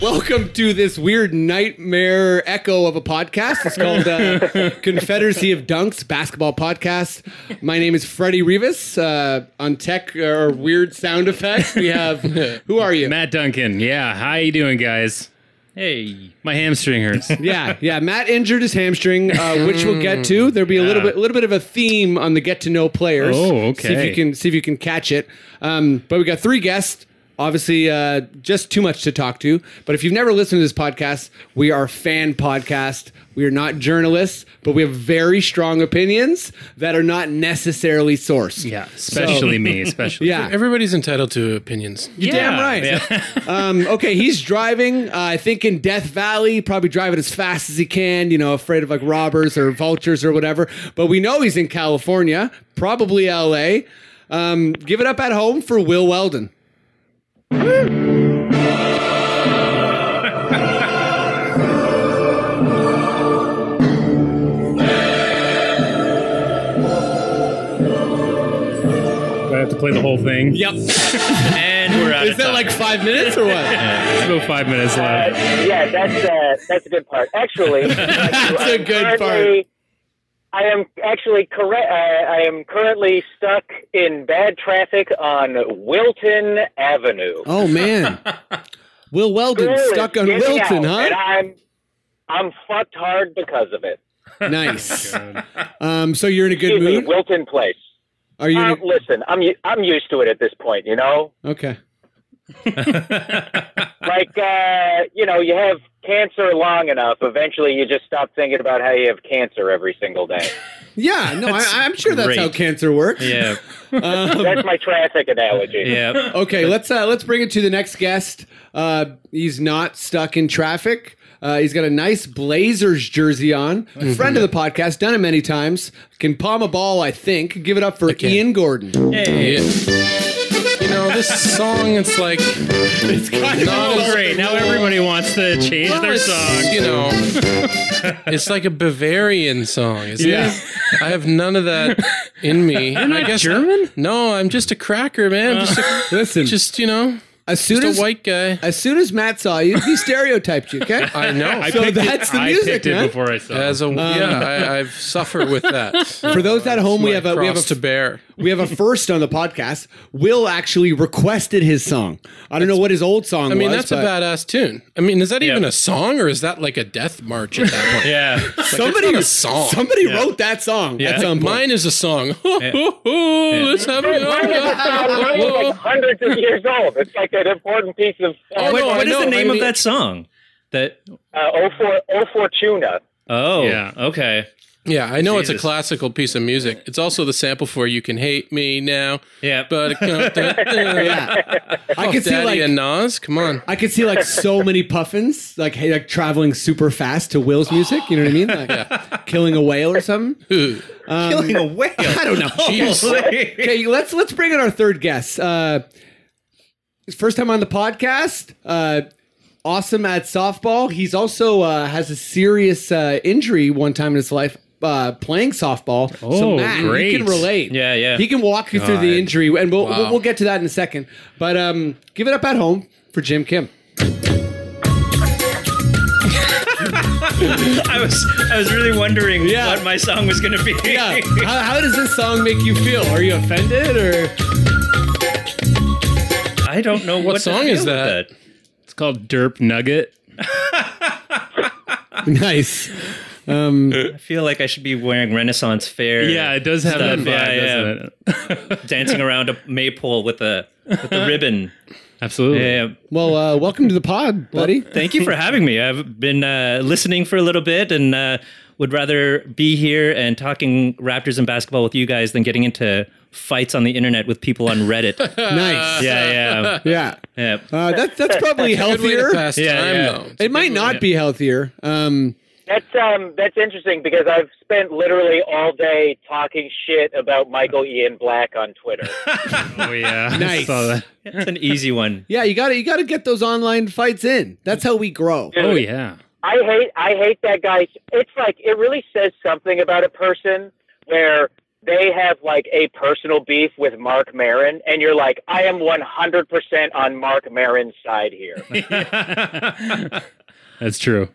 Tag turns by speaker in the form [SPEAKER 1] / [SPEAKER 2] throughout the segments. [SPEAKER 1] Welcome to this weird nightmare echo of a podcast. It's called uh, Confederacy of Dunks Basketball Podcast. My name is Freddie Rivas. Uh, on tech or weird sound effects, we have who are you?
[SPEAKER 2] Matt Duncan, yeah, how you doing, guys? Hey, my hamstring hurts.
[SPEAKER 1] Yeah, yeah. Matt injured his hamstring, uh, which we'll get to. There'll be a little
[SPEAKER 2] Yeah.
[SPEAKER 1] bit, little bit of a theme on the get to know players.
[SPEAKER 2] Oh,
[SPEAKER 1] See if
[SPEAKER 2] okay.
[SPEAKER 1] you can, see if you can catch it. Um, but we got three guests. Obviously, uh, just too much to talk to. But if you've never listened to this podcast, we are a fan podcast. We are not journalists, but we have very strong opinions that are not necessarily sourced.
[SPEAKER 2] yeah, especially me, especially.
[SPEAKER 1] Yeah.
[SPEAKER 3] Everybody's entitled to opinions.
[SPEAKER 1] You're damn
[SPEAKER 2] Yeah,
[SPEAKER 1] right.
[SPEAKER 2] yeah.
[SPEAKER 1] um, okay, he's driving. Uh, I think in Death Valley, probably driving as fast as he can. You know, afraid of like robbers or vultures or whatever. But we know he's in California, probably L.A. Um, give it up at home for Will Weldon.
[SPEAKER 2] I have to play the whole thing.
[SPEAKER 1] Yep. Is
[SPEAKER 2] And we're out. of
[SPEAKER 1] that
[SPEAKER 2] time.
[SPEAKER 1] like five minutes or what?
[SPEAKER 2] It's about five minutes left?
[SPEAKER 4] yeah, that's uh, that's a good part. Actually, that's
[SPEAKER 1] a good
[SPEAKER 4] I am actually correct. I, I am currently stuck in bad traffic on Wilton Avenue.
[SPEAKER 1] oh man, Will Weldon
[SPEAKER 4] Good.
[SPEAKER 1] stuck on
[SPEAKER 4] Get me
[SPEAKER 1] Wilton,
[SPEAKER 4] out. And
[SPEAKER 1] huh?
[SPEAKER 4] I'm I'm fucked hard because of it.
[SPEAKER 1] Nice. Um, so you're in a good
[SPEAKER 4] Excuse me,
[SPEAKER 1] mood.
[SPEAKER 4] Wilton Place.
[SPEAKER 1] Are you?
[SPEAKER 4] Uh,
[SPEAKER 1] In
[SPEAKER 4] listen, I'm u- I'm used to it at this point. You know,
[SPEAKER 1] a, okay.
[SPEAKER 4] like uh, you know, you have cancer long enough. Eventually, you just stop thinking about how you have cancer every single day.
[SPEAKER 1] Yeah. No, I, I'm sure that's
[SPEAKER 5] great.
[SPEAKER 1] how cancer works.
[SPEAKER 5] Yeah,
[SPEAKER 4] That's my traffic analogy.
[SPEAKER 5] yeah.
[SPEAKER 1] Okay, let's uh, let's bring it to the next guest. Uh, he's not stuck in traffic. Uh, he's got a nice Blazers jersey on.
[SPEAKER 3] Mm-hmm.
[SPEAKER 1] Friend of the podcast, done it many times. Can palm a ball, I think. Give it up for Ian Gordon.
[SPEAKER 3] You know, this song, it's like,
[SPEAKER 2] Oh, great! Now everybody wants to change their
[SPEAKER 3] it's,
[SPEAKER 2] song.
[SPEAKER 3] you know, it's like a Bavarian song. Isn't
[SPEAKER 1] Yeah.
[SPEAKER 3] It? I have none of that in me. You're not I guess
[SPEAKER 2] German?
[SPEAKER 3] no, I'm just a cracker, man.
[SPEAKER 1] Uh.
[SPEAKER 3] I'm just, a,
[SPEAKER 1] Listen,
[SPEAKER 3] just, you know,
[SPEAKER 1] as soon
[SPEAKER 3] just
[SPEAKER 1] as
[SPEAKER 3] a white guy.
[SPEAKER 1] as soon as Matt saw you, he stereotyped you. Okay,
[SPEAKER 3] I know.
[SPEAKER 2] I
[SPEAKER 1] So
[SPEAKER 2] picked
[SPEAKER 1] that's
[SPEAKER 2] it,
[SPEAKER 1] the
[SPEAKER 2] I
[SPEAKER 1] music,
[SPEAKER 2] picked it
[SPEAKER 1] man.
[SPEAKER 2] before I saw. it.
[SPEAKER 1] Uh.
[SPEAKER 3] As a, yeah, I, I've suffered with that.
[SPEAKER 1] for those at home, we have a we have a
[SPEAKER 3] to bear.
[SPEAKER 1] we have a first on the podcast. Will actually requested his song. I don't know what his old song.
[SPEAKER 3] I mean,
[SPEAKER 1] was,
[SPEAKER 3] that's
[SPEAKER 1] but
[SPEAKER 3] a badass tune. I mean, is that even
[SPEAKER 2] Yeah.
[SPEAKER 3] a song or is that like a death march at that point?
[SPEAKER 2] yeah,
[SPEAKER 1] Somebody,
[SPEAKER 3] not a song.
[SPEAKER 1] somebody wrote that song at some point.
[SPEAKER 3] Mine is a song. Let's have it
[SPEAKER 4] Mine is a song. Mine is like hundreds of years old. It's like an important piece of uh,
[SPEAKER 5] Wait,
[SPEAKER 3] no,
[SPEAKER 5] what
[SPEAKER 3] I
[SPEAKER 5] is
[SPEAKER 3] know,
[SPEAKER 5] the name
[SPEAKER 3] I
[SPEAKER 5] of
[SPEAKER 3] mean-
[SPEAKER 5] that song? That
[SPEAKER 4] uh, O for O Fortuna.
[SPEAKER 5] oh
[SPEAKER 2] Yeah.
[SPEAKER 5] okay
[SPEAKER 3] Yeah, I know it's
[SPEAKER 5] Jesus.
[SPEAKER 3] a classical piece of music. It's also the sample for "You Can Hate Me Now,"
[SPEAKER 5] yeah.
[SPEAKER 3] but
[SPEAKER 1] Yeah. I
[SPEAKER 3] I
[SPEAKER 1] could
[SPEAKER 3] can
[SPEAKER 1] see
[SPEAKER 3] Daddy
[SPEAKER 1] like
[SPEAKER 3] and Nas. Come on,
[SPEAKER 1] I could see like so many puffins like hey, like traveling super fast to Will's music. You know what I mean? Like killing a whale or something.
[SPEAKER 3] Ooh.
[SPEAKER 5] killing a whale.
[SPEAKER 1] I don't know.
[SPEAKER 5] Jeez.
[SPEAKER 1] Okay, let's let's bring in our third guest. Uh, his first time on the podcast. Uh, awesome at softball. He's also uh, has a serious uh, injury one time in his life. Uh, playing softball, so
[SPEAKER 2] Oh,
[SPEAKER 1] Matt,
[SPEAKER 2] great.
[SPEAKER 1] you can relate.
[SPEAKER 5] Yeah, yeah.
[SPEAKER 1] He can walk you through the injury, and we'll, we'll
[SPEAKER 3] Wow.
[SPEAKER 1] we'll get to that in a second. But um, give it up at home for Jim Kim.
[SPEAKER 5] I was I was really wondering
[SPEAKER 1] Yeah.
[SPEAKER 5] what my song was gonna be.
[SPEAKER 1] Yeah. how, how does this song make you feel? Are you offended or?
[SPEAKER 5] I don't know what, to
[SPEAKER 3] song
[SPEAKER 5] do
[SPEAKER 3] is
[SPEAKER 5] with
[SPEAKER 3] that?
[SPEAKER 2] it's called Derp Nugget.
[SPEAKER 1] Nice.
[SPEAKER 5] I feel like I should be wearing Renaissance fair.
[SPEAKER 2] Yeah, it does have that
[SPEAKER 5] stuff.
[SPEAKER 2] vibe,
[SPEAKER 5] Yeah, yeah.
[SPEAKER 2] doesn't it?
[SPEAKER 5] dancing around a maypole with a with a ribbon.
[SPEAKER 2] Absolutely.
[SPEAKER 5] Yeah.
[SPEAKER 1] Well, uh, welcome to the pod, buddy.
[SPEAKER 5] Thank you for having me. I've been uh, listening for a little bit and uh, would rather be here and talking Raptors and basketball with you guys than getting into fights on the internet with people on Reddit.
[SPEAKER 3] uh,
[SPEAKER 1] nice.
[SPEAKER 5] yeah, yeah,
[SPEAKER 1] Yeah.
[SPEAKER 5] yeah.
[SPEAKER 1] Uh, that's that's probably
[SPEAKER 3] Good way to
[SPEAKER 1] healthier.
[SPEAKER 3] pass
[SPEAKER 2] Yeah,
[SPEAKER 3] time
[SPEAKER 2] yeah.
[SPEAKER 3] though.
[SPEAKER 1] It might not be healthier. Um,
[SPEAKER 4] That's um that's interesting because I've spent literally all day talking shit about Michael Ian Black on Twitter.
[SPEAKER 2] Oh yeah,
[SPEAKER 1] Nice.
[SPEAKER 2] Saw that.
[SPEAKER 5] It's an easy one.
[SPEAKER 1] Yeah, you got to you got to get those online fights in. That's how we grow.
[SPEAKER 2] Oh yeah.
[SPEAKER 4] I hate I hate that guy. It's like it really says something about a person where they have like a personal beef with Mark Marin and you're like I am 100% on Mark Marin's side here.
[SPEAKER 2] That's true.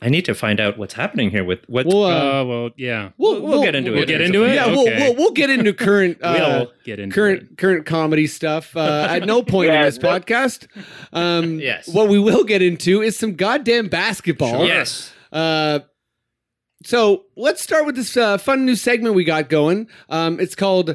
[SPEAKER 5] I need to find out what's happening here with what's
[SPEAKER 1] We'll, uh,
[SPEAKER 2] Uh, well, yeah.
[SPEAKER 1] we'll,
[SPEAKER 5] we'll get into it.
[SPEAKER 2] We'll get into it.
[SPEAKER 1] Yeah,
[SPEAKER 2] Okay.
[SPEAKER 1] we'll, we'll we'll get into current uh,
[SPEAKER 2] We'll get into
[SPEAKER 1] current
[SPEAKER 2] it.
[SPEAKER 1] current comedy stuff. Uh, at no point in
[SPEAKER 4] Yeah,
[SPEAKER 1] this
[SPEAKER 4] no-
[SPEAKER 1] podcast. Um,
[SPEAKER 5] Yes.
[SPEAKER 1] What we will get into is some goddamn basketball.
[SPEAKER 5] Yes.
[SPEAKER 1] Uh, so let's start with this uh, fun new segment we got going. Um, it's called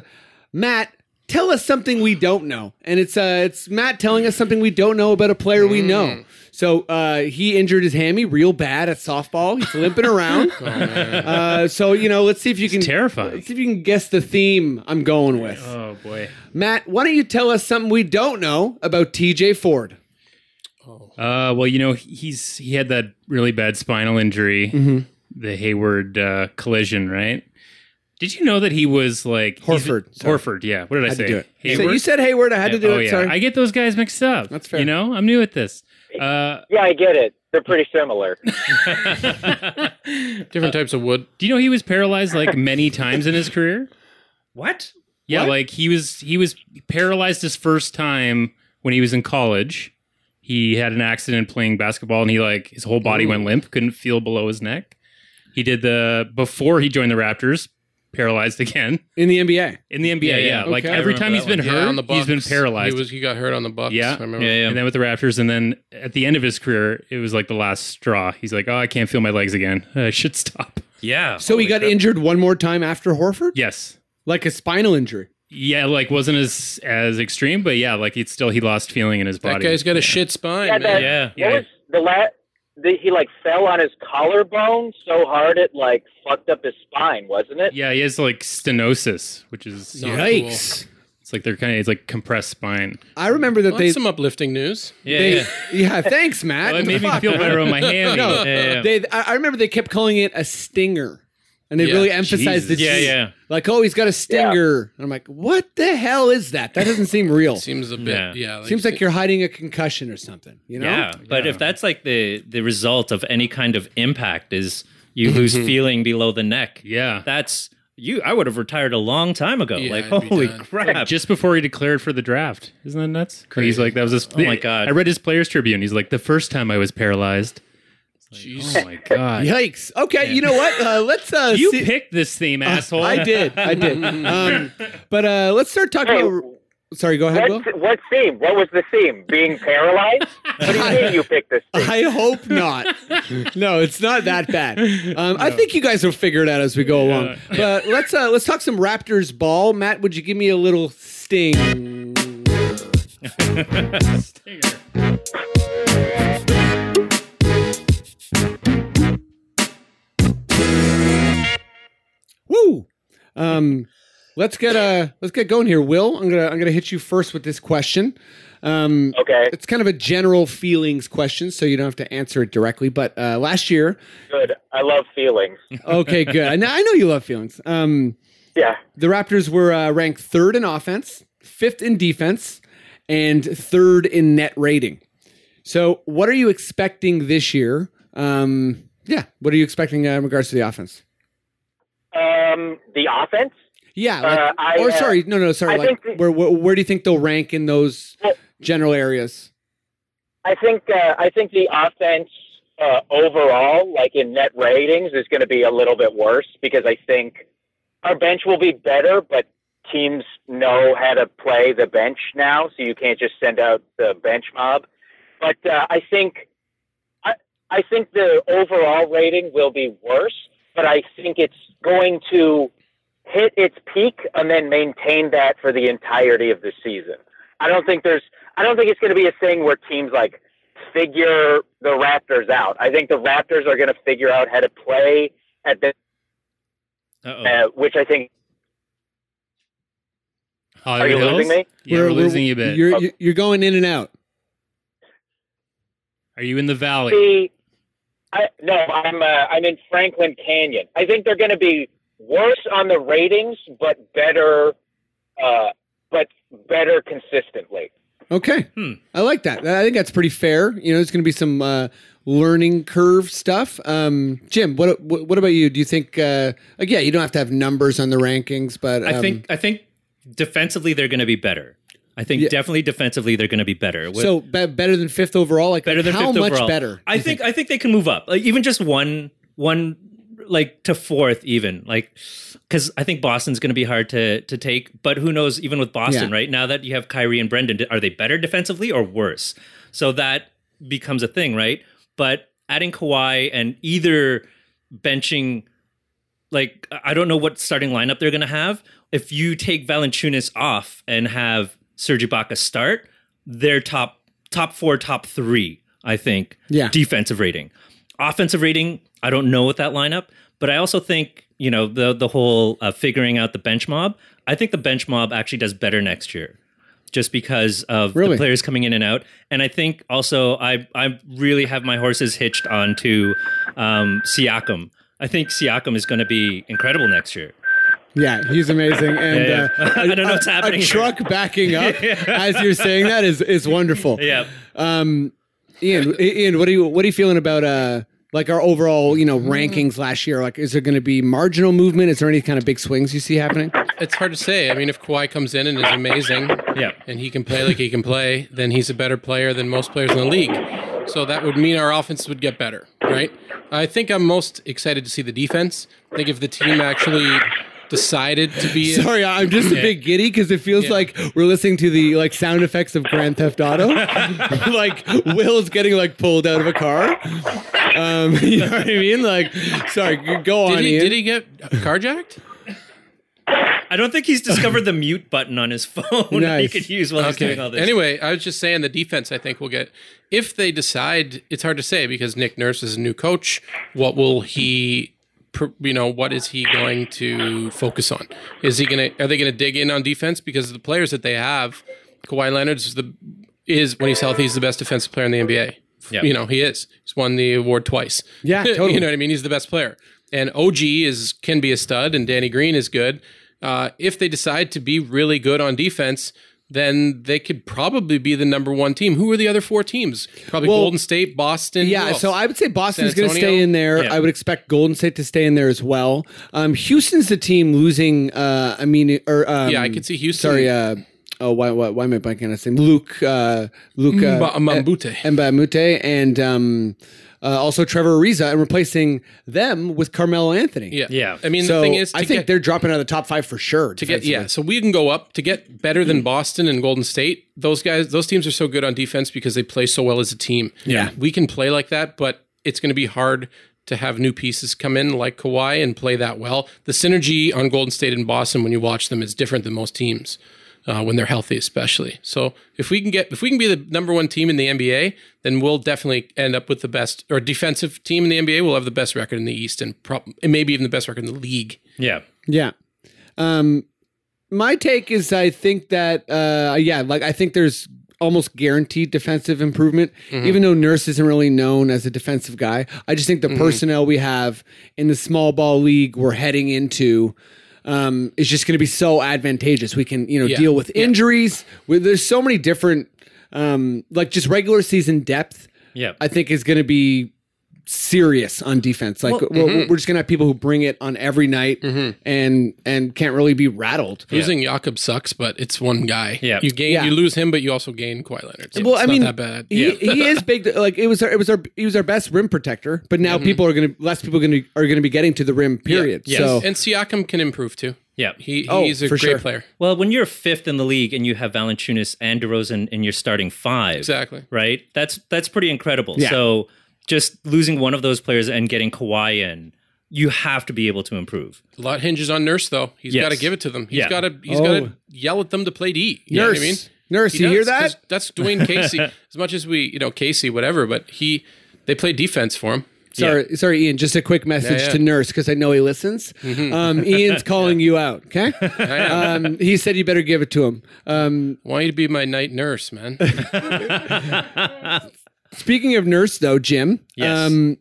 [SPEAKER 1] Matt. Tell us something we don't know, and it's uh, it's Matt telling us something we don't know about a player we
[SPEAKER 2] Mm.
[SPEAKER 1] know. So uh, he injured his hammy real bad at softball. He's limping around. uh, so you know, let's see if you can
[SPEAKER 2] Oh, terrifying.
[SPEAKER 1] Let's see if you can guess the theme I'm going with.
[SPEAKER 2] Oh boy.
[SPEAKER 1] Matt, why don't you tell us something we don't know about TJ Ford?
[SPEAKER 2] Uh, well, you know, he's he had that really bad spinal injury,
[SPEAKER 1] Mm-hmm.
[SPEAKER 2] the Hayward uh, collision, right? Did you know that he was like he's-
[SPEAKER 1] Horford, sorry.
[SPEAKER 2] Horford, yeah. What did I,
[SPEAKER 1] I had
[SPEAKER 2] say?
[SPEAKER 1] to do it. So
[SPEAKER 2] Hayward?
[SPEAKER 1] you said Hayward. I had to do
[SPEAKER 2] oh
[SPEAKER 1] it.
[SPEAKER 2] yeah,
[SPEAKER 1] Sorry.
[SPEAKER 2] I get those guys mixed up.
[SPEAKER 1] That's fair.
[SPEAKER 2] You know, I'm new at this. Uh,
[SPEAKER 4] yeah, I get it. They're pretty similar.
[SPEAKER 3] Different types of wood.
[SPEAKER 2] do you know he was paralyzed like many times in his career?
[SPEAKER 5] What?
[SPEAKER 2] Yeah,
[SPEAKER 1] What?
[SPEAKER 2] like he was he was paralyzed his first time when he was in college. He had an accident playing basketball and he like his whole body went limp, couldn't feel below his neck. He did the before he joined the Raptors, paralyzed again
[SPEAKER 1] in the NBA.
[SPEAKER 2] in the NBA. Yeah,
[SPEAKER 3] Yeah, yeah.
[SPEAKER 2] like
[SPEAKER 1] Okay. I
[SPEAKER 2] every
[SPEAKER 3] Remember
[SPEAKER 2] time
[SPEAKER 3] that
[SPEAKER 2] he's been
[SPEAKER 3] one. Oh, Yeah,
[SPEAKER 2] hurt,
[SPEAKER 3] on the
[SPEAKER 2] he's been
[SPEAKER 3] Bucks.
[SPEAKER 2] paralyzed.
[SPEAKER 3] He, was, he got hurt on the Bucks.
[SPEAKER 2] Yeah.
[SPEAKER 3] I remember.
[SPEAKER 5] Yeah, yeah.
[SPEAKER 2] and then with the Raptors, and then at the end of his career, it was like the last straw. He's like, "Oh, I can't feel my legs again. I should stop." Oh,
[SPEAKER 5] Yeah.
[SPEAKER 1] So he got injured one more time after Horford?
[SPEAKER 2] Yes,
[SPEAKER 1] Like a spinal injury.
[SPEAKER 2] yeah, like wasn't as as extreme, but yeah, like it's still he lost feeling in his
[SPEAKER 3] That
[SPEAKER 2] body.
[SPEAKER 3] guy's got a shit spine,
[SPEAKER 4] Yeah,
[SPEAKER 3] man.
[SPEAKER 4] that-
[SPEAKER 5] Yeah.
[SPEAKER 2] Yeah.
[SPEAKER 4] What was the la- the, he like fell on his collarbone so hard it like fucked up his spine, wasn't it?
[SPEAKER 2] Yeah, he has like stenosis, which is
[SPEAKER 3] Not
[SPEAKER 1] Yikes.
[SPEAKER 2] it's like they're kind of it's like compressed spine.
[SPEAKER 1] I remember that
[SPEAKER 3] Well,
[SPEAKER 1] they.
[SPEAKER 3] that's some uplifting news.
[SPEAKER 5] Yeah.
[SPEAKER 1] they
[SPEAKER 5] yeah.
[SPEAKER 1] yeah. thanks, Matt.
[SPEAKER 2] Well, it made me
[SPEAKER 1] Fuck.
[SPEAKER 2] feel better on my hand.
[SPEAKER 1] No.
[SPEAKER 5] Yeah, yeah.
[SPEAKER 1] They, I I remember they kept calling it a stinger. And they
[SPEAKER 3] Yeah.
[SPEAKER 1] really emphasized the
[SPEAKER 2] Jesus.
[SPEAKER 5] yeah,
[SPEAKER 1] T.
[SPEAKER 5] yeah.
[SPEAKER 1] Like, oh, he's got a stinger. And I'm like, what the hell is that? That doesn't seem real. Seems,
[SPEAKER 3] Seems a bit.
[SPEAKER 5] Yeah.
[SPEAKER 3] Yeah.
[SPEAKER 1] like you're hiding a concussion or something, you know?
[SPEAKER 5] Yeah, but
[SPEAKER 2] Yeah.
[SPEAKER 5] if that's like the the result of any kind of impact is you lose feeling below the neck.
[SPEAKER 2] Yeah.
[SPEAKER 5] That's you I would have retired a long time ago.
[SPEAKER 3] Yeah,
[SPEAKER 5] like
[SPEAKER 3] I'd be
[SPEAKER 5] holy
[SPEAKER 3] done.
[SPEAKER 5] crap.
[SPEAKER 2] Just before he declared for the draft, isn't that nuts? Crazy. He's like, that was his. Oh
[SPEAKER 5] my God.
[SPEAKER 2] I read his Players Tribune. He's like, the first time I was paralyzed.
[SPEAKER 3] Jeez.
[SPEAKER 2] Oh my god!
[SPEAKER 1] Yikes. Okay, you know what? Uh, let's. Uh,
[SPEAKER 2] You
[SPEAKER 1] see-
[SPEAKER 2] picked this theme, asshole.
[SPEAKER 1] I did. I did. Um, but uh, let's start talking
[SPEAKER 4] Hey,
[SPEAKER 1] about. Sorry, go ahead, Will.
[SPEAKER 4] what, what theme? What was the theme? Being paralyzed? what do you mean you picked this theme?
[SPEAKER 1] I hope not. no, it's not that bad. Um, I think you guys will figure it out as we go along. But let's uh, let's talk some Raptors ball. Matt, would you give me a little sting? Woo! Um, let's get uh, let's get going here, Will. I'm gonna I'm gonna hit you first with this question. Um,
[SPEAKER 4] Okay,
[SPEAKER 1] it's kind of a general feelings question, so you don't have to answer it directly. But uh, last year,
[SPEAKER 4] good. I love feelings.
[SPEAKER 1] okay, good. I know, I know you love feelings. Um,
[SPEAKER 4] Yeah.
[SPEAKER 1] the Raptors were uh, ranked third in offense, fifth in defense, and third in net rating. So, what are you expecting this year? Um, yeah, what are you expecting uh, in regards to the offense?
[SPEAKER 4] Um, the offense?
[SPEAKER 1] Yeah, like,
[SPEAKER 4] Uh, I,
[SPEAKER 1] or
[SPEAKER 4] uh,
[SPEAKER 1] sorry, no, no, sorry.
[SPEAKER 4] I
[SPEAKER 1] like,
[SPEAKER 4] think the-
[SPEAKER 1] where, where where do you think they'll rank in those
[SPEAKER 4] Well-
[SPEAKER 1] general areas?
[SPEAKER 4] I think uh, I think the offense uh, overall, like in net ratings, is going to be a little bit worse because I think our bench will be better, but teams know how to play the bench now, so you can't just send out the bench mob. But uh, I think I, I think the overall rating will be worse, but I think it's going to hit its peak and then maintain that for the entirety of the season. I don't think there's I don't think it's going to be a thing where teams like figure the Raptors out. I think the Raptors are going to figure out how to play at the
[SPEAKER 2] Oh.
[SPEAKER 5] Uh-oh.
[SPEAKER 4] uh, which I think are
[SPEAKER 2] Hollywood
[SPEAKER 4] you
[SPEAKER 2] Hills?
[SPEAKER 4] losing me?
[SPEAKER 2] Yeah,
[SPEAKER 1] Where-
[SPEAKER 2] we're,
[SPEAKER 1] where-
[SPEAKER 2] losing you a bit.
[SPEAKER 1] You're, you're- you're going in and out.
[SPEAKER 2] Are you in the valley?
[SPEAKER 4] The I, no, I'm uh, I'm in Franklin Canyon. I think they're going to be worse on the ratings, but better, uh, but better consistently.
[SPEAKER 1] Okay.
[SPEAKER 5] Hmm.
[SPEAKER 1] I like that. I think that's pretty fair. You know, there's going to be some uh, learning curve stuff. Um, Jim, what, what what about you? Do you think? Uh, like, yeah, you don't have to have numbers on the rankings, but um,
[SPEAKER 5] I think I think defensively they're going to be better. I think definitely defensively they're going to be better. With-
[SPEAKER 1] so. Be- better than fifth overall. Like,
[SPEAKER 5] better than
[SPEAKER 1] how
[SPEAKER 5] fifth
[SPEAKER 1] much
[SPEAKER 5] overall.
[SPEAKER 1] better?
[SPEAKER 5] I think, I think they can move up, like even just one one like to fourth even like because I think Boston's going to be hard to to take. But who knows? Even with Boston,
[SPEAKER 1] Yeah.
[SPEAKER 5] right now that you have Kyrie and Brendan, are they better defensively or worse? So that becomes a thing, right? But adding Kawhi and either benching like I don't know what starting lineup they're going to have. If you take Valanciunas off and have Serge Ibaka start, they're top top four, top three, I think.
[SPEAKER 1] Yeah.
[SPEAKER 5] Defensive rating, offensive rating. I don't know with that lineup, but I also think you know the the whole uh, figuring out the bench mob. I think the bench mob actually does better next year, just because of
[SPEAKER 1] Really?
[SPEAKER 5] the players coming in and out. And I think also I I really have my horses hitched onto um, Siakam. I think Siakam is going to be incredible next year.
[SPEAKER 1] Yeah, he's amazing. And
[SPEAKER 5] Yeah, yeah.
[SPEAKER 1] Uh,
[SPEAKER 5] I don't know
[SPEAKER 1] a-
[SPEAKER 5] what's
[SPEAKER 1] a-
[SPEAKER 5] happening
[SPEAKER 1] A
[SPEAKER 5] here.
[SPEAKER 1] truck backing up as you're saying that is is wonderful.
[SPEAKER 5] Yeah.
[SPEAKER 1] Um, Ian, I- Ian, what are you what are you feeling about uh like our overall you know rankings last year? Like, is there going to be marginal movement? Is there any kind of big swings you see happening?
[SPEAKER 3] It's hard to say. I mean, if Kawhi comes in and is amazing,
[SPEAKER 5] Yeah.
[SPEAKER 3] and he can play like he can play, then he's a better player than most players in the league. So that would mean our offense would get better, right? I think I'm most excited to see the defense. I think if the team actually decided to be
[SPEAKER 1] Sorry, I'm just a bit giddy because it feels like we're listening to the like sound effects of Grand Theft Auto. like Will's getting like pulled out of a car. Um, you know what I mean? Like, sorry, go on.
[SPEAKER 3] did he,
[SPEAKER 1] Ian.
[SPEAKER 3] did he get carjacked?
[SPEAKER 5] I don't think he's discovered the mute button on his phone that he
[SPEAKER 1] Nice.
[SPEAKER 5] could use while he's doing all this.
[SPEAKER 3] Anyway, I was just saying the defense. I think will get if they decide. It's hard to say because Nick Nurse is a new coach. What will he? pr- You know, what is he going to focus on? Is he gonna? Are they gonna dig in on defense because the players that they have? Kawhi Leonard's the is when he's healthy, he's the best defensive player in the NBA.
[SPEAKER 5] Yeah.
[SPEAKER 3] You know, he is. He's won the award twice.
[SPEAKER 1] Yeah,
[SPEAKER 3] you
[SPEAKER 1] totally.
[SPEAKER 3] know what I mean? He's the best player. And OG is can be a stud, and Danny Green is good. Uh, if they decide to be really good on defense, then they could probably be the number one team. Who are the other four teams? Probably
[SPEAKER 1] Well,
[SPEAKER 3] Golden State, Boston. who
[SPEAKER 1] Yeah,
[SPEAKER 3] else?
[SPEAKER 1] so I would say Boston's going to
[SPEAKER 3] Antonio?
[SPEAKER 1] stay in there.
[SPEAKER 5] Yeah.
[SPEAKER 1] I would expect Golden State to stay in there as well. Um, Houston's the team losing. Uh, I mean, or um,
[SPEAKER 3] Yeah, I could see Houston.
[SPEAKER 1] Sorry. Uh, oh, why, why, why am I blanking on his name? Luke. Uh, Luke. Uh,
[SPEAKER 3] Mba- Mbamute.
[SPEAKER 1] and Mbamute and um, uh, also Trevor Ariza, and replacing them with Carmelo Anthony.
[SPEAKER 3] yeah,
[SPEAKER 5] Yeah.
[SPEAKER 3] I mean,
[SPEAKER 1] So
[SPEAKER 3] the thing is, to
[SPEAKER 1] I think
[SPEAKER 3] get,
[SPEAKER 1] they're dropping out of the top five for sure.
[SPEAKER 3] to get yeah, so we can go up to get better than Boston and Golden State. Those guys, those teams are so good on defense because they play so well as a team.
[SPEAKER 1] Yeah.
[SPEAKER 3] we can play like that, but it's going to be hard to have new pieces come in like Kawhi and play that well. The synergy on Golden State and Boston when you watch them is different than most teams. Uh, when they're healthy, especially. So if we can get, if we can be the number one team in the NBA, then we'll definitely end up with the best or defensive team in the NBA. We'll have the best record in the East and, prob- and maybe even the best record in the league.
[SPEAKER 5] yeah.
[SPEAKER 1] Yeah. Um, my take is I think that uh, yeah, like I think there's almost guaranteed defensive improvement,
[SPEAKER 3] Mm-hmm.
[SPEAKER 1] even though Nurse isn't really known as a defensive guy. I just think
[SPEAKER 3] Mm-hmm.
[SPEAKER 1] the personnel we have in the small ball league we're heading into. Um, is just going to be so advantageous. We can, you know,
[SPEAKER 3] Yeah.
[SPEAKER 1] deal with injuries. With there's so many different, um, like just regular season depth.
[SPEAKER 5] Yeah.
[SPEAKER 1] I think is going to be serious on defense. Like we're, we're just going to have people who bring it on every night and and can't really be rattled.
[SPEAKER 3] Losing Jakob sucks, but it's one guy.
[SPEAKER 5] Yeah.
[SPEAKER 3] you gain,
[SPEAKER 1] Yeah.
[SPEAKER 3] you lose him, but you also gain Kawhi Leonard. So
[SPEAKER 1] Well,
[SPEAKER 3] it's
[SPEAKER 1] I
[SPEAKER 3] not
[SPEAKER 1] mean,
[SPEAKER 3] that bad.
[SPEAKER 1] he, he is big. Like it was, our, it was our, he was our best rim protector. But now people are gonna, less people gonna are gonna be getting to the rim. Period.
[SPEAKER 5] Yes.
[SPEAKER 1] So
[SPEAKER 3] and Siakam can improve too.
[SPEAKER 5] Yeah.
[SPEAKER 3] He
[SPEAKER 1] Oh,
[SPEAKER 3] he's a
[SPEAKER 1] for
[SPEAKER 3] great
[SPEAKER 1] sure.
[SPEAKER 3] player.
[SPEAKER 5] Well, when you're fifth in the league and you have Valanciunas and DeRozan in your starting five,
[SPEAKER 3] Exactly.
[SPEAKER 5] right? That's that's pretty incredible.
[SPEAKER 1] Yeah.
[SPEAKER 5] So just losing one of those players and getting Kawhi in, you have to be able to improve.
[SPEAKER 3] A lot hinges on Nurse though. He's
[SPEAKER 5] Yes.
[SPEAKER 3] got to give it to them. He's
[SPEAKER 5] Yeah.
[SPEAKER 3] got to he's
[SPEAKER 1] Oh.
[SPEAKER 3] got to yell at them to play D. You know
[SPEAKER 1] nurse,
[SPEAKER 3] what I mean?
[SPEAKER 1] nurse,
[SPEAKER 3] He
[SPEAKER 1] you hear
[SPEAKER 3] does, 'cause
[SPEAKER 1] that?
[SPEAKER 3] That's Dwayne Casey. as much as we, you know, Casey, whatever, but he they play defense for him.
[SPEAKER 1] Sorry, sorry, Ian. Just a quick message
[SPEAKER 3] Yeah, yeah.
[SPEAKER 1] to Nurse because I know he listens. Um, Ian's calling you out. Okay, um, he said you better give it to him. Um,
[SPEAKER 3] I want you to be my night nurse, man.
[SPEAKER 1] Speaking of nurse, though, Jim. um,
[SPEAKER 5] Yes.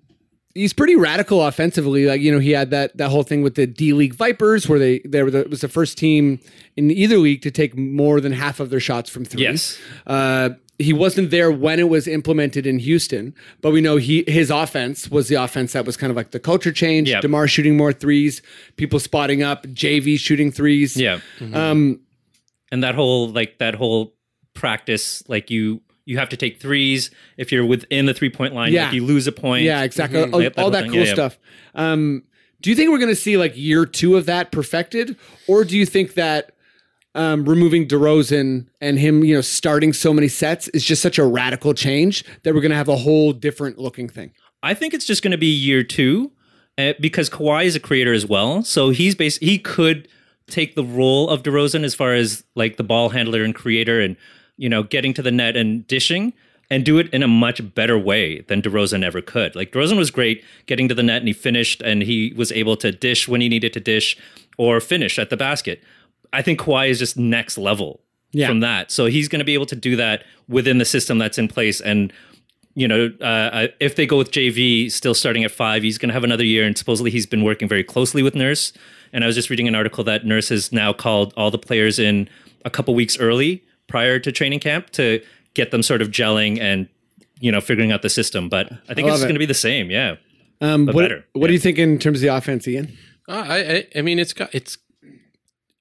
[SPEAKER 1] he's pretty radical offensively. Like you know, he had that that whole thing with the D League Vipers, where they they were the, it was the first team in either league to take more than half of their shots from three.
[SPEAKER 5] Yes.
[SPEAKER 1] Uh, he wasn't there when it was implemented in Houston, but we know he his offense was the offense that was kind of like the culture change.
[SPEAKER 5] Yep.
[SPEAKER 1] Demar shooting more threes, people spotting up, JV shooting threes.
[SPEAKER 5] Yeah.
[SPEAKER 1] Um,
[SPEAKER 5] Mm-hmm. and that whole like that whole practice like you you have to take threes if you're within the three point line
[SPEAKER 1] Yeah.
[SPEAKER 5] like you lose a point
[SPEAKER 1] Yeah, exactly.
[SPEAKER 5] Mhm.
[SPEAKER 1] All,
[SPEAKER 5] Yep, that
[SPEAKER 1] all
[SPEAKER 5] whole
[SPEAKER 1] that
[SPEAKER 5] thing.
[SPEAKER 1] cool
[SPEAKER 5] Yeah, yeah.
[SPEAKER 1] stuff. Um, do you think we're going to see like year two of that perfected, or do you think that um, removing DeRozan and him, you know, starting so many sets is just such a radical change that we're going to have a whole different looking thing?
[SPEAKER 5] I think it's just going to be year two uh, because Kawhi is a creator as well. So he's bas- he could take the role of DeRozan as far as like the ball handler and creator and you know getting to the net and dishing and do it in a much better way than DeRozan ever could. Like DeRozan was great getting to the net and he finished and he was able to dish when he needed to dish or finish at the basket. I think Kawhi is just next level
[SPEAKER 1] Yeah.
[SPEAKER 5] from that. So he's going to be able to do that within the system that's in place and you know, uh, uh, if they go with JV still starting at five, he's going to have another year. And supposedly he's been working very closely with Nurse. And I was just reading an article that Nurse has now called all the players in a couple weeks early prior to training camp to get them sort of gelling and, you know, figuring out the system. But I think
[SPEAKER 1] I
[SPEAKER 5] it's
[SPEAKER 1] love it.
[SPEAKER 5] going to be the same. Yeah.
[SPEAKER 1] Um,
[SPEAKER 5] But
[SPEAKER 1] what
[SPEAKER 5] better,
[SPEAKER 1] what do you think in terms of the offense, Ian?
[SPEAKER 3] Uh, I, I I mean it's got it's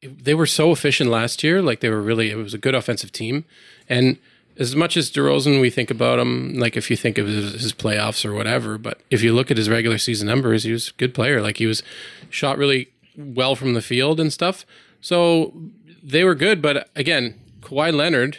[SPEAKER 3] they were so efficient last year. Like they were really it was a good offensive team. And as much as DeRozan, we think about him like if you think of his, his playoffs or whatever. But if you look at his regular season numbers, he was a good player. Like he was shot really well from the field and stuff. So they were good. But again, Kawhi Leonard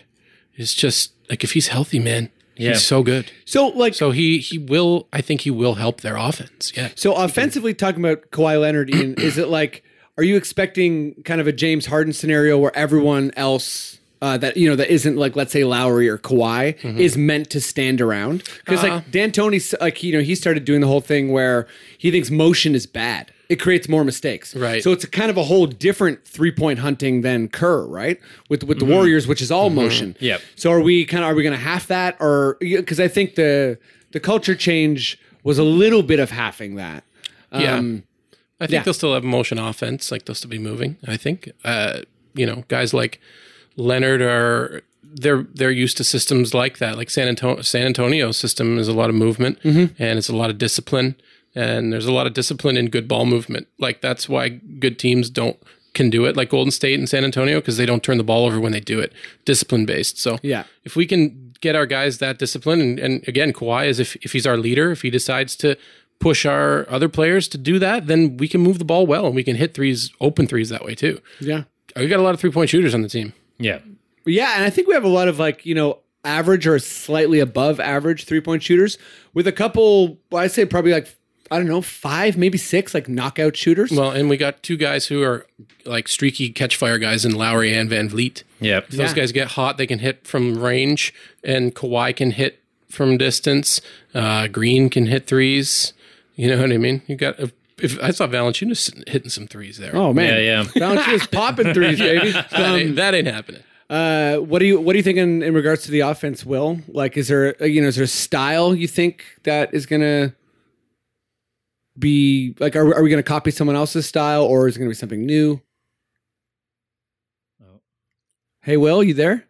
[SPEAKER 3] is just like if he's healthy, man,
[SPEAKER 5] Yeah.
[SPEAKER 3] he's so good.
[SPEAKER 1] So like so,
[SPEAKER 3] So he he will. I think he will help their offense. Yeah.
[SPEAKER 1] offensively talking about Kawhi Leonard, Ian, is it like are you expecting kind of a James Harden scenario where everyone else? Uh, that you know that isn't like let's say Lowry or Kawhi is meant to stand around because like D'Antoni's like you know he started doing the whole thing where he thinks motion is bad it creates more mistakes
[SPEAKER 3] Right.
[SPEAKER 1] so it's a kind of a whole different three point hunting than Kerr right with with the Warriors which is all motion
[SPEAKER 5] Yep.
[SPEAKER 1] So are we kind of are we going to half that or because I think the the culture change was a little bit of halving that.
[SPEAKER 3] Yeah.
[SPEAKER 1] Um,
[SPEAKER 3] I think
[SPEAKER 1] yeah.
[SPEAKER 3] they'll still have motion offense. Like they'll still be moving. I think, uh, you know, guys like Leonard are they're they're used to systems like that. Like San Antonio, San Antonio's system is a lot of movement and it's a lot of discipline. And there's a lot of discipline in good ball movement. Like that's why good teams don't can do it, like Golden State and San Antonio, because they don't turn the ball over when they do it. Discipline based. So
[SPEAKER 1] Yeah.
[SPEAKER 3] if we can get our guys that discipline, and, and again, Kawhi is if, if he's our leader, if he decides to push our other players to do that, then we can move the ball well and we can hit threes, open threes that way too.
[SPEAKER 1] Yeah.
[SPEAKER 3] We Oh, got a lot of three point shooters on the team.
[SPEAKER 5] Yeah.
[SPEAKER 1] Yeah, and I think we have a lot of like you know average or slightly above average three point shooters with a couple. well, I'd say probably like I don't know five, maybe six like knockout shooters.
[SPEAKER 3] Well, and we got two guys who are like streaky catch fire guys in Lowry and Van Vliet.
[SPEAKER 5] Yeah.
[SPEAKER 3] If those guys get hot, they can hit from range, and Kawhi can hit from distance. Uh, Green can hit threes. You know what I mean? You got if, if I saw Valanciunas hitting some threes there.
[SPEAKER 1] oh man,
[SPEAKER 5] Yeah, yeah.
[SPEAKER 1] Bounce was popping threes, baby.
[SPEAKER 3] that,
[SPEAKER 1] Um,
[SPEAKER 3] ain't, that ain't happening.
[SPEAKER 1] Uh, what do you what do you think in, in regards to the offense? Will like is there uh, you know is there a style you think that is gonna be like are, we- are we gonna copy someone else's style or is it gonna be something new?
[SPEAKER 3] Oh.
[SPEAKER 1] Hey Will, you there,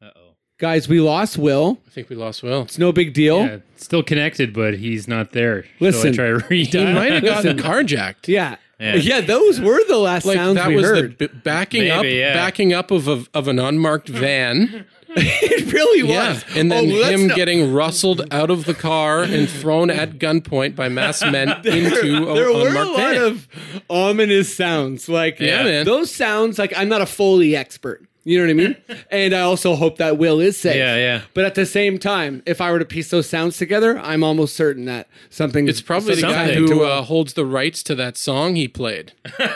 [SPEAKER 5] Uh oh.
[SPEAKER 1] guys? We lost Will.
[SPEAKER 3] I think we lost Will.
[SPEAKER 1] It's no big deal.
[SPEAKER 2] Yeah, still connected, but he's not there.
[SPEAKER 1] Oh. Listen,
[SPEAKER 2] so I try to read.
[SPEAKER 3] He might have gotten carjacked.
[SPEAKER 1] Yeah, yeah.
[SPEAKER 5] Yeah.
[SPEAKER 1] those were the last
[SPEAKER 3] Like
[SPEAKER 1] sounds
[SPEAKER 3] that
[SPEAKER 1] we
[SPEAKER 3] was
[SPEAKER 1] heard.
[SPEAKER 3] the b- backing up,
[SPEAKER 5] Maybe, yeah.
[SPEAKER 3] backing up of a, of an unmarked van.
[SPEAKER 1] it really
[SPEAKER 3] yeah,
[SPEAKER 1] was.
[SPEAKER 3] and then
[SPEAKER 1] Oh, let's
[SPEAKER 3] him
[SPEAKER 1] not-
[SPEAKER 3] getting rustled out of the car and thrown at gunpoint by masked men into a
[SPEAKER 1] there were a
[SPEAKER 3] unmarked
[SPEAKER 1] lot
[SPEAKER 3] van.
[SPEAKER 1] of ominous sounds. Like
[SPEAKER 3] Yeah, man.
[SPEAKER 1] those sounds like I'm not a Foley expert. You know what I mean? and I also hope that Will is safe.
[SPEAKER 5] Yeah, yeah.
[SPEAKER 1] But at the same time, if I were to piece those sounds together, I'm almost certain that something
[SPEAKER 3] It's probably the guy
[SPEAKER 1] something
[SPEAKER 3] who
[SPEAKER 1] to
[SPEAKER 3] uh, holds the rights to that song he played.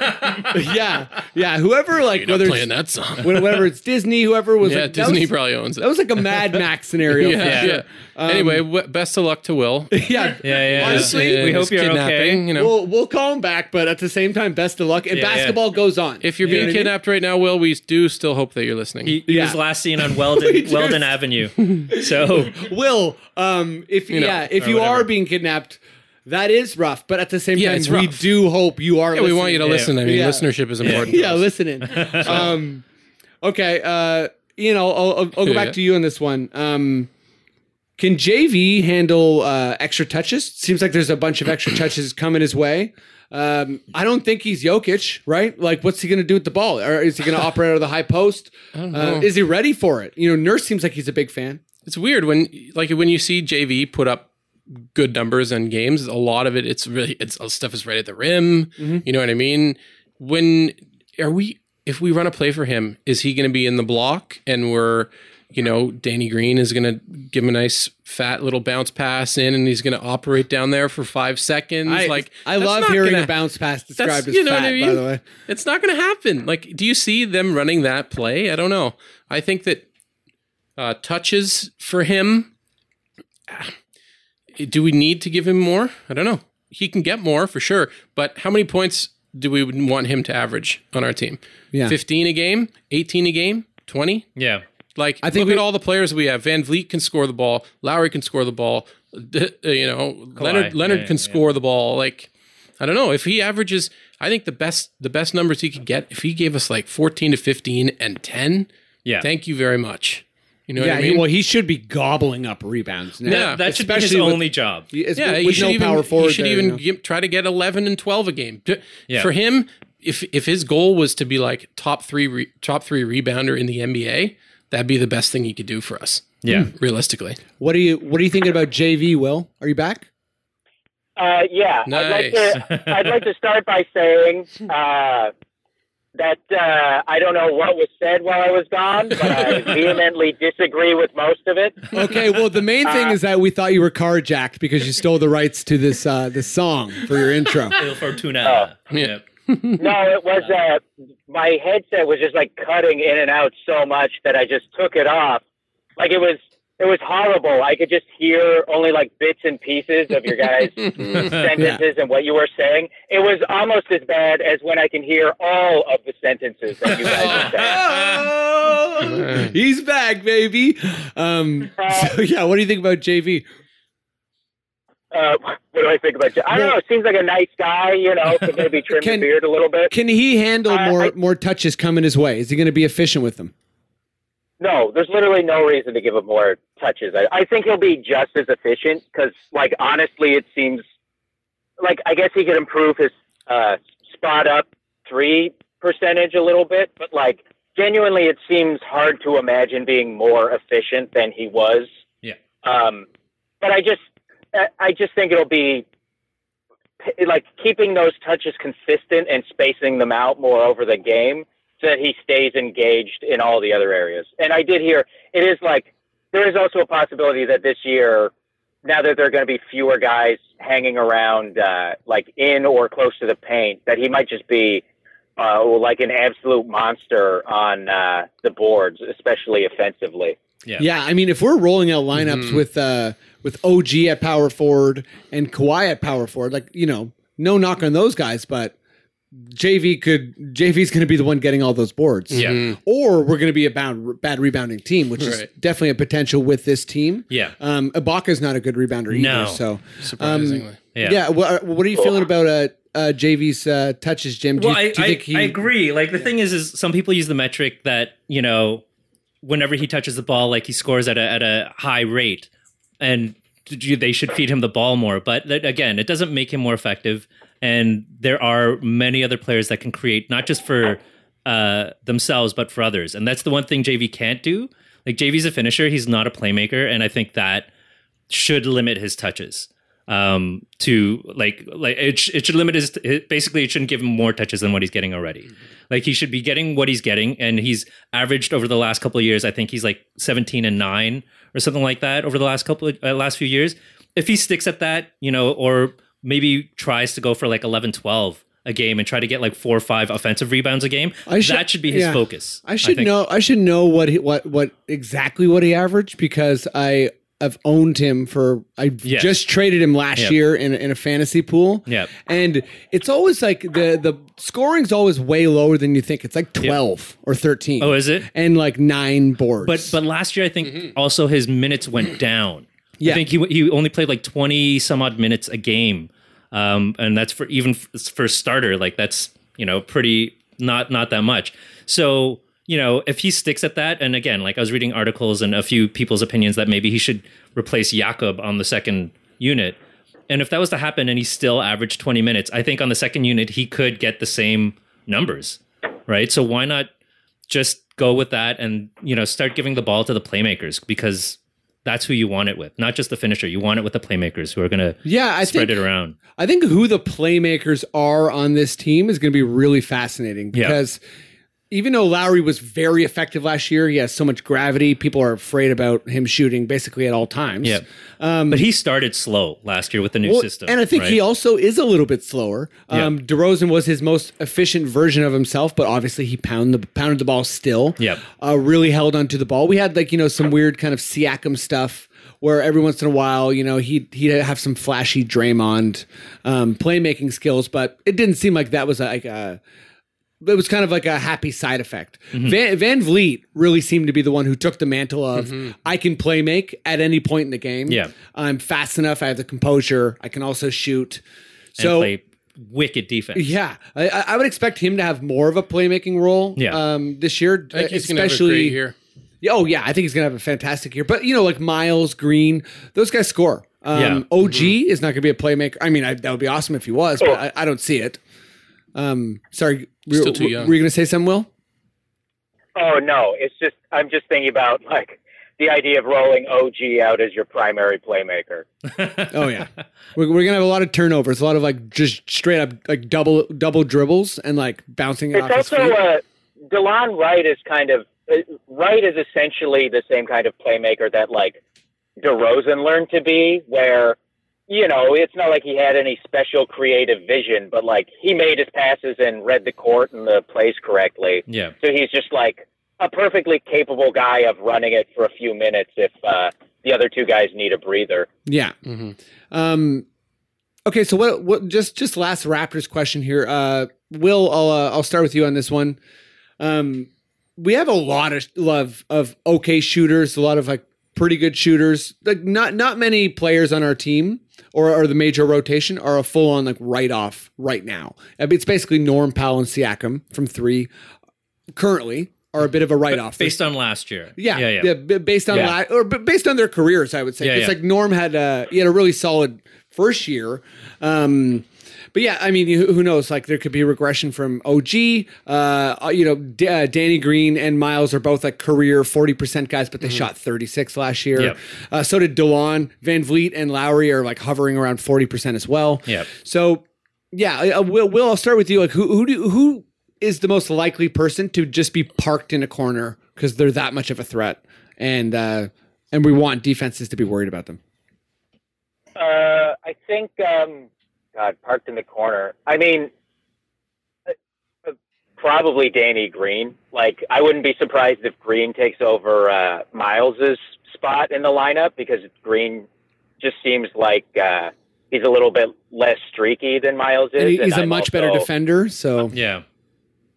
[SPEAKER 1] Yeah. Yeah. Whoever like
[SPEAKER 3] uh, You're not
[SPEAKER 1] whether
[SPEAKER 3] playing
[SPEAKER 1] it's,
[SPEAKER 3] that song.
[SPEAKER 1] wh- whether it's Disney, whoever was
[SPEAKER 3] yeah,
[SPEAKER 1] like, that
[SPEAKER 3] Disney
[SPEAKER 1] was,
[SPEAKER 3] probably owns it.
[SPEAKER 1] that was Um, like a Mad Max scenario.
[SPEAKER 3] yeah,
[SPEAKER 1] for
[SPEAKER 3] yeah.
[SPEAKER 1] sure.
[SPEAKER 3] anyway, w- best of luck to Will. Yeah,
[SPEAKER 1] yeah.
[SPEAKER 5] Yeah. Yeah.
[SPEAKER 1] Honestly,
[SPEAKER 5] we hope you're okay.
[SPEAKER 3] You know,
[SPEAKER 1] We'll we'll call him back, but at the same time, best of luck. And
[SPEAKER 5] Yeah, yeah.
[SPEAKER 1] basketball goes on.
[SPEAKER 3] if you're
[SPEAKER 1] You know
[SPEAKER 3] being
[SPEAKER 1] what I mean?
[SPEAKER 3] kidnapped right now, Will, we do still hope that you're listening.
[SPEAKER 5] He, he
[SPEAKER 1] Yeah.
[SPEAKER 5] was last seen on Weldon,
[SPEAKER 1] just-
[SPEAKER 5] Weldon Avenue. So
[SPEAKER 1] Will, um, if
[SPEAKER 3] know,
[SPEAKER 1] yeah, if
[SPEAKER 3] or
[SPEAKER 1] you are
[SPEAKER 3] uh, whatever.
[SPEAKER 1] being kidnapped, That is rough, but at the same
[SPEAKER 3] Yeah, it's
[SPEAKER 1] time, we
[SPEAKER 3] rough.
[SPEAKER 1] do hope you are.
[SPEAKER 3] Yeah, we want you to listen. I mean,
[SPEAKER 1] Yeah.
[SPEAKER 3] listenership is important.
[SPEAKER 1] yeah,
[SPEAKER 3] to us.
[SPEAKER 1] listen in. um, okay, uh, Ian, I'll, I'll, I'll go back
[SPEAKER 3] Yeah.
[SPEAKER 1] to you on this one. Um, can JV handle uh, extra touches? Seems like there's a bunch of extra touches coming his way. Um, I don't think he's Jokic, right? Like, what's he going to do with the ball? Or is he going to operate out of the high post? Uh, is he ready for it? You know, Nurse seems like he's a big fan.
[SPEAKER 3] it's weird when like when you see JV put up good numbers and games. A lot of it, it's really it's uh, stuff is right at the rim.
[SPEAKER 1] Mm-hmm.
[SPEAKER 3] You know what I mean? When are we? If we run a play for him, is he going to be in the block? And we're, you know, Danny Green is going to give him a nice fat little bounce pass in, and he's going to operate down there for five seconds.
[SPEAKER 1] I
[SPEAKER 3] like
[SPEAKER 1] I
[SPEAKER 3] that's
[SPEAKER 1] love
[SPEAKER 3] not
[SPEAKER 1] hearing
[SPEAKER 3] gonna-
[SPEAKER 1] a bounce pass
[SPEAKER 3] that's-
[SPEAKER 1] described as fat. By the way,
[SPEAKER 3] It's not going to happen. Like, do you see them running that play? I don't know. I think that uh, touches for him. ah, Do we need to give him more? I don't know. He can get more for sure, but how many points do we want him to average on our team?
[SPEAKER 1] Yeah.
[SPEAKER 3] fifteen a game, eighteen a game, twenty.
[SPEAKER 5] Yeah.
[SPEAKER 3] Like,
[SPEAKER 1] I think
[SPEAKER 3] look
[SPEAKER 1] we-
[SPEAKER 3] at all the players we have. Van Vliet can score the ball. Lowry can score the ball. D- uh, you know, Leonard Leonard
[SPEAKER 5] Yeah,
[SPEAKER 3] can
[SPEAKER 5] yeah.
[SPEAKER 3] score the ball. Like, I don't know if he averages. I think the best the best numbers he could get if he gave us like fourteen to fifteen and ten.
[SPEAKER 5] Yeah.
[SPEAKER 3] Thank you very much. You know
[SPEAKER 1] yeah.
[SPEAKER 3] what I
[SPEAKER 1] he-
[SPEAKER 3] mean?
[SPEAKER 1] well, he should be gobbling up rebounds now.
[SPEAKER 3] Yeah.
[SPEAKER 5] that should be his
[SPEAKER 1] especially with-
[SPEAKER 5] only job.
[SPEAKER 1] He- it's-
[SPEAKER 3] yeah,
[SPEAKER 1] with
[SPEAKER 3] he should
[SPEAKER 1] no
[SPEAKER 3] even,
[SPEAKER 1] power forward.
[SPEAKER 3] he should
[SPEAKER 1] there,
[SPEAKER 3] even
[SPEAKER 1] you know?
[SPEAKER 3] gi- try to get eleven and twelve a game. D-
[SPEAKER 5] Yeah.
[SPEAKER 3] For him, if if his goal was to be like top three re, top three rebounder in the NBA, that'd be the best thing he could do for us.
[SPEAKER 5] Yeah.
[SPEAKER 3] realistically.
[SPEAKER 1] What are you What are you thinking about JV? Will, are you back?
[SPEAKER 4] Uh, yeah,
[SPEAKER 3] Nice.
[SPEAKER 4] I'd like to. I'd like to start by saying uh, that uh, I don't know what was said while I was gone, but I vehemently disagree with most of it.
[SPEAKER 1] Okay. Well, the main thing is that we thought you were carjacked because you stole the rights to this uh, this song for your intro.
[SPEAKER 5] Il Fortuna.
[SPEAKER 3] Yeah.
[SPEAKER 4] No, it was uh, my headset was just like cutting in and out so much that I just took it off. Like it was, it was horrible. I could just hear only like bits and pieces of your guys' sentences and what you were saying. It was almost as bad as when I can hear all of the sentences that you guys were saying.
[SPEAKER 1] Oh, he's back, baby. Um, so yeah, what do you think about JV?
[SPEAKER 4] uh, what do I think about you? I don't know. Seems like a nice guy, you know. Could maybe trim
[SPEAKER 1] Can-
[SPEAKER 4] the beard a little bit.
[SPEAKER 1] Can he handle
[SPEAKER 4] I-
[SPEAKER 1] more
[SPEAKER 4] I-
[SPEAKER 1] more touches coming his way? Is he going to be efficient with them?
[SPEAKER 4] No, there's literally no reason to give him more touches. I, I think he'll be just as efficient because, like, honestly, it seems like I guess he could improve his uh, spot up three percentage a little bit, but like, genuinely, it seems hard to imagine being more efficient than he was.
[SPEAKER 5] Yeah.
[SPEAKER 4] Um, but I just, I- I just think it'll be like keeping those touches consistent and spacing them out more over the game so that he stays engaged in all the other areas. And I did hear it is like there is also a possibility that this year, now that there are going to be fewer guys hanging around, uh, like in or close to the paint, that he might just be uh, like an absolute monster on uh, the boards, especially offensively.
[SPEAKER 5] Yeah.
[SPEAKER 1] Yeah, I mean, if we're rolling out lineups
[SPEAKER 5] Mm-hmm.
[SPEAKER 1] with uh with OG at power forward and Kawhi at power forward, like you know, no knock on those guys, but JV could JV's going to be the one getting all those boards.
[SPEAKER 5] Yeah.
[SPEAKER 1] or we're going to be a bound, bad rebounding team, which is
[SPEAKER 3] Right.
[SPEAKER 1] definitely a potential with this team.
[SPEAKER 5] Yeah.
[SPEAKER 1] Um, Ibaka is not a good rebounder either.
[SPEAKER 5] No.
[SPEAKER 1] So
[SPEAKER 3] Surprisingly.
[SPEAKER 5] Yeah.
[SPEAKER 1] yeah, what, what are you feeling about uh, uh JV's uh, touches, Jim? Do
[SPEAKER 5] Well,
[SPEAKER 1] you,
[SPEAKER 5] I,
[SPEAKER 1] do you
[SPEAKER 5] I,
[SPEAKER 1] think he?
[SPEAKER 5] I agree. Like the thing is, is some people use the metric that you know, whenever he touches the ball, like he scores at a at a high rate, and you- they should feed him the ball more. But that, again, it doesn't make him more effective. And there are many other players that can create not just for uh, themselves but for others, and that's the one thing JV can't do. Like JV's a finisher; he's not a playmaker, and I think that should limit his touches um to like like it, sh- it should limit his it- basically it shouldn't give him more touches than what he's getting already like he should be getting what he's getting and he's averaged over the last couple of years i think he's like 17 and 9 or something like that over the last couple of uh, last few years if he sticks at that you know or maybe tries to go for like 11 12 a game and try to get like four or five offensive rebounds a game
[SPEAKER 1] I should-
[SPEAKER 5] that should be his
[SPEAKER 1] yeah.
[SPEAKER 5] focus
[SPEAKER 1] I should
[SPEAKER 5] think.
[SPEAKER 1] know. I should know what he, what what exactly what he averaged because I have owned him for. I
[SPEAKER 5] Yes.
[SPEAKER 1] just traded him last
[SPEAKER 5] Yep.
[SPEAKER 1] year in a- in a fantasy pool.
[SPEAKER 5] Yep.
[SPEAKER 1] and it's always like the the scoring's always way lower than you think. It's like twelve or thirteen.
[SPEAKER 5] oh is it
[SPEAKER 1] and like nine boards.
[SPEAKER 5] But but last year, I think also his minutes went down.
[SPEAKER 1] Yeah.
[SPEAKER 5] I think he he only played like twenty some odd minutes a game um, and that's for even f- for starter. Like that's you know pretty not not that much. So you know if he sticks at that, and again, like I was reading articles and a few people's opinions that maybe he should replace Jakob on the second unit. And if that was to happen, and he still averaged twenty minutes, I think on the second unit he could get the same numbers, right? So why not just go with that and you know start giving the ball to the playmakers because that's who you want it with, not just the finisher. You want it with the playmakers who are going to
[SPEAKER 1] Yeah, I
[SPEAKER 5] spread
[SPEAKER 1] think
[SPEAKER 5] it around.
[SPEAKER 1] I think who the playmakers are on this team is going to be really fascinating
[SPEAKER 5] Yeah.
[SPEAKER 1] because even though Lowry was very effective last year, he has so much gravity. People are afraid about him shooting basically at all times.
[SPEAKER 5] Yeah. but he started slow last year with the new
[SPEAKER 1] Um, Well,
[SPEAKER 5] system.
[SPEAKER 1] and I think
[SPEAKER 5] right?
[SPEAKER 1] he also is a little bit slower.
[SPEAKER 5] Yeah.
[SPEAKER 1] Um, DeRozan was his most efficient version of himself, but obviously he pounded the pounded the ball still.
[SPEAKER 5] Yep.
[SPEAKER 1] uh, really held onto the ball. We had like you know some weird kind of Siakam stuff where every once in a while you know he he'd have some flashy Draymond um, playmaking skills, but it didn't seem like that was like a it was kind of like a happy side effect.
[SPEAKER 5] Mm-hmm.
[SPEAKER 1] Van, Van Vliet really seemed to be the one who took the mantle of I can play make at any point in the game.
[SPEAKER 5] Mm-hmm. Yeah.
[SPEAKER 1] I'm fast enough. I have the composure. I can also shoot.
[SPEAKER 5] and
[SPEAKER 1] So
[SPEAKER 5] play wicked defense.
[SPEAKER 1] yeah, I, I I would expect him to have more of a playmaking role.
[SPEAKER 5] Yeah.
[SPEAKER 1] um, this year,
[SPEAKER 3] I think he's going to have a
[SPEAKER 1] especially
[SPEAKER 3] great year.
[SPEAKER 1] yeah, Oh yeah, I think he's gonna have a fantastic year. But you know, like Miles Green, those guys score. Um,
[SPEAKER 5] Yeah.
[SPEAKER 1] OG
[SPEAKER 3] Mm-hmm.
[SPEAKER 1] is not gonna be a playmaker. I mean, I, that would be awesome if he was, but I, I don't see it. Um, sorry, we
[SPEAKER 3] Oh. Still too
[SPEAKER 1] were,
[SPEAKER 3] young.
[SPEAKER 1] were you gonna say something, Will?
[SPEAKER 4] Oh no, it's just I'm just thinking about like the idea of rolling OG out as your primary playmaker.
[SPEAKER 1] Oh yeah, we're, we're gonna have a lot of turnovers, a lot of like just straight up like double double dribbles and like bouncing it
[SPEAKER 4] It's
[SPEAKER 1] off his
[SPEAKER 4] also
[SPEAKER 1] feet.
[SPEAKER 4] uh, Delon Wright is kind of uh, Wright is essentially the same kind of playmaker that like DeRozan learned to be, where you know it's not like he had any special creative vision, but like he made his passes and read the court and the plays correctly.
[SPEAKER 5] Yeah.
[SPEAKER 4] So he's just like a perfectly capable guy of running it for a few minutes if uh, the other two guys need a breather.
[SPEAKER 1] Yeah. Um, okay, so what? What? Just just last Raptors question here. Uh, Will, I'll uh, I'll start with you on this one. Um, we have a lot of love of okay shooters, a lot of like pretty good shooters. Like not not many players on our team or or the major rotation are a full on like write off right now. I mean, it's basically Norm Powell and Siakam from three currently are a bit of a write off
[SPEAKER 5] Based on last year.
[SPEAKER 1] yeah,
[SPEAKER 5] Yeah. Yeah.
[SPEAKER 1] b- based on
[SPEAKER 5] Yeah.
[SPEAKER 1] la- or b- based on their careers, I would say.
[SPEAKER 5] Yeah,
[SPEAKER 1] It's
[SPEAKER 5] yeah.
[SPEAKER 1] like Norm had a he had a really solid first year, um, but yeah, I mean, who who knows? Like there could be regression from OG. Uh, you know, D- uh, Danny Green and Miles are both like career forty percent guys, but they shot thirty six last year.
[SPEAKER 5] Mm-hmm. Yep.
[SPEAKER 1] Uh, so did DeLon, Van Vliet, and Lowry are like hovering around forty percent as well.
[SPEAKER 5] Yep.
[SPEAKER 1] So yeah, uh, Will, Will, I'll start with you. Like, who who do, who is the most likely person to just be parked in a corner because they're that much of a threat, and uh, and we want defenses to be worried about them.
[SPEAKER 4] Uh, I think, um, God, parked in the corner. I mean, uh, uh, probably Danny Green. Like, I wouldn't be surprised if Green takes over uh, Miles's spot in the lineup because Green just seems like uh, he's a little bit less streaky than Miles is.
[SPEAKER 1] And he-
[SPEAKER 4] and
[SPEAKER 1] he's a
[SPEAKER 4] I'm
[SPEAKER 1] much better
[SPEAKER 4] also-
[SPEAKER 1] defender, so
[SPEAKER 5] Yeah.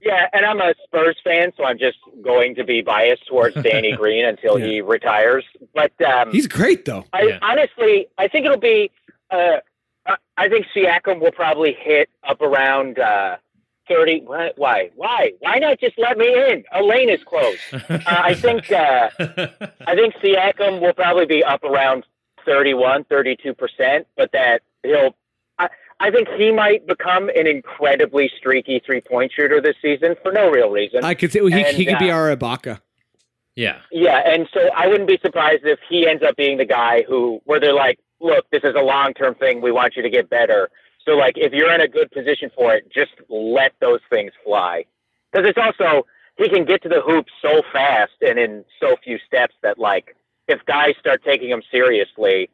[SPEAKER 4] Yeah, and I'm a Spurs fan, so I'm just going to be biased towards Danny Green until
[SPEAKER 1] Yeah.
[SPEAKER 4] he retires. But um,
[SPEAKER 1] he's great though.
[SPEAKER 4] I
[SPEAKER 5] Yeah.
[SPEAKER 4] honestly, I think it'll be. Uh, I- I think Siakam will probably hit up around uh, thirty. Why? Why? Why? Why not just let me in? Elaine is close. Uh, I think. Uh, I think Siakam will probably be up around 31, 32 percent, but that he'll. I, I think he might become an incredibly streaky three-point shooter this season for no real reason.
[SPEAKER 1] I could say well, he, he
[SPEAKER 4] And,
[SPEAKER 1] could be
[SPEAKER 4] uh,
[SPEAKER 1] our Ibaka.
[SPEAKER 5] yeah.
[SPEAKER 4] Yeah, and so I wouldn't be surprised if he ends up being the guy who, where they're like, look, this is a long term thing. We want you to get better. So, like, if you're in a good position for it, just let those things fly. Because it's also, he can get to the hoop so fast and in so few steps that, like, if guys start taking him seriously,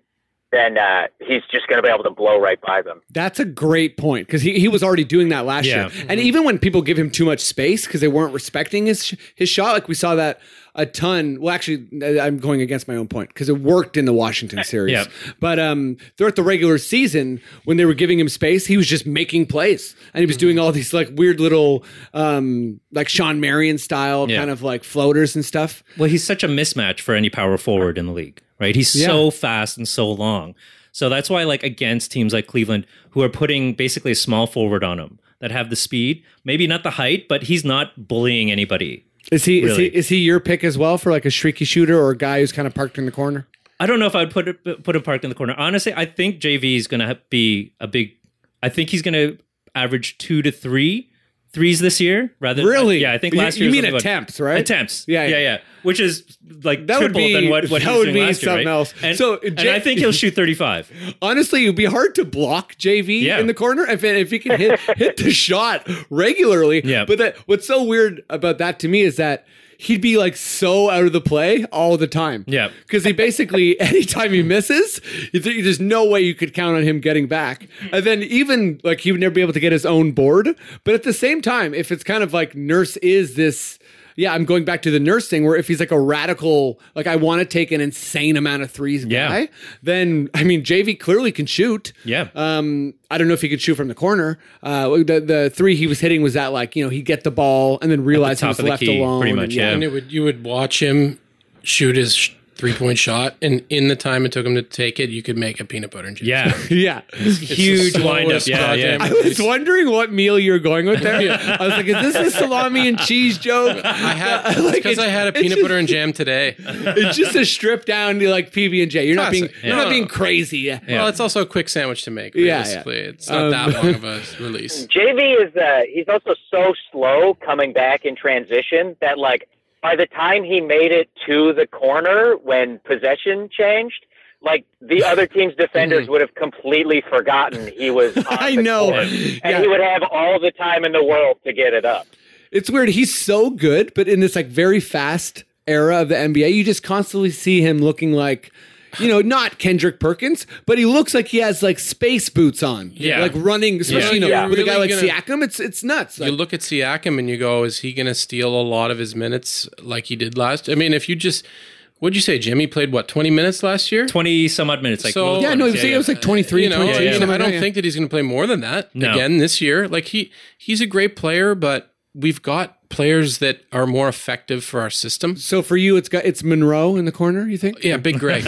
[SPEAKER 4] then uh, he's just going to be able to blow right by them.
[SPEAKER 1] That's a great point because he, he was already doing that last
[SPEAKER 5] Yeah. Mm-hmm.
[SPEAKER 1] year. And even when people give him too much space because they weren't respecting his sh- his shot, like we saw that a ton. Well, actually, I- I'm going against my own point because it worked in the Washington series.
[SPEAKER 5] Eh, yeah.
[SPEAKER 1] But um, throughout the regular season, when they were giving him space, he was just making plays and
[SPEAKER 5] Mm-hmm.
[SPEAKER 1] he was doing all these like weird little um, like Sean Marion style
[SPEAKER 5] Yeah.
[SPEAKER 1] kind of like floaters and stuff.
[SPEAKER 5] Well, he's such a mismatch for any power forward in the league, right? He's so fast and so long. So that's why, like, against teams like Cleveland, who are putting basically a small forward on him that have the speed, maybe not the height, but he's not bullying anybody.
[SPEAKER 1] Is he,
[SPEAKER 5] Really.
[SPEAKER 1] is he is he your pick as well for like a shrieky shooter or a guy who's kind of parked in the corner?
[SPEAKER 5] I don't know if I would put it, put him parked in the corner. Honestly, I think JV is going to be a big. I think he's going to average two to three threes this year rather.
[SPEAKER 1] Really?
[SPEAKER 5] yeah, I think
[SPEAKER 1] You-
[SPEAKER 5] last
[SPEAKER 1] you
[SPEAKER 5] year was
[SPEAKER 1] mean
[SPEAKER 5] only about-
[SPEAKER 1] attempts, right?
[SPEAKER 5] Attempts.
[SPEAKER 1] Yeah,
[SPEAKER 5] Yeah,
[SPEAKER 1] yeah.
[SPEAKER 5] yeah, yeah. Which is like
[SPEAKER 1] That would
[SPEAKER 5] triple
[SPEAKER 1] be-
[SPEAKER 5] than what what
[SPEAKER 1] that
[SPEAKER 5] he was
[SPEAKER 1] would
[SPEAKER 5] doing
[SPEAKER 1] be
[SPEAKER 5] last year,
[SPEAKER 1] something
[SPEAKER 5] right?
[SPEAKER 1] else.
[SPEAKER 5] And,
[SPEAKER 1] So,
[SPEAKER 5] and
[SPEAKER 1] J- Uh,
[SPEAKER 5] I think he'll shoot thirty five.
[SPEAKER 1] Honestly, it'd be hard to block JV
[SPEAKER 5] Yeah.
[SPEAKER 1] in the corner if if he can hit hit the shot regularly.
[SPEAKER 5] Yeah.
[SPEAKER 1] But that what's so weird about that to me is that he'd be like so out of the play all the time.
[SPEAKER 5] Yeah.
[SPEAKER 1] Because he basically anytime he misses, you think- there's no way you could count on him getting back. And then even like he would never be able to get his own board. But at the same time, if it's kind of like nurse is this. Yeah, I'm going back to the nurse thing where if he's like a radical, like I want to take an insane amount of threes
[SPEAKER 5] Yeah.
[SPEAKER 1] guy, then I mean JV clearly can shoot.
[SPEAKER 5] Yeah.
[SPEAKER 1] Um, I don't know if he could shoot from the corner. Uh, the the three he was hitting was that like you know he'd get the ball and then realize he
[SPEAKER 5] top
[SPEAKER 1] was
[SPEAKER 5] of the
[SPEAKER 1] left
[SPEAKER 5] key,
[SPEAKER 1] alone.
[SPEAKER 5] pretty
[SPEAKER 1] and
[SPEAKER 5] much, yeah.
[SPEAKER 3] And it would you would watch him shoot his sh- three point shot, and in the time it took him to take it, you could make a peanut butter and jelly.
[SPEAKER 5] Yeah,
[SPEAKER 1] yeah.
[SPEAKER 5] huge windup.
[SPEAKER 3] slowest
[SPEAKER 5] Yeah,
[SPEAKER 3] goddamn-
[SPEAKER 5] yeah.
[SPEAKER 1] I was wondering what meal you were going with there. I was like, is this a salami and cheese joke?
[SPEAKER 3] I had
[SPEAKER 1] Like,
[SPEAKER 3] because I had a
[SPEAKER 1] it's
[SPEAKER 3] peanut
[SPEAKER 1] just-
[SPEAKER 3] butter and jam today.
[SPEAKER 1] It's just a strip down to like PB and J. You're not being
[SPEAKER 3] Classic.
[SPEAKER 1] you're not
[SPEAKER 3] Yeah.
[SPEAKER 1] being crazy.
[SPEAKER 3] Well, it's also a quick sandwich to make.
[SPEAKER 1] Yeah, Um, yeah.
[SPEAKER 3] Realistically, it's not that long of a release.
[SPEAKER 4] JV is uh, he's also so slow coming back in transition that like by the time he made it to the corner when possession changed, like the other team's defenders would have completely forgotten he was. On
[SPEAKER 1] Hmm. I
[SPEAKER 4] the
[SPEAKER 1] know.
[SPEAKER 4] court. and
[SPEAKER 1] Yeah.
[SPEAKER 4] he would have all the time in the world to get it up.
[SPEAKER 1] It's weird. He's so good, but in this like very fast era of the NBA, you just constantly see him looking like, you know, not Kendrick Perkins, but he looks like he has like space boots on.
[SPEAKER 2] Yeah.
[SPEAKER 1] like running, especially you know,
[SPEAKER 3] Yeah.
[SPEAKER 1] with a guy
[SPEAKER 3] Really
[SPEAKER 1] like
[SPEAKER 3] gonna-
[SPEAKER 1] Siakam. It's it's nuts.
[SPEAKER 3] you
[SPEAKER 1] Like,
[SPEAKER 3] look at Siakam and you go, is he going to steal a lot of his minutes like he did last? I mean, if you just what'd you say, Jimmy played what twenty minutes last year?
[SPEAKER 5] Twenty some odd minutes. Like
[SPEAKER 3] So-
[SPEAKER 5] low
[SPEAKER 1] yeah, no, he was,
[SPEAKER 5] ones,
[SPEAKER 1] it was like twenty three,
[SPEAKER 3] you know, I,
[SPEAKER 1] 22,
[SPEAKER 3] mean,
[SPEAKER 1] something
[SPEAKER 3] I
[SPEAKER 1] like
[SPEAKER 3] don't
[SPEAKER 1] that.
[SPEAKER 3] think that he's going to play more than that
[SPEAKER 5] No.
[SPEAKER 3] again this year. Like he he's a great player, but we've got players that are more effective for our system.
[SPEAKER 1] So for you, it's got it's Monroe in the corner. You think?
[SPEAKER 3] Yeah, Big Greg.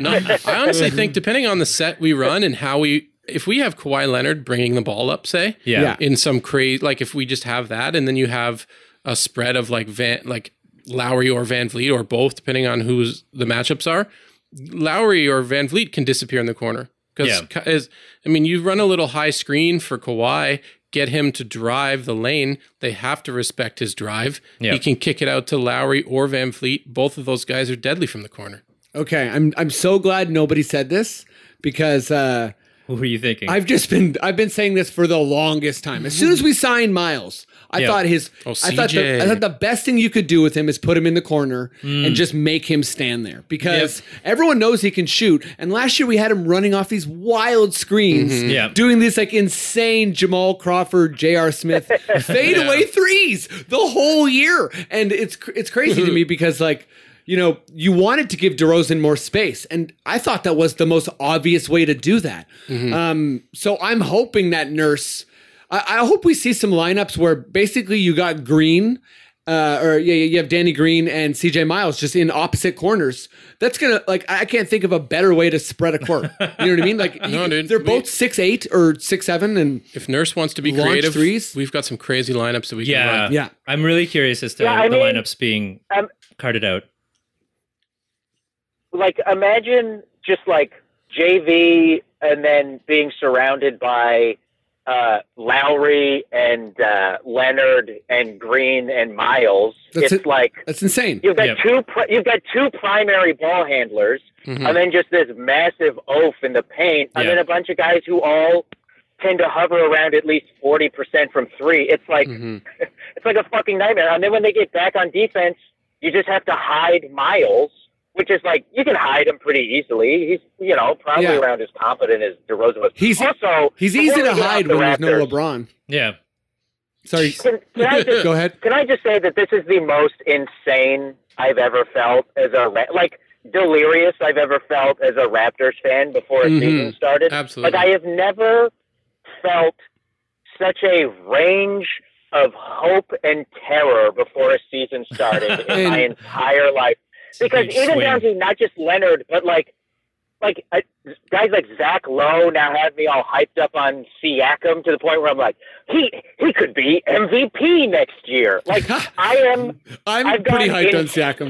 [SPEAKER 3] No, I honestly think depending on the set we run and how we, if we have Kawhi Leonard bringing the ball up, say,
[SPEAKER 5] Yeah.
[SPEAKER 1] Yeah.
[SPEAKER 3] in some crazy, like if we just have that, and then you have a spread of like Van, like Lowry or Van Vliet or both, depending on who's the matchups are. Lowry or Van Vliet can disappear in the corner because,
[SPEAKER 5] Yeah.
[SPEAKER 3] I mean, you run a little high screen for Kawhi. Get him to drive the lane. They have to respect his drive.
[SPEAKER 5] Yeah.
[SPEAKER 3] He can kick it out to Lowry or Van Fleet. Both of those guys are deadly from the corner.
[SPEAKER 1] Okay, I'm I'm so glad nobody said this because. uh
[SPEAKER 5] Who were you thinking?
[SPEAKER 1] I've just been I've been saying this for the longest time. As soon as we signed Miles, I
[SPEAKER 5] Yeah.
[SPEAKER 1] thought his
[SPEAKER 3] Oh,
[SPEAKER 1] I thought the,
[SPEAKER 3] CJ.
[SPEAKER 1] I thought the best thing you could do with him is put him in the corner
[SPEAKER 5] Mm.
[SPEAKER 1] and just make him stand there because everyone knows he can shoot. And last year we had him running off these wild screens,
[SPEAKER 5] Mm-hmm. Yeah.
[SPEAKER 1] doing these like insane Jamal Crawford, J.R. Smith fadeaway threes the whole year, and it's cr- it's crazy to me because like. You know, you wanted to give DeRozan more space, and I thought that was the most obvious way to do that. Um, so I'm hoping that Nurse, I, I hope we see some lineups where basically you got Green, uh, or yeah, yeah, you have Danny Green and CJ Miles just in opposite corners. That's gonna like I I can't think of a better way to spread a court. You know what I mean? Like you-
[SPEAKER 3] dude,
[SPEAKER 1] they're
[SPEAKER 3] we-
[SPEAKER 1] both six eight or six seven, and
[SPEAKER 3] If Nurse wants to be
[SPEAKER 1] Launch
[SPEAKER 3] creative,
[SPEAKER 1] threes?
[SPEAKER 3] we've got some crazy lineups that we can
[SPEAKER 5] yeah,
[SPEAKER 3] run.
[SPEAKER 1] Yeah.
[SPEAKER 5] I'm really curious as to
[SPEAKER 4] Yeah, I
[SPEAKER 5] the
[SPEAKER 4] mean,
[SPEAKER 5] lineups being
[SPEAKER 4] um,
[SPEAKER 5] carted out.
[SPEAKER 4] like imagine just like JV and then being surrounded by uh, Lowry and uh, Leonard and Green and Miles.
[SPEAKER 1] That's
[SPEAKER 4] it's
[SPEAKER 1] it.
[SPEAKER 4] like
[SPEAKER 1] that's insane.
[SPEAKER 4] you've got
[SPEAKER 5] Yeah.
[SPEAKER 4] two pri- you've got two primary ball handlers,
[SPEAKER 1] Mm-hmm.
[SPEAKER 4] and then just this massive oaf in the paint, and
[SPEAKER 5] Yeah.
[SPEAKER 4] then a bunch of guys who all tend to hover around at least forty percent from three. It's like
[SPEAKER 1] Mm-hmm.
[SPEAKER 4] it's like a fucking nightmare. And then when they get back on defense, you just have to hide Miles, which is like you can hide him pretty easily. He's you know probably
[SPEAKER 1] Yeah.
[SPEAKER 4] around as competent as DeRozan was.
[SPEAKER 1] He's- e-,
[SPEAKER 4] also
[SPEAKER 1] He's
[SPEAKER 4] before
[SPEAKER 1] easy
[SPEAKER 4] we
[SPEAKER 1] to
[SPEAKER 4] get off
[SPEAKER 1] hide
[SPEAKER 4] the
[SPEAKER 1] when there's no
[SPEAKER 4] Raptors,
[SPEAKER 1] LeBron.
[SPEAKER 5] Yeah,
[SPEAKER 1] Sorry,
[SPEAKER 4] Can, can I just
[SPEAKER 1] go ahead.
[SPEAKER 4] can I just say that this is the most insane I've ever felt as a Ra- like delirious I've ever felt as a Raptors fan before a
[SPEAKER 3] Mhm.
[SPEAKER 4] season started.
[SPEAKER 3] Absolutely.
[SPEAKER 4] like I have never felt such a range of hope and terror before a season started in my
[SPEAKER 1] And-
[SPEAKER 4] entire life. Because
[SPEAKER 5] Huge
[SPEAKER 4] even
[SPEAKER 5] swing.
[SPEAKER 4] down to not just Leonard, but like like I, guys like Zach Lowe now have me all hyped up on Siakam to the point where I'm like, he he could be MVP next year. Like I am,
[SPEAKER 1] I'm
[SPEAKER 4] I've
[SPEAKER 1] pretty
[SPEAKER 4] gone
[SPEAKER 1] hyped on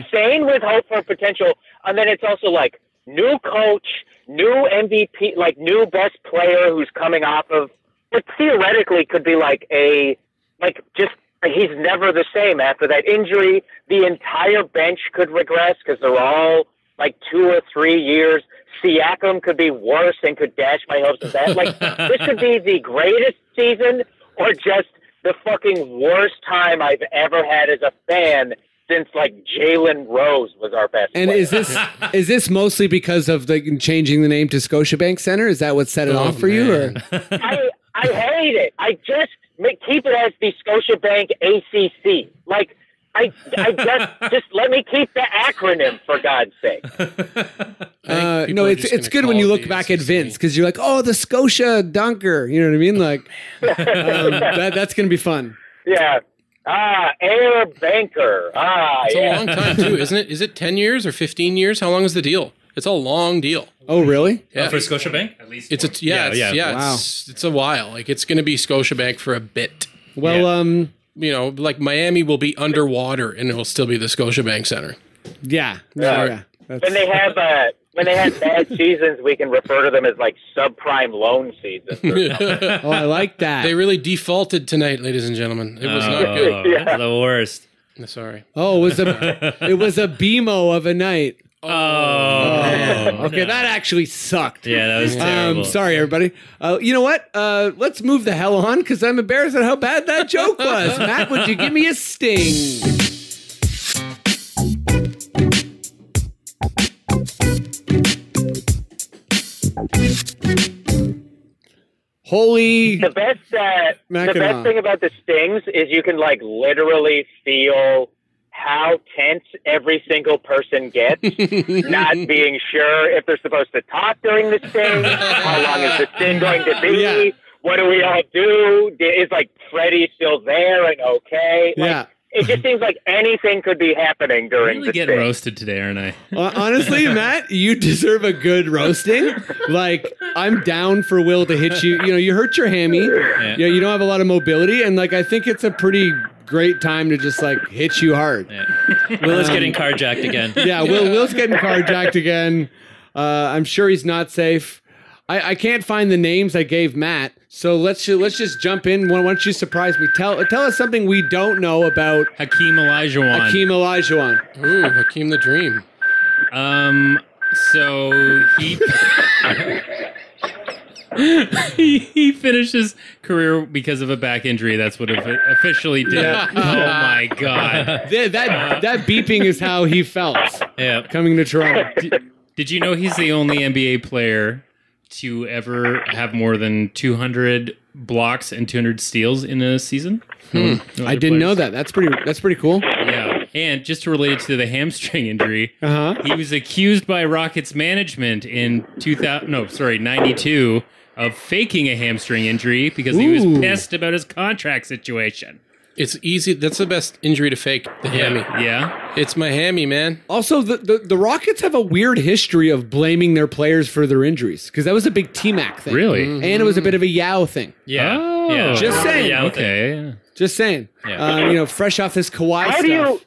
[SPEAKER 4] insane
[SPEAKER 1] Siakam.
[SPEAKER 4] with hope for potential, and then it's also like new coach, new MVP, like new best player who's coming off of what theoretically could be like a like just he's never the same after that injury. The entire bench could regress because they're all like two or three years. Siakam could be worse and could dash my hopes of that. Like this could be the greatest season or just the fucking worst time I've ever had as a fan since like Jalen Rose was our best.
[SPEAKER 1] And
[SPEAKER 4] player.
[SPEAKER 1] is this is this mostly because of the changing the name to Scotiabank Center? Is that what set it
[SPEAKER 3] Oh,
[SPEAKER 1] off for you? Or
[SPEAKER 4] I, I hate it. I just make, keep it as the Scotiabank ACC. Like, I, I just, just let me keep the acronym for God's sake.
[SPEAKER 1] uh,
[SPEAKER 3] people
[SPEAKER 1] no,
[SPEAKER 3] are
[SPEAKER 1] it's
[SPEAKER 3] just
[SPEAKER 1] it's
[SPEAKER 3] gonna
[SPEAKER 1] good when
[SPEAKER 3] call
[SPEAKER 1] you
[SPEAKER 3] it
[SPEAKER 1] look
[SPEAKER 3] the
[SPEAKER 1] back at
[SPEAKER 3] ACC.
[SPEAKER 1] Vince because you're like, oh, the Scotia Dunker. You know what I mean? Like um, that, that's gonna be fun.
[SPEAKER 4] Yeah. Ah, Air Banker. Ah,
[SPEAKER 3] It's a
[SPEAKER 4] yeah.
[SPEAKER 3] long time too, isn't it? Is it ten years or fifteen years? How long is the deal? It's a long deal.
[SPEAKER 1] Oh, really?
[SPEAKER 3] Yeah.
[SPEAKER 5] for Scotiabank.
[SPEAKER 2] At least
[SPEAKER 3] It's a yeah,
[SPEAKER 5] Yeah,
[SPEAKER 3] it's, yeah,
[SPEAKER 5] yeah.
[SPEAKER 3] it's, it's a while. Like it's going to be Scotiabank for a bit.
[SPEAKER 1] Well,
[SPEAKER 5] Yeah.
[SPEAKER 1] um,
[SPEAKER 3] You know, like Miami will be underwater and it will still be the Scotiabank Center.
[SPEAKER 1] yeah, no,
[SPEAKER 4] Yeah.
[SPEAKER 1] yeah. That's-
[SPEAKER 4] When they have, uh, when they have bad seasons, we can refer to them as like subprime loan seasons. or something.
[SPEAKER 1] oh, I like that.
[SPEAKER 3] They really defaulted tonight, ladies and gentlemen. It was not good.
[SPEAKER 5] Oh, The worst.
[SPEAKER 3] Sorry.
[SPEAKER 1] oh, it was a it was a BMO of a night. Oh.
[SPEAKER 5] Oh,
[SPEAKER 1] Okay, that actually sucked.
[SPEAKER 5] yeah, that was terrible.
[SPEAKER 1] Um, sorry, everybody. Uh, you know what? Uh, let's move the hell on because I'm embarrassed at how bad that joke was. Matt, would you give me a sting? Holy
[SPEAKER 4] the best, uh, the
[SPEAKER 1] Mackinac.
[SPEAKER 4] best thing about the stings is you can like literally feel how tense every single person gets, not being sure if they're supposed to talk during the sting, how long is the sting going to be,
[SPEAKER 1] Yeah.
[SPEAKER 4] what do we all do? Is like Freddy still there and okay? Like,
[SPEAKER 1] Yeah.
[SPEAKER 4] It just seems like anything could be happening during
[SPEAKER 2] really
[SPEAKER 4] the
[SPEAKER 2] getting
[SPEAKER 4] sting.
[SPEAKER 2] roasted today, aren't I?
[SPEAKER 1] Hon- Honestly, Matt, you deserve a good roasting. Like, I'm down for Will to hit you. You know, you hurt your hammy. Yeah. you don't have a lot of mobility, and like, I think it's a pretty great time to just like hit you hard. Yeah,
[SPEAKER 5] Will is getting carjacked again.
[SPEAKER 1] Will Will's getting carjacked again. Uh, I'm sure he's not safe. I, I can't find the names I gave Matt, so let's ju- let's just jump in. Why why don't you surprise me? Tell tell us something we don't know about
[SPEAKER 2] Hakeem Olajuwon.
[SPEAKER 1] Akeem Olajuwon.
[SPEAKER 3] Ooh, Hakeem the Dream.
[SPEAKER 2] Um. So he he he finished his career because of a back injury. That's what it officially did.
[SPEAKER 1] Yeah.
[SPEAKER 2] Oh my god!
[SPEAKER 1] Th- that that beeping is how he felt
[SPEAKER 5] Yeah.
[SPEAKER 1] coming to Toronto.
[SPEAKER 2] Did you know he's the only NBA player to ever have more than 200 blocks and 200 steals in a season? No other
[SPEAKER 1] I didn't know
[SPEAKER 2] players.
[SPEAKER 1] that. That's pretty. That's pretty cool.
[SPEAKER 2] Yeah. And just to relate it to the hamstring injury,
[SPEAKER 1] Uh huh.
[SPEAKER 2] he was accused by Rockets management in 2000 no sorry 92 of faking a hamstring injury because he was
[SPEAKER 1] Ooh.
[SPEAKER 2] pissed about his contract situation.
[SPEAKER 3] It's easy. That's the best injury to fake. The hammy.
[SPEAKER 2] Yeah.
[SPEAKER 3] It's my hammy, man.
[SPEAKER 1] Also, the, the the Rockets have a weird history of blaming their players for their injuries because that was a big T Mac thing,
[SPEAKER 2] Really?
[SPEAKER 1] and it was a bit of a Yao thing.
[SPEAKER 5] Yeah.
[SPEAKER 2] Oh.
[SPEAKER 5] yeah.
[SPEAKER 1] Just saying.
[SPEAKER 5] Yeah, okay.
[SPEAKER 2] Okay. yeah.
[SPEAKER 1] Just saying.
[SPEAKER 5] Yeah.
[SPEAKER 1] Um, you know, fresh off this Kawhi
[SPEAKER 4] How
[SPEAKER 1] stuff,
[SPEAKER 4] do you,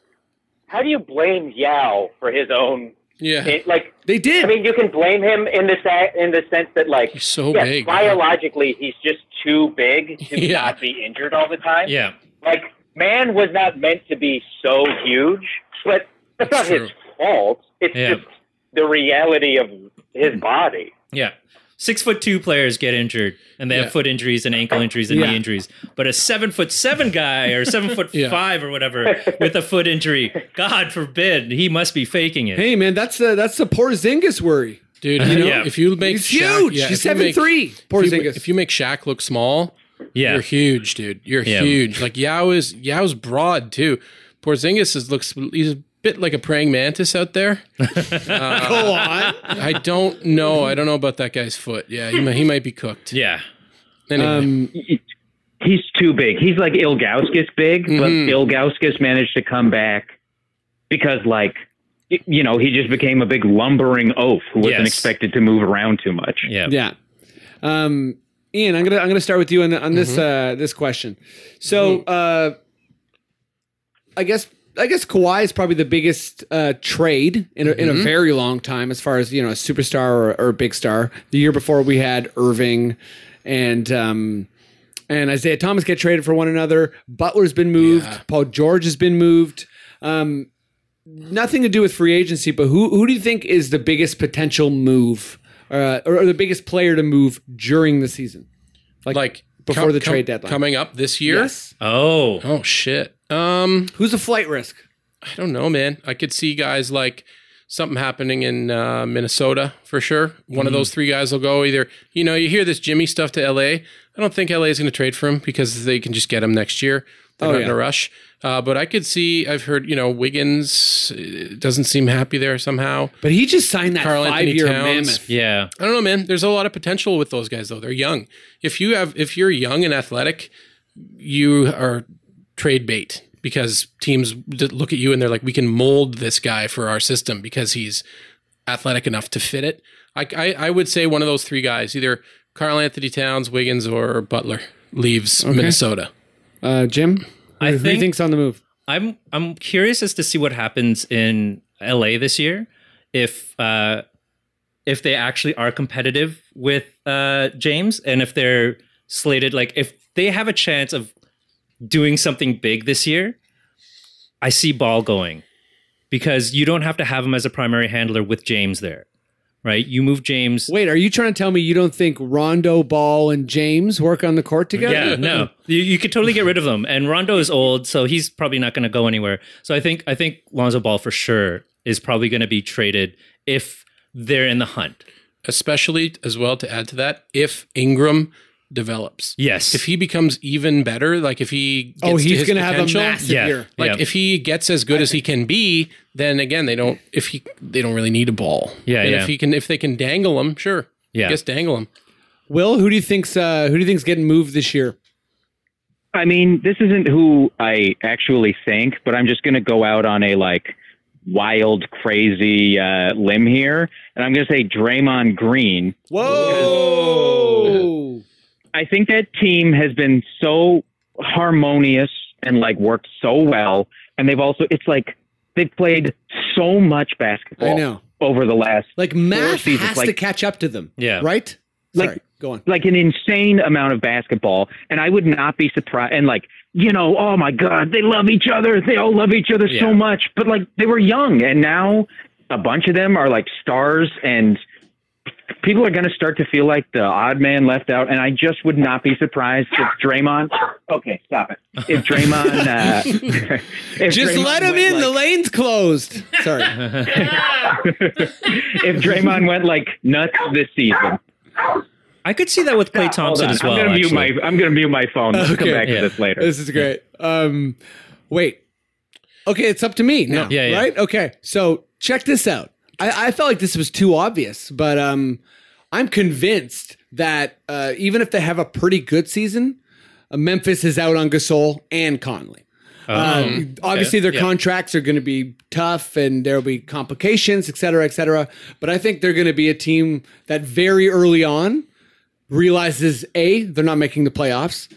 [SPEAKER 4] how do you blame Yao for his own?
[SPEAKER 3] Yeah.
[SPEAKER 4] It, like
[SPEAKER 1] they did.
[SPEAKER 4] I mean, you can blame him in the se- in the sense that, like,
[SPEAKER 3] He's so
[SPEAKER 4] yeah,
[SPEAKER 3] big.
[SPEAKER 4] biologically, he's just too big to
[SPEAKER 3] Yeah.
[SPEAKER 4] not be injured all the time.
[SPEAKER 5] Yeah.
[SPEAKER 4] Like, man was not meant to be so huge, but that's,
[SPEAKER 3] That's
[SPEAKER 4] not
[SPEAKER 3] true.
[SPEAKER 4] his fault. It's
[SPEAKER 5] Yeah.
[SPEAKER 4] just the reality of his body.
[SPEAKER 5] Yeah. Six foot two players get injured and they
[SPEAKER 3] Yeah.
[SPEAKER 5] have foot injuries and ankle injuries and knee injuries. But a seven foot seven guy or seven foot
[SPEAKER 3] Yeah.
[SPEAKER 5] five or whatever with a foot injury, God forbid, he must be faking it.
[SPEAKER 1] hey, man, that's the that's the poor Zingas worry.
[SPEAKER 3] Dude, you know,
[SPEAKER 5] Yeah.
[SPEAKER 3] if you make
[SPEAKER 1] He's
[SPEAKER 3] Shaq-
[SPEAKER 1] huge.
[SPEAKER 3] yeah, if
[SPEAKER 1] He's
[SPEAKER 3] you
[SPEAKER 1] seven
[SPEAKER 3] make-
[SPEAKER 1] three. Poor
[SPEAKER 3] If you,
[SPEAKER 1] Zingas.
[SPEAKER 3] if you make Shaq look small,
[SPEAKER 5] Yeah.
[SPEAKER 3] You're huge, dude. You're
[SPEAKER 5] Yeah.
[SPEAKER 3] huge. Like Yao is Yao's broad too. Porzingis is, looks he's a bit like a praying mantis out there. Uh,
[SPEAKER 1] Go on.
[SPEAKER 3] I don't know. I don't know about that guy's foot. Yeah, he might, he might be cooked.
[SPEAKER 5] Yeah.
[SPEAKER 3] Anyway,
[SPEAKER 1] Um,
[SPEAKER 6] he's too big. He's like
[SPEAKER 5] Mm-hmm.
[SPEAKER 6] Ilgauskas big, but Ilgauskas managed to come back because like y- you know, he just became a big lumbering oaf who wasn't
[SPEAKER 5] Yes.
[SPEAKER 6] expected to move around too much.
[SPEAKER 5] Yeah.
[SPEAKER 1] Yeah. Um, Ian, I'm gonna I'm gonna start with you on the, on this
[SPEAKER 3] Mm-hmm.
[SPEAKER 1] uh, this question. So uh, I guess I guess Kawhi is probably the biggest uh, trade in a, in a very long time, as far as you know, a superstar or, or a big star. The year before we had Irving and. Um, and Isaiah Thomas get traded for one another. Butler's been moved. Paul George has been moved. Um, nothing to do with free agency, but who who do you think is the biggest potential move uh, or, or the biggest player to move during the season?
[SPEAKER 3] like
[SPEAKER 1] before the trade deadline.
[SPEAKER 3] coming up this year.
[SPEAKER 5] Oh.
[SPEAKER 3] Oh shit. Um,
[SPEAKER 1] Who's a flight risk?
[SPEAKER 3] I don't know, man. I could see guys like something happening in uh, Minnesota for sure. One
[SPEAKER 1] Mm-hmm.
[SPEAKER 3] of those three guys will go either. You know, you hear this Jimmy stuff to LA. I don't think LA is going to trade for him because they can just get him next year. They're
[SPEAKER 1] Oh,
[SPEAKER 3] not
[SPEAKER 1] yeah.
[SPEAKER 3] in a rush. Uh, but I could see. I've heard you know Wiggins uh, doesn't seem happy there somehow.
[SPEAKER 1] But he just signed that
[SPEAKER 3] Karl Anthony
[SPEAKER 1] five-year
[SPEAKER 3] Towns.
[SPEAKER 1] mammoth.
[SPEAKER 5] Yeah.
[SPEAKER 3] I don't know, man. There's a lot of potential with those guys, though. They're young. If you have, if you're young and athletic, you are trade bait because teams d- look at you and they're like, we can mold this guy for our system because he's athletic enough to fit it. I, I, I would say one of those three guys, either Carl Anthony Towns, Wiggins, or Butler, leaves Minnesota.
[SPEAKER 1] Uh, Jim,
[SPEAKER 5] I
[SPEAKER 1] who do you
[SPEAKER 5] think-
[SPEAKER 1] think's on the move?
[SPEAKER 5] I'm I'm curious as to see what happens in LA this year if uh if they actually are competitive with uh James and if they're slated like if they have a chance of doing something big this year, I see ball going. Because you don't have to have him as a primary handler with James there. Right? You move James
[SPEAKER 1] Wait, are you trying to tell me you don't think Rondo, Ball, and James work on the court together?
[SPEAKER 5] Yeah, no, you, you could totally get rid of them. And Rondo is old, so he's probably not going to go anywhere. So I think I think Lonzo Ball for sure is probably going to be traded if they're in the hunt.
[SPEAKER 3] Especially as well to add to that, if Ingram develops.
[SPEAKER 5] Yes,
[SPEAKER 3] If he becomes even better, like if he gets
[SPEAKER 1] Oh,
[SPEAKER 3] to
[SPEAKER 1] he's
[SPEAKER 3] his
[SPEAKER 1] going to have a
[SPEAKER 3] potential-
[SPEAKER 1] massive
[SPEAKER 5] Yeah.
[SPEAKER 1] year.
[SPEAKER 3] Like
[SPEAKER 5] Yeah.
[SPEAKER 3] if he gets as good as he can be, then again they don't. If he they don't really need a ball.
[SPEAKER 5] Yeah,
[SPEAKER 3] And
[SPEAKER 5] yeah.
[SPEAKER 3] If he can, if they can dangle him, sure.
[SPEAKER 5] Yeah.
[SPEAKER 3] Just dangle him.
[SPEAKER 1] Will, who do you think's uh, who do you think's getting moved this year?
[SPEAKER 6] I mean, this isn't who I actually think, but I'm just going to go out on a like wild, crazy uh, limb here, and I'm going to say Draymond Green.
[SPEAKER 1] Whoa!
[SPEAKER 6] I think that team has been so harmonious and like worked so well, and they've also it's like they've played so much basketball
[SPEAKER 1] I know.
[SPEAKER 6] over the last
[SPEAKER 1] Like math
[SPEAKER 6] seasons,
[SPEAKER 1] has
[SPEAKER 6] like-
[SPEAKER 1] to catch up to them.
[SPEAKER 5] Yeah.
[SPEAKER 1] Right.
[SPEAKER 6] Like-
[SPEAKER 1] Sorry, go on.
[SPEAKER 6] like an insane amount of basketball, and I would not be surprised. And like, you know, oh my God, they love each other. They all love each other
[SPEAKER 5] Yeah.
[SPEAKER 6] so much. But like, they were young, and now a bunch of them are like stars, and people are going to start to feel like the odd man left out. And I just would not be surprised if Draymond. Okay, stop it. If Draymond, uh, if
[SPEAKER 1] Just
[SPEAKER 6] Draymond
[SPEAKER 1] let him
[SPEAKER 6] went,
[SPEAKER 1] in.
[SPEAKER 6] like-
[SPEAKER 1] the lane's closed. Sorry.
[SPEAKER 6] if Draymond went like nuts this season,
[SPEAKER 5] I could see that with Clay Thompson
[SPEAKER 6] Hold on.
[SPEAKER 5] as well.
[SPEAKER 6] I'm going to mute my.
[SPEAKER 5] actually.
[SPEAKER 6] I'm going to mute my phone. We'll come
[SPEAKER 1] Okay.
[SPEAKER 6] back
[SPEAKER 5] Yeah.
[SPEAKER 6] to this later.
[SPEAKER 1] This is great. Um, wait. Okay, it's up to me now.
[SPEAKER 5] Yeah, yeah.
[SPEAKER 1] Right. Okay. So check this out. I, I felt like this was too obvious, but um, I'm convinced that uh, even if they have a pretty good season, uh, Memphis is out on Gasol and Conley. Um, obviously, their
[SPEAKER 5] Oh, yeah.
[SPEAKER 1] contracts are going to be tough and there'll be complications, et cetera, et cetera. But I think they're going to be a team that very early on realizes A, they're not making the playoffs,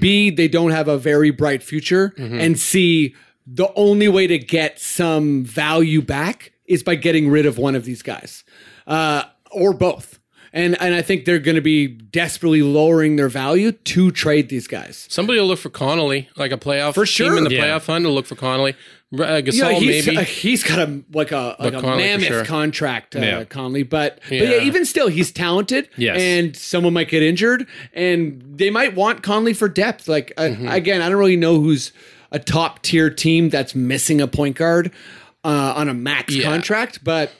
[SPEAKER 1] B, they don't have a very bright future, and C, the only way to get some value back is by getting rid of one of these guys uh, or both. And, and I think they're going to be desperately lowering their value to trade these guys.
[SPEAKER 3] Somebody will look for Connolly, like a playoff
[SPEAKER 1] For
[SPEAKER 3] team
[SPEAKER 1] sure.
[SPEAKER 3] in the
[SPEAKER 5] Yeah.
[SPEAKER 3] playoff hunt. Will look for Connolly, R- uh, Gasol
[SPEAKER 1] yeah, he's,
[SPEAKER 3] maybe.
[SPEAKER 1] uh, he's got a like a, like
[SPEAKER 3] Conley
[SPEAKER 1] a
[SPEAKER 3] for
[SPEAKER 1] mammoth
[SPEAKER 3] sure.
[SPEAKER 1] contract, uh,
[SPEAKER 5] Yeah.
[SPEAKER 1] Conley. But but
[SPEAKER 3] Yeah.
[SPEAKER 1] yeah, even still, he's talented.
[SPEAKER 5] Yes.
[SPEAKER 1] and someone might get injured, and they might want Conley for depth. Like uh,
[SPEAKER 3] Mm-hmm.
[SPEAKER 1] again, I don't really know who's a top tier team that's missing a point guard uh, on a max
[SPEAKER 3] Yeah. Mm-hmm.
[SPEAKER 1] contract, but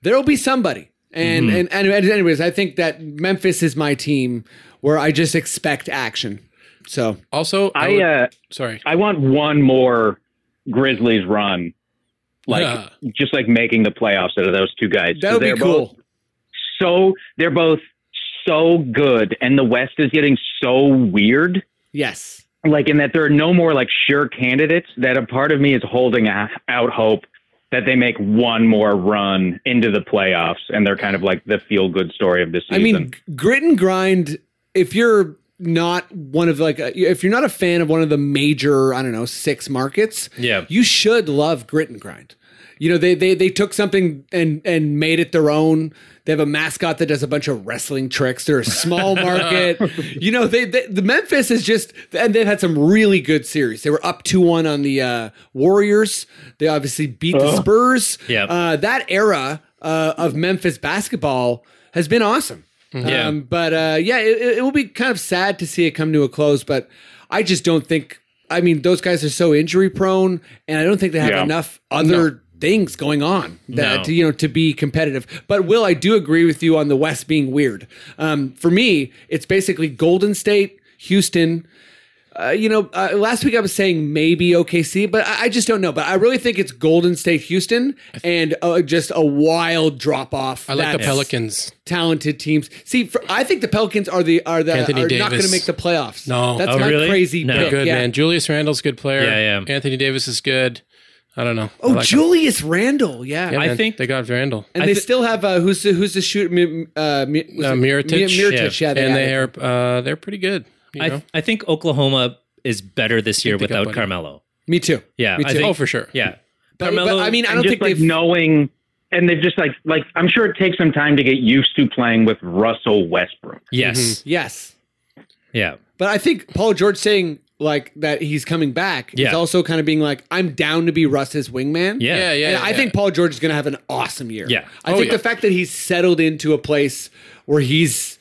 [SPEAKER 1] there'll be somebody. And, and and and anyways, I think that Memphis is my team where I just expect action. So
[SPEAKER 3] also, I,
[SPEAKER 6] I
[SPEAKER 3] would-
[SPEAKER 6] uh,
[SPEAKER 3] sorry.
[SPEAKER 6] I want one more Grizzlies run, like
[SPEAKER 3] Yeah.
[SPEAKER 6] just like making the playoffs out of those two guys. 'Cause
[SPEAKER 1] that would be
[SPEAKER 6] they're
[SPEAKER 1] cool.
[SPEAKER 6] Both so they're both so good, and the West is getting so weird.
[SPEAKER 1] yes.
[SPEAKER 6] Like in that there are no more like sure candidates. That a part of me is holding a, out hope that they make one more run into the playoffs, and they're kind of like the feel good story of this
[SPEAKER 1] I
[SPEAKER 6] season.
[SPEAKER 1] mean, g- Um, grit and grind. If you're not one of like, a, if you're not a fan of one of the major, I don't know, six markets,
[SPEAKER 5] Yeah.
[SPEAKER 1] you should love grit and grind. You know, they they they took something and and made it their own. They have a mascot that does a bunch of wrestling tricks. They're a small market. you know, they, they the Memphis is just and they've had some really good series. They were up two one on the uh, Warriors. They obviously beat the Spurs.
[SPEAKER 5] Oh. Yeah.
[SPEAKER 1] uh, that era uh, of Memphis basketball has been awesome.
[SPEAKER 5] Yeah.
[SPEAKER 1] Um, but uh, yeah, it, it- it will be kind of sad to see it come to a close. But I just don't think. I mean, those guys are so injury prone, and I don't think they have
[SPEAKER 6] Yeah.
[SPEAKER 1] enough other things going on that
[SPEAKER 5] No.
[SPEAKER 1] to, you know to be competitive. But Will, I do agree with you on the West being weird. Um, for me, it's basically Golden State, Houston. Uh, you know, uh, last week I was saying maybe OKC, but I, I just don't know. But I really think it's Golden State, Houston, and uh, just a wild drop off
[SPEAKER 3] I like the Pelicans.
[SPEAKER 1] talented teams. See, for, I think the Pelicans are the are the
[SPEAKER 3] Anthony
[SPEAKER 1] are
[SPEAKER 3] Davis.
[SPEAKER 1] not going to make the playoffs.
[SPEAKER 3] No.
[SPEAKER 1] that's
[SPEAKER 5] Oh,
[SPEAKER 1] my
[SPEAKER 5] really?
[SPEAKER 1] crazy
[SPEAKER 5] No.
[SPEAKER 1] pick.
[SPEAKER 3] Good
[SPEAKER 1] yeah.
[SPEAKER 3] man. Julius Randle's a good player.
[SPEAKER 5] Yeah, yeah.
[SPEAKER 3] Anthony Davis is good. I don't know. I
[SPEAKER 1] Oh,
[SPEAKER 3] like him.
[SPEAKER 1] Julius Randle, yeah.
[SPEAKER 3] Yeah,
[SPEAKER 5] I
[SPEAKER 3] man,
[SPEAKER 5] think-
[SPEAKER 3] they got Randall.
[SPEAKER 1] and
[SPEAKER 5] I
[SPEAKER 1] they
[SPEAKER 5] thi-
[SPEAKER 1] still have uh, who's the, who's the shooter? Mi- Uh, Mi- was
[SPEAKER 3] Uh,
[SPEAKER 1] it-
[SPEAKER 3] Mirotic?
[SPEAKER 1] Mi- Mirotic, yeah. they
[SPEAKER 3] and they
[SPEAKER 1] added.
[SPEAKER 3] are uh, they're pretty good. You
[SPEAKER 5] I,
[SPEAKER 3] know?
[SPEAKER 5] I think Oklahoma is better this year
[SPEAKER 3] pick up on
[SPEAKER 5] without
[SPEAKER 3] it.
[SPEAKER 5] Carmelo.
[SPEAKER 1] Me too.
[SPEAKER 5] Yeah,
[SPEAKER 1] Me
[SPEAKER 5] I
[SPEAKER 1] too.
[SPEAKER 5] think-
[SPEAKER 3] oh, for sure.
[SPEAKER 6] Mm-hmm.
[SPEAKER 5] Yeah,
[SPEAKER 1] But, but, I mean, I
[SPEAKER 6] and
[SPEAKER 1] don't
[SPEAKER 6] just
[SPEAKER 1] think
[SPEAKER 6] like
[SPEAKER 1] they've.
[SPEAKER 6] knowing, and they've just like like I'm sure it takes some time to get used to playing with Russell Westbrook.
[SPEAKER 5] yes,
[SPEAKER 1] Yes,
[SPEAKER 5] yeah,
[SPEAKER 1] but I think Paul George saying like that he's coming back is
[SPEAKER 5] Yeah.
[SPEAKER 1] also kind of being like I'm down to be Russ's wingman.
[SPEAKER 5] yeah,
[SPEAKER 3] Yeah, yeah.
[SPEAKER 1] and I
[SPEAKER 3] yeah.
[SPEAKER 1] think Paul George is going to have an awesome year.
[SPEAKER 5] Yeah.
[SPEAKER 1] I
[SPEAKER 3] Oh,
[SPEAKER 1] think
[SPEAKER 3] yeah.
[SPEAKER 1] the fact that he's settled into a place where he's,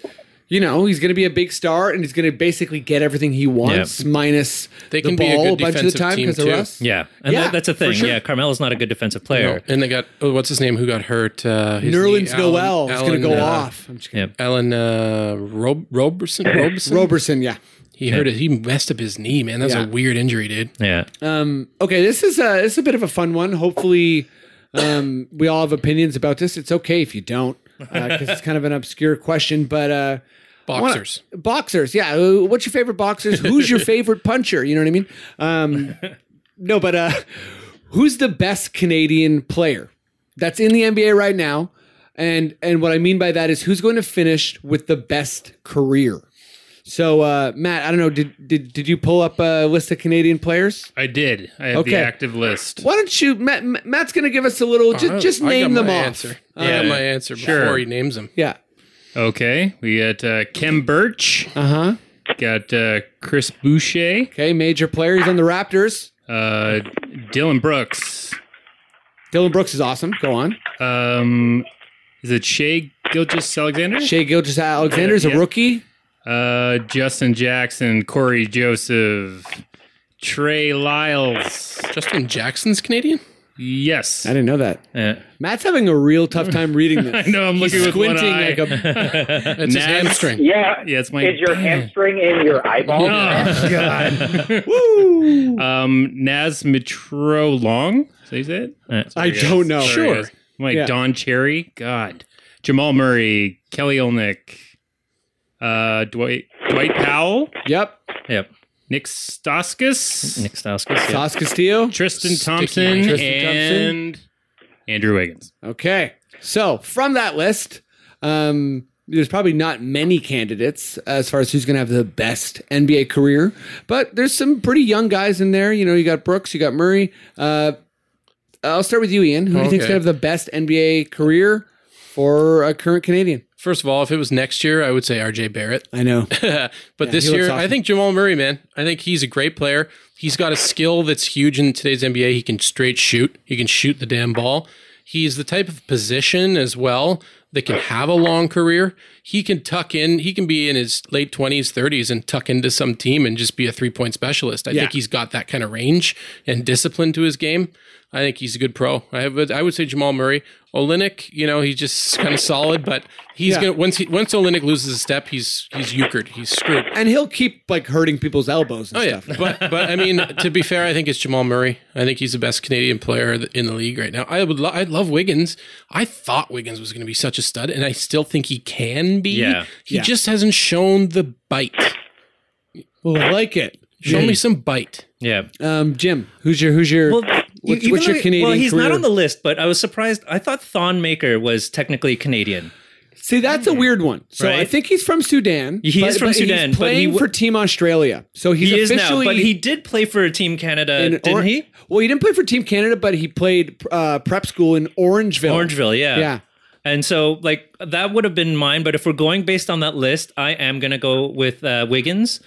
[SPEAKER 1] you know, he's going to be a big star and he's going to basically get everything he wants, minus
[SPEAKER 3] They
[SPEAKER 1] the
[SPEAKER 3] can be a
[SPEAKER 1] ball
[SPEAKER 3] good
[SPEAKER 1] a, bunch of the
[SPEAKER 3] defensive
[SPEAKER 1] time
[SPEAKER 3] team,
[SPEAKER 1] because of
[SPEAKER 3] too.
[SPEAKER 1] Russ.
[SPEAKER 5] yeah. And
[SPEAKER 1] Yeah,
[SPEAKER 5] that, that's a
[SPEAKER 1] for
[SPEAKER 5] thing.
[SPEAKER 1] sure.
[SPEAKER 5] Yeah, Carmelo's not a good defensive
[SPEAKER 3] No,
[SPEAKER 5] player.
[SPEAKER 3] and they got oh, what's his name who got hurt? Uh, his
[SPEAKER 1] Nerlens
[SPEAKER 3] knee, Allen-
[SPEAKER 1] Noel is going
[SPEAKER 3] Allen,
[SPEAKER 1] to go
[SPEAKER 3] uh,
[SPEAKER 1] off. I'm just kidding.
[SPEAKER 5] Yeah.
[SPEAKER 3] Alan uh, Rob Roberson. Roberson?
[SPEAKER 1] Roberson, yeah.
[SPEAKER 3] he hurt it. He messed up his knee, man. That's
[SPEAKER 1] Yeah.
[SPEAKER 3] a weird injury, dude.
[SPEAKER 5] Yeah,
[SPEAKER 6] Uh,
[SPEAKER 1] Um, okay, this is a this is a bit of a fun one. Hopefully, um, we all have opinions about this. It's okay if you don't, because it's kind of an obscure question. But uh, I wanna-
[SPEAKER 3] Boxers.
[SPEAKER 1] boxers, yeah. Uh, What's your favorite boxers? Who's your favorite puncher? You know what I mean? Um, no, but uh, who's the best Canadian player that's in the NBA right now? And and what I mean by that is who's going to finish with the best career. So uh, Matt, I don't know. Did did did you pull up a list of Canadian players?
[SPEAKER 2] I did. I have
[SPEAKER 1] Okay.
[SPEAKER 2] the active list.
[SPEAKER 1] Why don't you, Matt, Matt- Matt's going to give us a little,
[SPEAKER 3] I-
[SPEAKER 1] just, just
[SPEAKER 3] I got
[SPEAKER 1] name them
[SPEAKER 3] my
[SPEAKER 1] off.
[SPEAKER 3] Answer.
[SPEAKER 1] Uh,
[SPEAKER 3] I got
[SPEAKER 2] Yeah.
[SPEAKER 3] my answer
[SPEAKER 2] Sure.
[SPEAKER 3] before he names them.
[SPEAKER 1] yeah.
[SPEAKER 2] Okay, we got uh, Kem Birch,
[SPEAKER 1] Uh huh.
[SPEAKER 2] got uh, Chris Boucher,
[SPEAKER 1] Okay. Major player. He's on the Raptors.
[SPEAKER 2] uh, Dylan Brooks.
[SPEAKER 1] Dylan Brooks is awesome. Go on.
[SPEAKER 2] Um, is it Shea Gilgis Alexander?
[SPEAKER 1] Shea Gilgis Alexander's
[SPEAKER 2] Yeah.
[SPEAKER 1] a rookie.
[SPEAKER 2] Uh, Justin Jackson, Corey Joseph, Trey Lyles.
[SPEAKER 3] Justin Jackson's Canadian.
[SPEAKER 2] Yes.
[SPEAKER 1] I didn't know that.
[SPEAKER 5] yeah.
[SPEAKER 1] Matt's having a real tough time reading this.
[SPEAKER 2] I know, I'm
[SPEAKER 1] He's
[SPEAKER 2] looking with one
[SPEAKER 1] squinting
[SPEAKER 2] eye.
[SPEAKER 1] like a.
[SPEAKER 3] It's his
[SPEAKER 2] Nance.
[SPEAKER 3] hamstring.
[SPEAKER 4] Yeah.
[SPEAKER 2] Yeah, it's my.
[SPEAKER 4] Is your hamstring in your eyeball?
[SPEAKER 2] Oh, God.
[SPEAKER 1] Woo!
[SPEAKER 2] um, Naz Mitro Long. Is that you say it?
[SPEAKER 5] Uh,
[SPEAKER 1] I don't know.
[SPEAKER 2] Sure. Like
[SPEAKER 1] Yeah.
[SPEAKER 2] Don Cherry. God. Jamal Murray. Kelly Olnick. Uh, Dwight Dwight Powell.
[SPEAKER 1] Yep.
[SPEAKER 5] Yep.
[SPEAKER 2] Nick Stauskas.
[SPEAKER 5] Nick Stauskas. Yeah.
[SPEAKER 1] Sauce Castillo.
[SPEAKER 2] Tristan
[SPEAKER 3] Sticky
[SPEAKER 2] Thompson.
[SPEAKER 3] Mike.
[SPEAKER 1] Tristan Thompson.
[SPEAKER 2] and Andrew Wiggins.
[SPEAKER 1] Okay. So from that list, um, there's probably not many candidates as far as who's going to have the best NBA career, but there's some pretty young guys in there. You know, you got Brooks, you got Murray. Uh, I'll start with you, Ian. Who do you think's
[SPEAKER 3] Okay.
[SPEAKER 1] going to have the best NBA career for a current Canadian?
[SPEAKER 3] First of all, if it was next year, I would say RJ Barrett.
[SPEAKER 1] I know.
[SPEAKER 3] but this
[SPEAKER 1] he looks
[SPEAKER 3] year,
[SPEAKER 1] awesome.
[SPEAKER 3] I think Jamal Murray, man, I think he's a great player. He's got a skill that's huge in today's NBA. He can straight shoot. He can shoot the damn ball. He's the type of position as well that can have a long career. He can tuck in. He can be in his late twenties, thirties, and tuck into some team and just be a three point specialist. I think he's got that kind of range and discipline to his game. I think he's a good pro. I would I would say Jamal Murray. Olenek, you know, he's just kind of solid, but he's gonna once he once Olenek loses a step, he's he's euchred, he's screwed.
[SPEAKER 1] And he'll keep like hurting people's elbows and
[SPEAKER 3] Oh yeah,
[SPEAKER 1] stuff.
[SPEAKER 3] but but I mean, to be fair, I think it's Jamal Murray. I think he's the best Canadian player th- in the league right now. I would lo- I love Wiggins. I thought Wiggins was going to be such a stud, and I still think he can be.
[SPEAKER 5] Yeah.
[SPEAKER 3] he
[SPEAKER 1] Yeah.
[SPEAKER 3] just hasn't shown the bite.
[SPEAKER 1] Well, I like it.
[SPEAKER 3] Show me some bite.
[SPEAKER 5] yeah.
[SPEAKER 1] Um, Jim, who's your who's your
[SPEAKER 5] Well,
[SPEAKER 1] What's,
[SPEAKER 5] Even
[SPEAKER 1] what's
[SPEAKER 5] though
[SPEAKER 1] your
[SPEAKER 5] he-
[SPEAKER 1] Canadian
[SPEAKER 5] Well, he's not
[SPEAKER 1] career?
[SPEAKER 5] on the list, but I was surprised. I thought Thon Maker was technically Canadian.
[SPEAKER 1] See, that's a weird one. So I
[SPEAKER 5] Right?
[SPEAKER 1] think he's from Sudan.
[SPEAKER 5] He is from Sudan,
[SPEAKER 1] He's
[SPEAKER 5] but he
[SPEAKER 1] playing
[SPEAKER 5] w-
[SPEAKER 1] for Team Australia. So he's
[SPEAKER 5] He is now,
[SPEAKER 1] officially
[SPEAKER 5] but he did play for Team Canada,
[SPEAKER 1] in
[SPEAKER 5] didn't
[SPEAKER 1] Or-
[SPEAKER 5] he?
[SPEAKER 1] Well, he didn't play for Team Canada, but he played uh, prep school in Orangeville.
[SPEAKER 5] Orangeville, yeah.
[SPEAKER 1] Yeah.
[SPEAKER 5] And so, like, that would have been mine. But if we're going based on that list, I am going to go with uh, Wiggins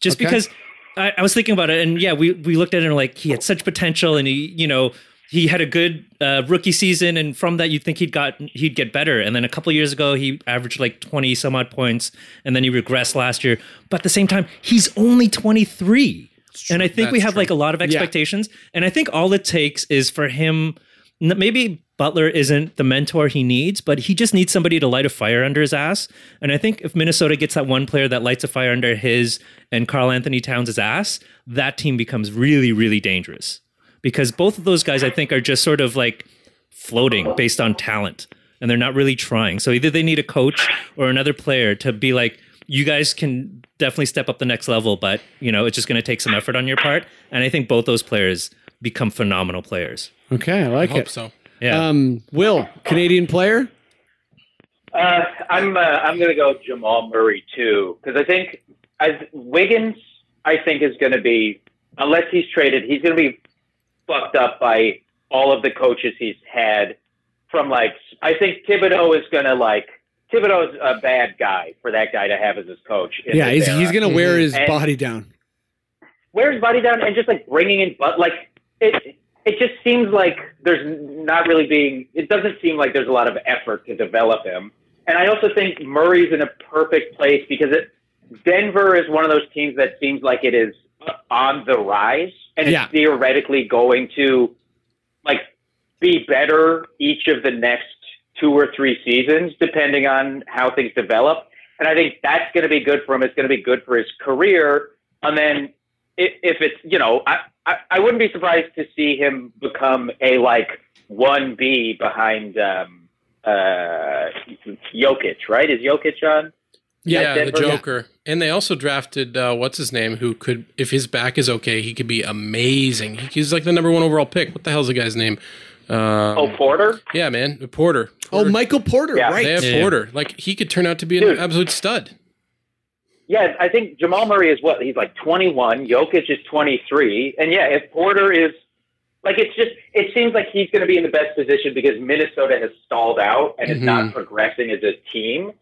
[SPEAKER 5] just
[SPEAKER 1] Okay.
[SPEAKER 5] because I, I was thinking about it. And yeah, we, we looked at it and like, he had such potential and he, you know, he had a good uh, rookie season. And from that, you'd think he'd got, he'd get better. And then a couple years ago, he averaged like 20 some odd points. And then he regressed last year. But at the same time, he's only 23. And I think we
[SPEAKER 3] That's
[SPEAKER 5] have
[SPEAKER 3] true.
[SPEAKER 5] like a lot of expectations. And I think all it takes is for him n- maybe Butler isn't the mentor he needs, but he just needs somebody to light a fire under his ass. And I think if Minnesota gets that one player that lights a fire under his and Carl Anthony Towns' ass, that team becomes really, really dangerous. Because both of those guys, I think, are just sort of like floating based on talent and they're not really trying. So either they need a coach or another player to be like, you guys can definitely step up the next level, but you know, it's just going to take some effort on your part. And I think both those players become phenomenal players.
[SPEAKER 1] Okay, I like
[SPEAKER 3] I hope
[SPEAKER 1] it.
[SPEAKER 3] so.
[SPEAKER 5] Yeah.
[SPEAKER 1] Um, Will, Canadian player?
[SPEAKER 4] Uh, I'm uh, I'm going to go Jamal Murray too because I think as Wiggins, I think is going to be unless he's traded, he's going to be fucked up by all of the coaches he's had. From like, I think Thibodeau is going to like Thibodeau's a bad guy for that guy to have as his coach. in
[SPEAKER 1] Yeah,
[SPEAKER 4] this
[SPEAKER 1] he's, he's
[SPEAKER 4] era.
[SPEAKER 1] going to wear his
[SPEAKER 4] And-
[SPEAKER 1] body down.
[SPEAKER 4] wears body down and just like bringing in but like it it just seems like there's not really being it doesn't seem like there's a lot of effort to develop him and i also think murray's in a perfect place because it denver is one of those teams that seems like it is on the rise and
[SPEAKER 1] Yeah.
[SPEAKER 4] it's theoretically going to like be better each of the next two or three seasons depending on how things develop and i think that's going to be good for him it's going to be good for his career and then if, if it's you know I, I I wouldn't be surprised to see him become a like one B behind um uh Jokic right is Jokic on
[SPEAKER 3] Yeah, the
[SPEAKER 4] Denver-
[SPEAKER 3] Joker. And they also drafted uh, what's his name, who could, if his back is okay, he could be amazing. He's like the number one overall pick. What the hell's the guy's name? Um,
[SPEAKER 4] oh Porter
[SPEAKER 3] yeah, man, Porter.
[SPEAKER 1] Oh,
[SPEAKER 3] Porter.
[SPEAKER 1] Michael Porter,
[SPEAKER 4] Yeah.
[SPEAKER 1] right.
[SPEAKER 3] They have
[SPEAKER 5] Yeah.
[SPEAKER 3] Porter. Like he could turn out to be an
[SPEAKER 4] Dude.
[SPEAKER 3] absolute stud.
[SPEAKER 4] yeah I think Jamal Murray is what he's like 21 Jokic is 23 and yeah if Porter is like it's just it seems like he's going to be in the best position because Minnesota has stalled out and is
[SPEAKER 3] Mhm.
[SPEAKER 4] not progressing as a team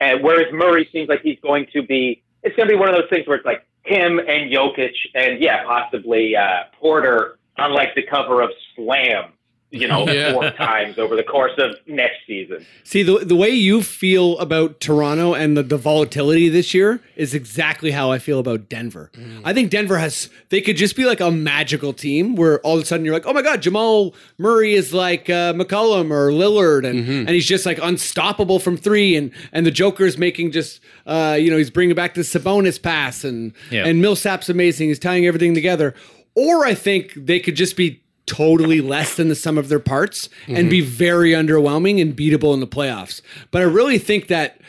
[SPEAKER 4] And whereas Murray seems like he's going to be, it's going to be one of those things where it's like him and Jokic and yeah, possibly uh, Porter on like the cover of Slam, you know,
[SPEAKER 3] Yeah.
[SPEAKER 4] four times over the course of next season.
[SPEAKER 1] See, the, the way you feel about Toronto and the, the volatility this year is exactly how I feel about Denver. I think Denver has, they could just be like a magical team where all of a sudden you're like, oh my God, Jamal Murray is like uh, McCollum or Lillard and, and he's just like unstoppable from three and, and the Joker's making just, uh, you know, he's bringing back the Sabonis pass and,
[SPEAKER 5] Yeah.
[SPEAKER 1] and Millsap's amazing. He's tying everything together. Or I think they could just be totally less than the sum of their parts and be very underwhelming and beatable in the playoffs. But I really think that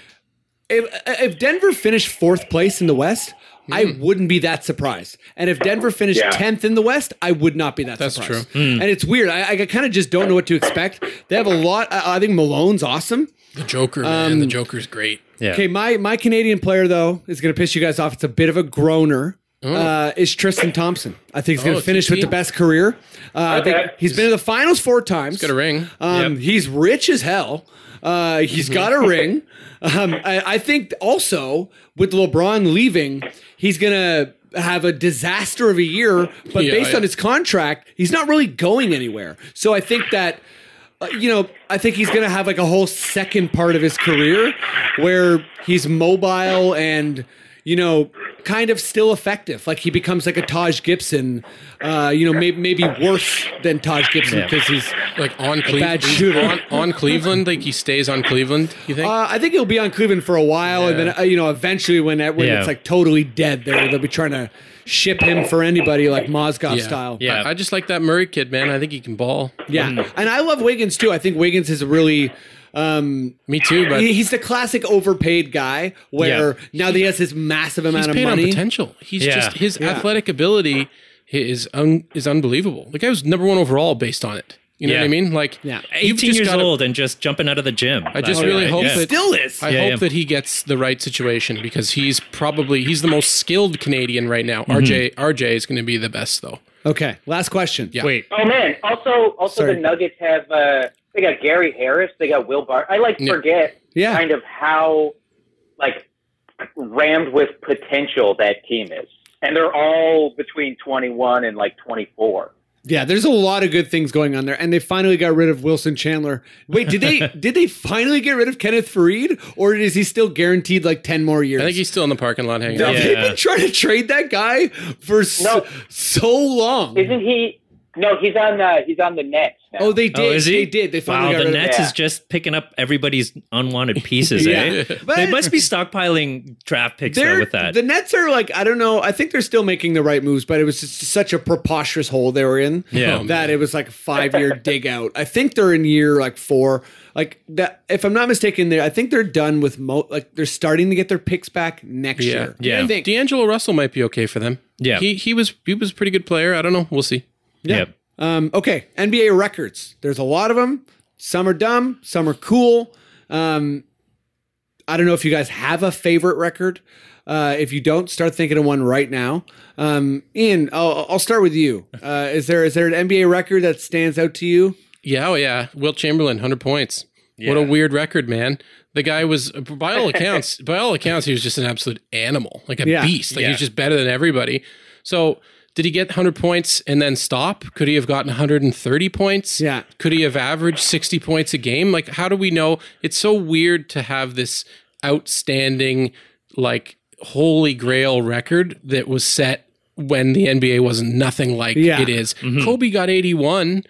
[SPEAKER 1] if, if Denver finished fourth place in the West, I wouldn't be that surprised. And if Denver finished
[SPEAKER 4] Yeah.
[SPEAKER 1] 10th in the West, I would not be that
[SPEAKER 3] That's
[SPEAKER 1] surprised. And it's weird. I, I kind of just don't know what to expect. They have a lot. I, I think Malone's awesome.
[SPEAKER 3] The Joker, man. The
[SPEAKER 1] Um,
[SPEAKER 3] Joker's great.
[SPEAKER 5] Yeah.
[SPEAKER 1] Okay, my my Canadian player though is going to piss you guys off. It's a bit of a groaner. Uh, is Tristan Thompson? I think he's going
[SPEAKER 3] Oh,
[SPEAKER 1] to finish with
[SPEAKER 3] TT.
[SPEAKER 1] the best career. Uh, I
[SPEAKER 4] Okay.
[SPEAKER 1] think he's been in the finals four times.
[SPEAKER 3] Got a ring.
[SPEAKER 1] Um,
[SPEAKER 5] Yep.
[SPEAKER 1] He's rich as hell. Uh,
[SPEAKER 3] Mm-hmm.
[SPEAKER 1] he's got a ring. Um, I, I think also with LeBron leaving, he's gonna have a disaster of a year. But
[SPEAKER 3] Yeah,
[SPEAKER 1] based
[SPEAKER 3] yeah.
[SPEAKER 1] on his contract, he's not really going anywhere. So I think that uh, you know, I think he's going to have like a whole second part of his career where he's mobile and, you know, kind of still effective. Like he becomes like a Taj Gibson, uh, you know, may- maybe worse than Taj Gibson because he's.
[SPEAKER 3] Like on
[SPEAKER 1] bad
[SPEAKER 3] Cleveland.
[SPEAKER 1] shooter.
[SPEAKER 3] On, on Cleveland. Like he stays on Cleveland. You think?
[SPEAKER 1] Uh, I think he'll be on Cleveland for a while, and then uh, you know, eventually when, that, when
[SPEAKER 5] Yeah.
[SPEAKER 1] it's like totally dead, they'll, they'll be trying to ship him for anybody like Mozgov
[SPEAKER 3] Yeah. Mm-hmm.
[SPEAKER 1] style.
[SPEAKER 5] Yeah.
[SPEAKER 3] I, I just like that Murray kid, man. I think he can ball.
[SPEAKER 1] yeah, and I love Wiggins too. I think Wiggins is a really. Um,
[SPEAKER 3] Me too, but
[SPEAKER 1] he- he's the classic overpaid guy where now that he has this massive amount
[SPEAKER 3] he's
[SPEAKER 1] of
[SPEAKER 3] paid on
[SPEAKER 1] money.
[SPEAKER 3] potential. He's
[SPEAKER 5] Yeah.
[SPEAKER 3] just his
[SPEAKER 1] Yeah.
[SPEAKER 3] athletic ability is un- is unbelievable. The guy was number one overall based on it. You know
[SPEAKER 5] Yeah.
[SPEAKER 3] what I mean? Like,
[SPEAKER 1] Yeah.
[SPEAKER 3] you've
[SPEAKER 5] 18
[SPEAKER 3] just
[SPEAKER 5] years
[SPEAKER 3] gotta-
[SPEAKER 5] old and just jumping out of the gym.
[SPEAKER 3] I just
[SPEAKER 5] That's
[SPEAKER 3] really
[SPEAKER 5] right.
[SPEAKER 3] hope
[SPEAKER 5] Yeah.
[SPEAKER 3] that
[SPEAKER 7] Still is.
[SPEAKER 3] I
[SPEAKER 5] Yeah,
[SPEAKER 3] hope
[SPEAKER 5] yeah.
[SPEAKER 3] that he gets the right situation because he's probably he's the most skilled Canadian right now. RJ
[SPEAKER 5] Mm-hmm.
[SPEAKER 3] RJ is going to be the best though.
[SPEAKER 1] Okay, last question.
[SPEAKER 3] Yeah.
[SPEAKER 2] Wait,
[SPEAKER 4] Oh man! Also, also
[SPEAKER 1] Sorry.
[SPEAKER 4] the Nuggets have uh, they got Gary Harris, they got Will Bart. I like
[SPEAKER 3] Yeah.
[SPEAKER 4] forget
[SPEAKER 1] Yeah.
[SPEAKER 4] kind of how like rammed with potential that team is, and they're all between twenty one and like twenty four.
[SPEAKER 1] Yeah, there's a lot of good things going on there, and they finally got rid of Wilson Chandler. Wait, did they did they finally get rid of Kenneth Fareed, or is he still guaranteed like ten more years?
[SPEAKER 3] I think he's still in the parking lot hanging
[SPEAKER 1] No,
[SPEAKER 3] out.
[SPEAKER 1] They've
[SPEAKER 5] Yeah.
[SPEAKER 1] been trying to trade that guy for s-
[SPEAKER 4] No.
[SPEAKER 1] so long.
[SPEAKER 4] Isn't he? No, he's on uh, he's on the Nets now.
[SPEAKER 1] Oh, they did.
[SPEAKER 5] Oh, is he?
[SPEAKER 1] They did. They finally got
[SPEAKER 5] Wow, the
[SPEAKER 1] rid
[SPEAKER 5] Nets
[SPEAKER 4] Yeah.
[SPEAKER 5] is just picking up everybody's unwanted pieces. eh?
[SPEAKER 1] of
[SPEAKER 5] They must be stockpiling draft picks though
[SPEAKER 1] They're,
[SPEAKER 5] with that.
[SPEAKER 1] The Nets are like I don't know. I think they're still making the right moves, but it was just such a preposterous hole they were in.
[SPEAKER 5] Yeah.
[SPEAKER 1] that it was like a five year dig out. I think they're in year like four. Like that, if I'm not mistaken, they I think they're done with mo. Like they're starting to get their picks back next
[SPEAKER 3] Yeah.
[SPEAKER 1] year.
[SPEAKER 5] Yeah.
[SPEAKER 1] I think.
[SPEAKER 3] D'Angelo Russell might be okay for them.
[SPEAKER 5] Yeah.
[SPEAKER 3] he he was he was a pretty good player. I don't know. We'll see.
[SPEAKER 5] yeah.
[SPEAKER 1] Um, okay, NBA records. There's a lot of them. Some are dumb. Some are cool. Um, I don't know if you guys have a favorite record. Uh, if you don't, start thinking of one right now. Um, Ian, I'll, I'll start with you. Uh, is there is there an NBA record that stands out to you?
[SPEAKER 3] Yeah, oh yeah. Will Chamberlain, hundred points. What a weird record, man. The guy was, by all accounts, by all accounts, he was just an absolute animal, like a
[SPEAKER 1] Yeah.
[SPEAKER 3] beast. Like he was just better than everybody. So, did he get hundred points and then stop? Could he have gotten one hundred and thirty points?
[SPEAKER 1] Yeah.
[SPEAKER 3] Could he have averaged sixty points a game? Like, how do we know? It's so weird to have this outstanding, like holy grail record that was set when the NBA was nothing like
[SPEAKER 1] Yeah.
[SPEAKER 3] it is. Kobe got eighty one.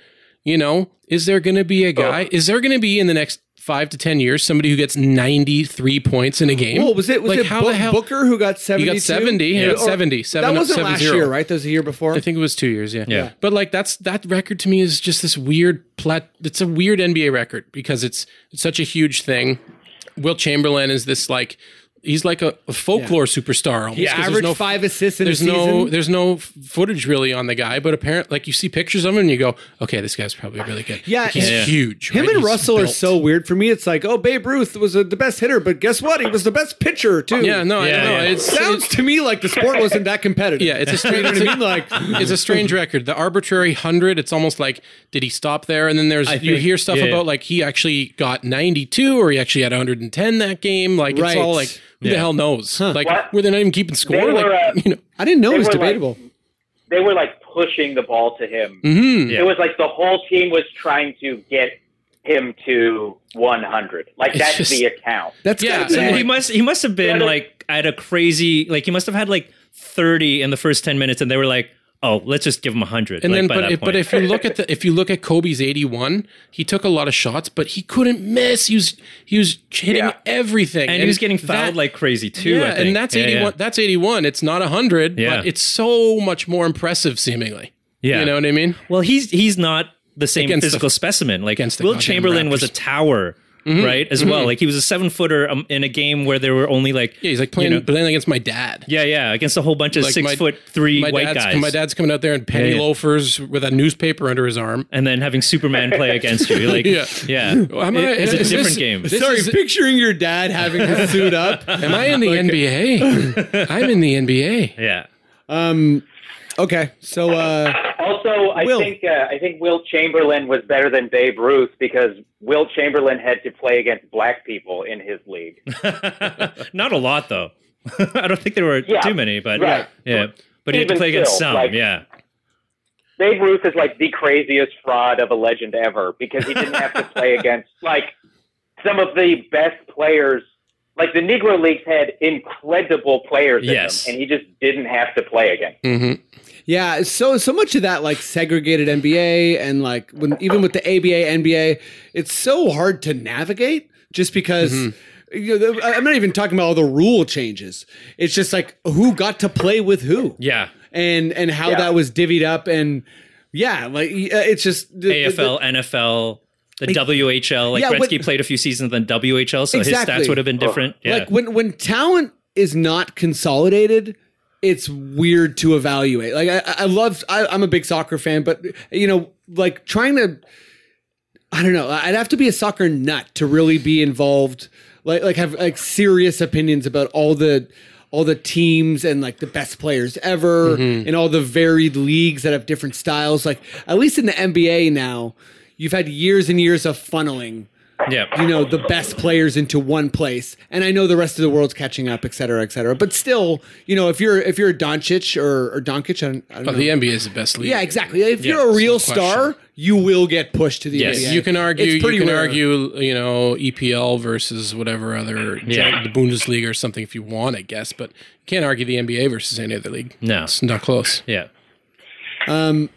[SPEAKER 3] You know, is there going to be a
[SPEAKER 1] Oh.
[SPEAKER 3] guy? Is there going to be in the next five to ten years somebody who gets ninety three points in a game?
[SPEAKER 1] Well, was it was
[SPEAKER 3] like
[SPEAKER 1] it
[SPEAKER 3] how
[SPEAKER 1] Bu-
[SPEAKER 3] the hell?
[SPEAKER 1] Booker who got
[SPEAKER 3] He
[SPEAKER 1] seventy?
[SPEAKER 3] got seventy. He got seventy. Seven,
[SPEAKER 1] That wasn't
[SPEAKER 3] seven
[SPEAKER 1] last
[SPEAKER 3] zero.
[SPEAKER 1] year, right? That was a year before.
[SPEAKER 3] I think it was two years. Yeah.
[SPEAKER 5] Yeah.
[SPEAKER 3] But like that's that record to me is just this weird plat. It's a weird NBA record because it's it's such a huge thing. Will Chamberlain is this like he's like a, a folklore superstar. Almost,
[SPEAKER 1] he
[SPEAKER 3] 'cause there's
[SPEAKER 1] averaged
[SPEAKER 3] no-
[SPEAKER 1] five assists in
[SPEAKER 3] there's
[SPEAKER 1] a season.
[SPEAKER 3] no there's no f- footage really on the guy, but apparently, like you see pictures of him and you go, okay, this guy's probably really good.
[SPEAKER 1] Yeah,
[SPEAKER 3] Like, he's
[SPEAKER 1] yeah.
[SPEAKER 3] huge.
[SPEAKER 1] Him
[SPEAKER 3] right?
[SPEAKER 1] and
[SPEAKER 3] He's
[SPEAKER 1] Russell are
[SPEAKER 3] built.
[SPEAKER 1] so weird for me. It's like, oh, Babe Ruth was uh the best hitter, but guess what? He was the best pitcher too.
[SPEAKER 3] Yeah, no, I
[SPEAKER 5] Yeah,
[SPEAKER 3] don't know.
[SPEAKER 5] yeah.
[SPEAKER 3] It's
[SPEAKER 1] sounds to me like the sport wasn't that competitive.
[SPEAKER 3] yeah, it's a
[SPEAKER 1] you
[SPEAKER 3] strange.
[SPEAKER 1] know
[SPEAKER 3] it's,
[SPEAKER 1] what I mean.
[SPEAKER 3] a,
[SPEAKER 1] Like,
[SPEAKER 3] it's a strange record. The arbitrary hundred. It's almost like did he stop there? And then there's you
[SPEAKER 5] think-
[SPEAKER 3] hear stuff
[SPEAKER 5] yeah, yeah.
[SPEAKER 3] about like he actually got ninety two or he actually had one hundred and ten that game. Like
[SPEAKER 1] Right.
[SPEAKER 3] it's all like who the hell knows? Like
[SPEAKER 4] What?
[SPEAKER 3] were they not even keeping score?
[SPEAKER 4] were,
[SPEAKER 3] like
[SPEAKER 4] uh,
[SPEAKER 3] you know.
[SPEAKER 1] I didn't know
[SPEAKER 4] They
[SPEAKER 1] it was
[SPEAKER 4] were like-
[SPEAKER 1] debatable.
[SPEAKER 4] They were like pushing the ball to him.
[SPEAKER 3] Mhm.
[SPEAKER 5] Yeah.
[SPEAKER 4] It was like the whole team was trying to get him to one hundred. Like
[SPEAKER 3] It's
[SPEAKER 4] that's
[SPEAKER 3] just-
[SPEAKER 4] the account.
[SPEAKER 1] That's
[SPEAKER 3] yeah,
[SPEAKER 1] gotta be
[SPEAKER 3] so
[SPEAKER 5] And
[SPEAKER 1] like-
[SPEAKER 5] he must he must have been
[SPEAKER 4] Yeah, they-
[SPEAKER 5] like at a crazy like he must have had like 30 in the first 10 minutes and they were like, "Oh, let's just give him 100."
[SPEAKER 3] And
[SPEAKER 5] like,
[SPEAKER 3] then,
[SPEAKER 5] by
[SPEAKER 3] but
[SPEAKER 5] that
[SPEAKER 3] if, but
[SPEAKER 5] point.
[SPEAKER 3] if you look at the if you look at Kobe's eighty one, he took a lot of shots, but he couldn't miss. He was he was hitting everything,
[SPEAKER 5] and, he was getting
[SPEAKER 3] that-
[SPEAKER 5] fouled like crazy too,
[SPEAKER 3] yeah,
[SPEAKER 5] I think.
[SPEAKER 3] and that's
[SPEAKER 5] Yeah,
[SPEAKER 3] eighty one.
[SPEAKER 5] yeah.
[SPEAKER 3] That's eighty one. It's not hundred,
[SPEAKER 5] Yeah.
[SPEAKER 3] but it's so much more impressive, seemingly.
[SPEAKER 5] Yeah.
[SPEAKER 3] you know what I mean.
[SPEAKER 5] Well, he's he's not the same
[SPEAKER 3] Against the-
[SPEAKER 5] physical specimen. Like
[SPEAKER 3] against the
[SPEAKER 5] Will
[SPEAKER 3] goddamn
[SPEAKER 5] Chamberlain was a
[SPEAKER 3] Raptors. Mm-hmm.
[SPEAKER 5] tower, right? As well, like he was a seven footer um, in a game where there were only like
[SPEAKER 3] Yeah, he's like playing
[SPEAKER 5] know-
[SPEAKER 3] playing against my dad.
[SPEAKER 5] yeah, yeah, against a whole bunch of
[SPEAKER 3] Like
[SPEAKER 5] six
[SPEAKER 3] my-
[SPEAKER 5] foot three
[SPEAKER 3] my
[SPEAKER 5] white
[SPEAKER 3] dad's,
[SPEAKER 5] guys,
[SPEAKER 3] My dad's coming out there in penny
[SPEAKER 5] Yeah, yeah.
[SPEAKER 3] loafers with a newspaper under his arm.
[SPEAKER 5] and then having Superman play against you. Like,
[SPEAKER 3] Yeah.
[SPEAKER 5] yeah,
[SPEAKER 3] Am I-
[SPEAKER 5] It- it's a
[SPEAKER 3] is
[SPEAKER 5] different
[SPEAKER 3] this-
[SPEAKER 5] game.
[SPEAKER 3] this
[SPEAKER 1] Sorry,
[SPEAKER 3] is-
[SPEAKER 1] picturing your dad having his suit up.
[SPEAKER 3] Am I in the NBA? I'm in the NBA.
[SPEAKER 5] yeah.
[SPEAKER 1] Um, okay, so uh,
[SPEAKER 4] Also, I
[SPEAKER 1] Will.
[SPEAKER 4] think uh, I think Will Chamberlain was better than Babe Ruth because Will Chamberlain had to play against black people in his league.
[SPEAKER 5] Not a lot though. I don't think there were
[SPEAKER 4] Yeah.
[SPEAKER 5] too many, but
[SPEAKER 4] Right.
[SPEAKER 5] yeah. But he had to
[SPEAKER 4] Even
[SPEAKER 5] play against
[SPEAKER 4] still,
[SPEAKER 5] some,
[SPEAKER 4] like-
[SPEAKER 5] yeah.
[SPEAKER 4] Babe Ruth is like the craziest fraud of a legend ever because he didn't have to play against like some of the best players. Like the Negro Leagues had incredible players, in
[SPEAKER 5] Yes.
[SPEAKER 4] them, and he just didn't have to play against.
[SPEAKER 1] Mm.
[SPEAKER 4] them.
[SPEAKER 3] Mm-hmm.
[SPEAKER 1] yeah, so so much of that like segregated NBA and like when even with the ABA NBA, it's so hard to navigate just because. You know, the- I- I'm not even talking about all the rule changes. It's just like who got to play with who.
[SPEAKER 5] Yeah.
[SPEAKER 1] and and how that was divvied up and yeah like y- uh, it's just the, the- the-
[SPEAKER 5] AFL, NFL, the WHL. Like
[SPEAKER 1] Yeah,
[SPEAKER 5] Gretzky
[SPEAKER 1] when-
[SPEAKER 5] played a few seasons in the WHL, so
[SPEAKER 1] Exactly.
[SPEAKER 5] his stats would have been different. Yeah.
[SPEAKER 1] like when when talent is not consolidated it's weird to evaluate. Like I, I love, I, I'm a big soccer fan, but you know, like trying to, I don't know, I'd have to be a soccer nut to really be involved, like like have like serious opinions about all the all the teams and like the best players ever
[SPEAKER 3] Mm-hmm.
[SPEAKER 1] and all the varied leagues that have different styles. Like at least in the NBA now, you've had years and years of funneling
[SPEAKER 5] Yeah.
[SPEAKER 1] you know the best players into one place and i know the rest of the world's catching up et cetera et cetera but still you know if you're if you're a doncic or, or doncic i don't, I don't
[SPEAKER 3] But
[SPEAKER 1] know
[SPEAKER 3] Oh, the NBA is the best league.
[SPEAKER 1] yeah exactly if
[SPEAKER 5] Yeah,
[SPEAKER 1] you're a
[SPEAKER 5] it's
[SPEAKER 1] real
[SPEAKER 3] no question.
[SPEAKER 1] star you will get pushed to the
[SPEAKER 5] Yes.
[SPEAKER 1] NBA.
[SPEAKER 3] You can argue.
[SPEAKER 1] It's
[SPEAKER 3] You
[SPEAKER 1] pretty
[SPEAKER 3] can
[SPEAKER 1] rare.
[SPEAKER 3] argue. You know, EPL versus whatever other
[SPEAKER 5] Yeah.
[SPEAKER 3] the Bundesliga or something if you want, I guess. But you can't argue the NBA versus any other league.
[SPEAKER 5] No.
[SPEAKER 3] it's not close.
[SPEAKER 5] Yeah.
[SPEAKER 1] Um,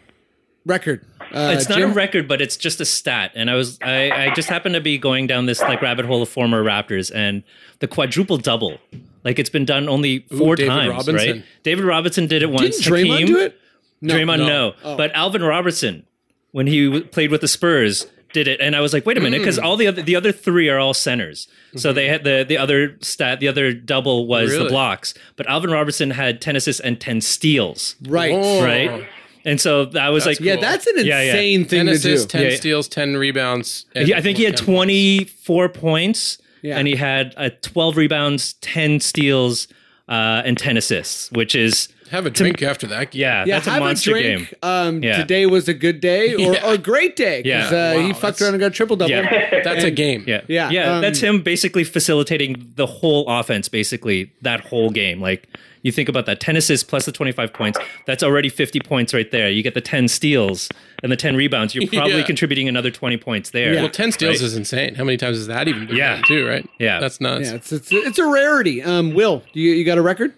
[SPEAKER 1] record uh,
[SPEAKER 5] it's not
[SPEAKER 1] Jim?
[SPEAKER 5] a record, but it's just a stat. And I was I, I just happened to be going down this like rabbit hole of former Raptors and the quadruple double. Like it's been done only four
[SPEAKER 3] David
[SPEAKER 5] times,
[SPEAKER 3] Robinson.
[SPEAKER 5] right? David Robinson did it
[SPEAKER 1] didn't
[SPEAKER 5] once.
[SPEAKER 1] draymond
[SPEAKER 5] Hakeem-
[SPEAKER 1] do it Oh.
[SPEAKER 5] Draymond, no. But Alvin Robertson, when he w- played with the Spurs, did it, and I was like, wait a minute,
[SPEAKER 1] Mm.
[SPEAKER 5] because all the other the other three are all centers. So
[SPEAKER 1] Mm-hmm.
[SPEAKER 5] they had the the other stat, the other double was
[SPEAKER 3] Really?
[SPEAKER 5] the blocks, but Alvin Robertson had ten assists and ten steals,
[SPEAKER 1] right
[SPEAKER 3] Oh.
[SPEAKER 5] right? And so that was like,
[SPEAKER 1] yeah that's an insane
[SPEAKER 5] Yeah, yeah.
[SPEAKER 1] thing
[SPEAKER 3] Ten assists,
[SPEAKER 1] to do
[SPEAKER 3] ten
[SPEAKER 5] Yeah.
[SPEAKER 3] steals, ten rebounds. and
[SPEAKER 5] He- I think he had 24 points
[SPEAKER 1] Yeah.
[SPEAKER 5] and he had uh, 12 rebounds, 10 steals, uh, and 10 assists, which is,
[SPEAKER 3] Have a drink after that.
[SPEAKER 5] yeah,
[SPEAKER 1] yeah,
[SPEAKER 5] that's a
[SPEAKER 1] have
[SPEAKER 5] monster
[SPEAKER 1] a drink.
[SPEAKER 5] game.
[SPEAKER 1] Um,
[SPEAKER 5] Yeah.
[SPEAKER 1] Today was a good day or,
[SPEAKER 3] Yeah.
[SPEAKER 1] or a great day. 'cause,
[SPEAKER 5] Yeah.
[SPEAKER 3] Wow,
[SPEAKER 1] uh, he fucked
[SPEAKER 3] that's-
[SPEAKER 1] around and got a triple double.
[SPEAKER 5] Yeah.
[SPEAKER 3] That's a game.
[SPEAKER 5] Yeah.
[SPEAKER 1] Yeah,
[SPEAKER 5] Yeah.
[SPEAKER 1] um,
[SPEAKER 5] that's him basically facilitating the whole offense, basically, that whole game. Like, you think about that 10 assists plus the 25 points. That's already 50 points right there. You get the 10 steals and the 10 rebounds. You're probably
[SPEAKER 3] Yeah.
[SPEAKER 5] contributing another 20 points there.
[SPEAKER 3] Well, ten steals is insane. How many times has that even been
[SPEAKER 5] Yeah.
[SPEAKER 3] done too? Right.
[SPEAKER 5] Yeah.
[SPEAKER 3] That's nuts.
[SPEAKER 1] Yeah, it's, it's, it's a rarity. Um, Will, you, you got a record?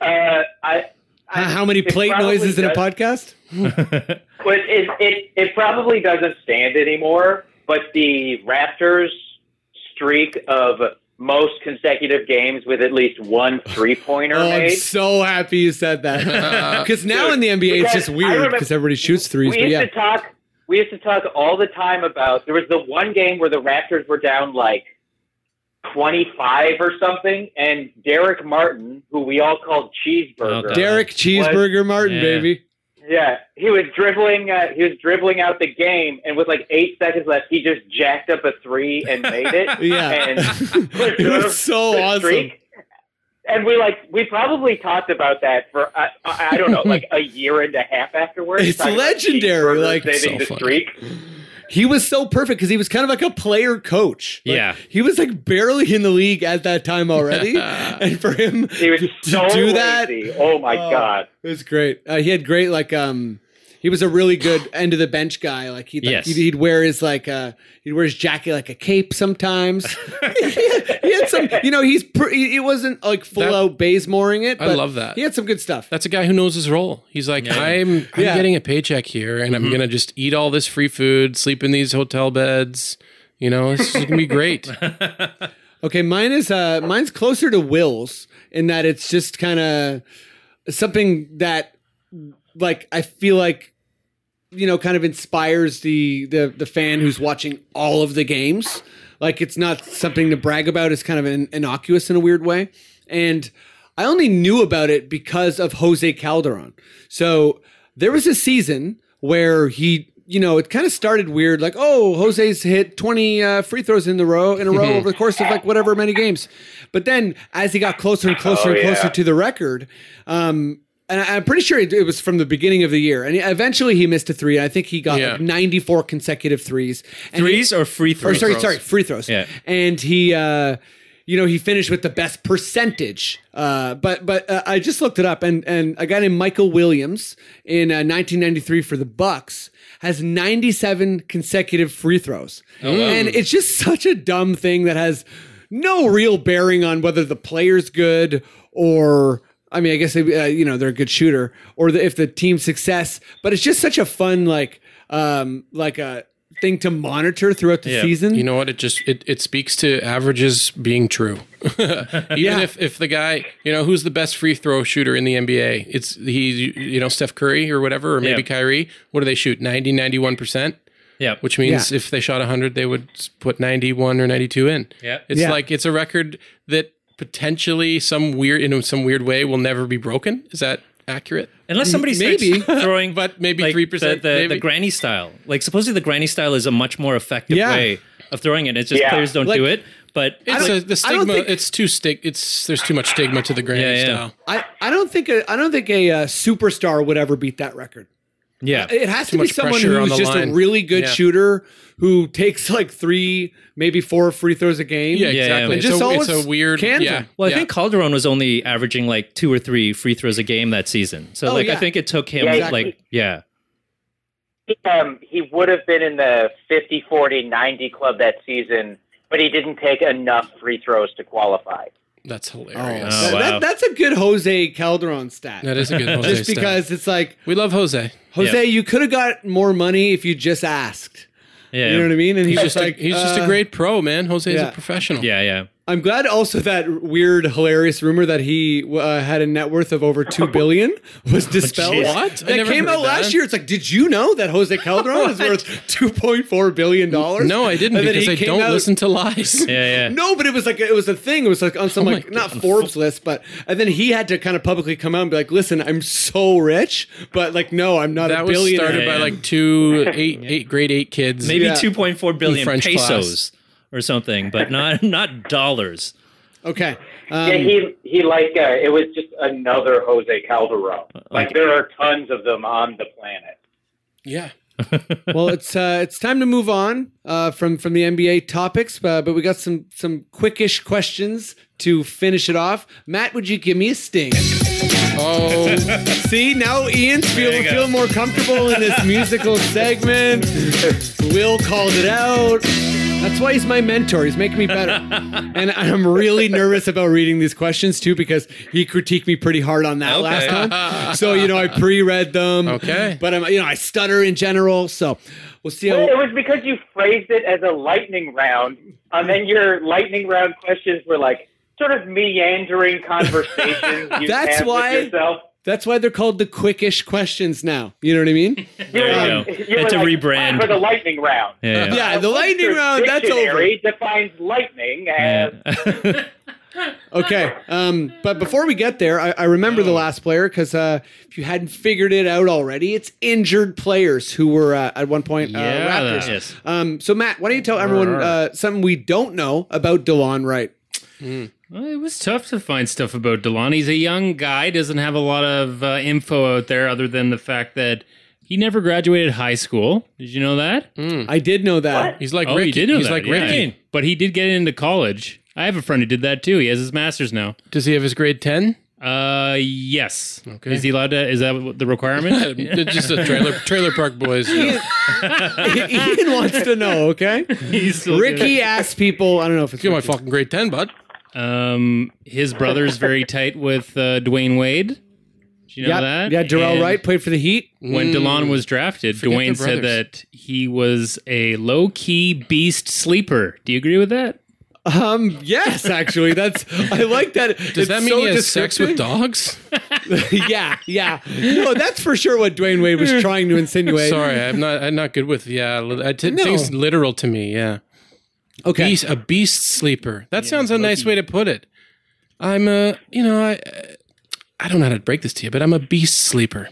[SPEAKER 4] Uh, I, I,
[SPEAKER 1] How- how many
[SPEAKER 4] it
[SPEAKER 1] plate
[SPEAKER 4] probably
[SPEAKER 1] noises in a
[SPEAKER 4] does-
[SPEAKER 1] podcast?
[SPEAKER 4] But it, it, it probably doesn't stand anymore. But the Raptors' streak of most consecutive games with at least one three pointer
[SPEAKER 1] Oh, I'm
[SPEAKER 4] made.
[SPEAKER 1] so happy you said that. Because now in the NBA, it's
[SPEAKER 4] because
[SPEAKER 1] just
[SPEAKER 4] I
[SPEAKER 1] weird
[SPEAKER 4] remember-
[SPEAKER 1] because everybody shoots threes.
[SPEAKER 4] we
[SPEAKER 1] But
[SPEAKER 4] used
[SPEAKER 1] yeah,
[SPEAKER 4] to talk. We used to talk all the time about there was the one game where the Raptors were down like twenty five or something, and Derek Martin, who we all called Cheeseburger,
[SPEAKER 5] Okay.
[SPEAKER 1] Derek Cheeseburger Martin,
[SPEAKER 5] Yeah.
[SPEAKER 1] baby.
[SPEAKER 4] yeah, he was dribbling. Uh, he was dribbling out the game, and with like eight seconds left, he just jacked up a three and made it.
[SPEAKER 1] Yeah.
[SPEAKER 4] and
[SPEAKER 1] it was so
[SPEAKER 4] the
[SPEAKER 1] awesome.
[SPEAKER 4] streak. And we like we probably talked about that for I, I I don't know like a year and a half afterwards.
[SPEAKER 1] It's
[SPEAKER 4] talking about
[SPEAKER 1] legendary,
[SPEAKER 4] Cheeseburger
[SPEAKER 1] like-
[SPEAKER 3] So
[SPEAKER 4] saving the
[SPEAKER 3] funny.
[SPEAKER 4] streak.
[SPEAKER 1] He was so perfect because he was kind of like a player coach. Like,
[SPEAKER 5] Yeah.
[SPEAKER 1] He was like barely in the league at that time already. and for him
[SPEAKER 4] He was
[SPEAKER 1] to, to
[SPEAKER 4] so
[SPEAKER 1] do
[SPEAKER 4] lazy.
[SPEAKER 1] that,
[SPEAKER 4] Oh my
[SPEAKER 1] Oh,
[SPEAKER 4] god!
[SPEAKER 1] It was great. Uh, he had great like um he was a really good end of the bench guy. Like he'd like,
[SPEAKER 5] Yes.
[SPEAKER 1] he'd, he'd wear his like uh he'd wear his jacket like a cape sometimes. he, had, he had some you know he's pr- he, he wasn't like full
[SPEAKER 3] That-
[SPEAKER 1] out Bazemoring it.
[SPEAKER 3] I
[SPEAKER 1] but
[SPEAKER 3] love that.
[SPEAKER 1] He had some good stuff.
[SPEAKER 3] That's a guy who knows his role. He's like, I'm, I'm
[SPEAKER 1] Yeah.
[SPEAKER 3] getting a paycheck here, and
[SPEAKER 5] Mm-hmm.
[SPEAKER 3] I'm gonna just eat all this free food, sleep in these hotel beds. You know, this is gonna be great.
[SPEAKER 1] Okay, mine is uh mine's closer to Will's in that it's just kind of something that like I feel like you know kind of inspires the the the fan who's watching all of the games. Like it's not something to brag about. It's kind of in, innocuous in a weird way. And I only knew about it because of Jose Calderon. So there was a season where he, you know, it kind of started weird, like oh, Jose's hit twenty uh, free throws in the row in a row over the course of like whatever many games. But then as he got closer and closer
[SPEAKER 4] Oh,
[SPEAKER 1] and closer
[SPEAKER 4] yeah.
[SPEAKER 1] to the record, um, and I- I'm pretty sure it, it was from the beginning of the year. And eventually he missed a three. I think he got
[SPEAKER 3] Yeah.
[SPEAKER 1] like 94 consecutive threes. And he-
[SPEAKER 5] Threes or free
[SPEAKER 1] or
[SPEAKER 5] throws?
[SPEAKER 1] Oh, sorry, sorry, free throws.
[SPEAKER 5] Yeah.
[SPEAKER 1] And he, uh, you know, he finished with the best percentage. Uh, but but uh, I just looked it up, and and a guy named Michael Williams in uh, 1993 for the Bucks has 97 consecutive free throws,
[SPEAKER 5] Oh,
[SPEAKER 1] and it's just such a dumb thing that has no real bearing on whether the player's good or. I mean, I guess uh, you know they're a good shooter, or the, if the team's success. But it's just such a fun, like, um, like a thing to monitor throughout the
[SPEAKER 5] Yeah.
[SPEAKER 1] season.
[SPEAKER 3] You know what? It just it, it speaks to averages being true. Even if if the guy, you know, who's the best free throw shooter in the NBA? It's he, you know, Steph Curry or whatever, or maybe
[SPEAKER 5] Yeah.
[SPEAKER 3] Kyrie. What do they shoot? 90, 91 percent.
[SPEAKER 5] Yeah.
[SPEAKER 3] Which means
[SPEAKER 1] Yeah.
[SPEAKER 3] if they shot 100, they would s- put 91 or 92 in.
[SPEAKER 5] Yeah.
[SPEAKER 3] It's
[SPEAKER 1] Yeah.
[SPEAKER 3] like it's a record that potentially some weird in some weird way will never be broken. Is that accurate?
[SPEAKER 5] Unless somebody starts
[SPEAKER 1] maybe.
[SPEAKER 5] throwing,
[SPEAKER 3] But maybe
[SPEAKER 5] like,
[SPEAKER 3] 3%,
[SPEAKER 5] The, the,
[SPEAKER 3] maybe.
[SPEAKER 5] the granny style, like supposedly the granny style is a much more effective
[SPEAKER 1] Yeah.
[SPEAKER 5] way of throwing it. It's just
[SPEAKER 4] Yeah.
[SPEAKER 5] players don't
[SPEAKER 1] Like-
[SPEAKER 5] do it, but
[SPEAKER 3] It's
[SPEAKER 1] don't-
[SPEAKER 3] a, the
[SPEAKER 1] I don't
[SPEAKER 3] stigma.
[SPEAKER 1] think-
[SPEAKER 3] it's too stig. It's there's too much stigma to the granny
[SPEAKER 5] Yeah, yeah.
[SPEAKER 3] style.
[SPEAKER 1] I, I don't think a, I don't think a, uh superstar would ever beat that record.
[SPEAKER 5] yeah,
[SPEAKER 1] It has to be
[SPEAKER 3] much
[SPEAKER 1] someone
[SPEAKER 3] pressure on
[SPEAKER 1] who's
[SPEAKER 3] the
[SPEAKER 1] just
[SPEAKER 3] line.
[SPEAKER 1] a really good
[SPEAKER 3] Yeah.
[SPEAKER 1] shooter who takes like three, maybe four free throws a game.
[SPEAKER 3] Yeah,
[SPEAKER 5] yeah.
[SPEAKER 3] exactly.
[SPEAKER 5] And
[SPEAKER 3] It's,
[SPEAKER 1] just
[SPEAKER 3] a, it's
[SPEAKER 1] always
[SPEAKER 3] a weird.
[SPEAKER 1] can
[SPEAKER 3] yeah,
[SPEAKER 1] them.
[SPEAKER 5] Well, I
[SPEAKER 3] yeah.
[SPEAKER 5] think Calderon was only averaging like two or three free throws a game that season. So,
[SPEAKER 1] Oh,
[SPEAKER 5] like, I
[SPEAKER 1] yeah.
[SPEAKER 5] think it took him,
[SPEAKER 4] Yeah, exactly.
[SPEAKER 5] like, yeah,
[SPEAKER 4] um, he would have been in the 50 40 90 club that season, but he didn't take enough free throws to qualify.
[SPEAKER 3] that's
[SPEAKER 1] Oh,
[SPEAKER 3] hilarious.
[SPEAKER 1] that-
[SPEAKER 5] wow.
[SPEAKER 1] that- that's a good Jose Calderon stat.
[SPEAKER 3] That is a good Jose.
[SPEAKER 1] just because it's like
[SPEAKER 3] we love Jose.
[SPEAKER 1] Jose, you could have got more money if you just asked.
[SPEAKER 5] yeah,
[SPEAKER 1] You know what I mean? And
[SPEAKER 3] He's
[SPEAKER 1] he's
[SPEAKER 3] just
[SPEAKER 1] like,
[SPEAKER 3] a, he's just a
[SPEAKER 1] uh,
[SPEAKER 3] great pro man. Jose is
[SPEAKER 1] yeah.
[SPEAKER 3] a professional.
[SPEAKER 5] yeah, yeah.
[SPEAKER 1] I'm glad also that weird, hilarious rumor that he uh, had a net worth of over
[SPEAKER 3] Oh.
[SPEAKER 1] two billion was dispelled.
[SPEAKER 5] jeez.
[SPEAKER 3] What? I
[SPEAKER 1] That
[SPEAKER 3] never
[SPEAKER 1] came
[SPEAKER 3] heard
[SPEAKER 1] out last
[SPEAKER 3] that.
[SPEAKER 1] year. It's like, did you know that Jose Calderon is worth two point four billion dollars?
[SPEAKER 3] No, I didn't
[SPEAKER 1] And then
[SPEAKER 3] because
[SPEAKER 1] he
[SPEAKER 3] I
[SPEAKER 1] came
[SPEAKER 3] don't
[SPEAKER 1] out-
[SPEAKER 3] listen to lies.
[SPEAKER 5] Yeah, yeah.
[SPEAKER 1] No, but it was like it was a thing. It was like on some
[SPEAKER 3] Oh my
[SPEAKER 1] like not Forbes list, but and then he had to kind of publicly come out and be like, "Listen, I'm so rich, but like, no, I'm not
[SPEAKER 3] That
[SPEAKER 1] a
[SPEAKER 3] was
[SPEAKER 1] billionaire."
[SPEAKER 3] started by
[SPEAKER 5] Yeah.
[SPEAKER 3] like two eight eight grade eight kids.
[SPEAKER 5] Maybe
[SPEAKER 1] Yeah.
[SPEAKER 5] 2.4 billion
[SPEAKER 3] French class.
[SPEAKER 5] pesos or something, but not not dollars.
[SPEAKER 1] Okay, um,
[SPEAKER 4] yeah, he he like uh, it was just another Jose Calderon.
[SPEAKER 1] Uh,
[SPEAKER 4] Like there are tons of them on the planet.
[SPEAKER 3] Yeah.
[SPEAKER 1] well, it's uh, it's time to move on uh, from from the NBA topics, uh, but we got some some quickish questions to finish it off. Matt, would you give me a sting?
[SPEAKER 3] Oh,
[SPEAKER 1] See, now Ian's feel
[SPEAKER 5] you go.
[SPEAKER 1] feel more comfortable in this musical segment. Will called it out. That's why he's my mentor. He's making me better. and I'm really nervous about reading these questions too because he critiqued me pretty hard on that
[SPEAKER 5] Okay.
[SPEAKER 1] last time. So, you know, I pre-read them.
[SPEAKER 3] Okay.
[SPEAKER 1] But I'm you know, I stutter in general, so we'll see how
[SPEAKER 4] Well, it was because you phrased it as a lightning round, and then your lightning round questions were like sort of meandering conversations. You
[SPEAKER 1] That's
[SPEAKER 4] have
[SPEAKER 1] why-
[SPEAKER 4] With yourself.
[SPEAKER 1] That's why they're called the quickish questions now. You know what I mean?
[SPEAKER 5] There you go. Had to rebrand.
[SPEAKER 4] for the lightning round.
[SPEAKER 5] Yeah, yeah.
[SPEAKER 1] yeah, the lightning
[SPEAKER 4] Webster's
[SPEAKER 1] round, that's over.
[SPEAKER 4] dictionary defines lightning as
[SPEAKER 5] yeah.
[SPEAKER 1] Okay. Um, but before we get there, I, I remember the last player because uh, if you hadn't figured it out already, it's injured players who were uh, at one point uh, Raptors.
[SPEAKER 5] yes.
[SPEAKER 1] Um, so, Matt, why don't you tell everyone uh, something we don't know about DeLon Wright?
[SPEAKER 2] Well, it was tough to find stuff about Delon. He's a young guy, doesn't have a lot of uh, info out there other than the fact that he never graduated high school. Did you know that?
[SPEAKER 1] I did know that.
[SPEAKER 3] he's like
[SPEAKER 2] oh,
[SPEAKER 3] Ricky.
[SPEAKER 2] he did know
[SPEAKER 3] he's
[SPEAKER 2] that.
[SPEAKER 3] like
[SPEAKER 2] yeah.
[SPEAKER 3] Ricky.
[SPEAKER 2] But he did get into college. I have a friend who did that too. He has his master's now.
[SPEAKER 3] Does he have his grade ten?
[SPEAKER 2] Uh, yes.
[SPEAKER 3] Okay.
[SPEAKER 2] Is he allowed to? Is that what the requirement?
[SPEAKER 3] Just a trailer trailer park boys.
[SPEAKER 1] Ian wants to know, okay?
[SPEAKER 2] He's still doing
[SPEAKER 1] Ricky asks people, I don't know if it's
[SPEAKER 3] You're my
[SPEAKER 1] Ricky.
[SPEAKER 3] fucking grade ten, bud.
[SPEAKER 2] it. Um, his brother's very tight with uh, Dwayne Wade. Did you know
[SPEAKER 1] Yeah,
[SPEAKER 2] that?
[SPEAKER 1] yeah, Darrell
[SPEAKER 2] And-
[SPEAKER 1] Wright Mm. played for the Heat.
[SPEAKER 2] when DeLon was drafted,
[SPEAKER 3] Forget
[SPEAKER 2] Dwayne
[SPEAKER 3] the
[SPEAKER 2] said
[SPEAKER 3] brothers.
[SPEAKER 2] that he was a low key beast sleeper. Do you agree with that?
[SPEAKER 1] Um, yes, actually, that's I like that.
[SPEAKER 3] Does that mean he has sex with dogs?
[SPEAKER 1] yeah, yeah. No, that's for sure what Dwayne Wade was trying to insinuate.
[SPEAKER 3] Sorry, I'm not. I'm not good with. Yeah, li- I t- things literal to me. Yeah,
[SPEAKER 1] Okay.
[SPEAKER 3] beast, a beast sleeper. That sounds a nice way to put it. I'm a. You know, I. I don't know how to break this to you, but I'm a beast sleeper.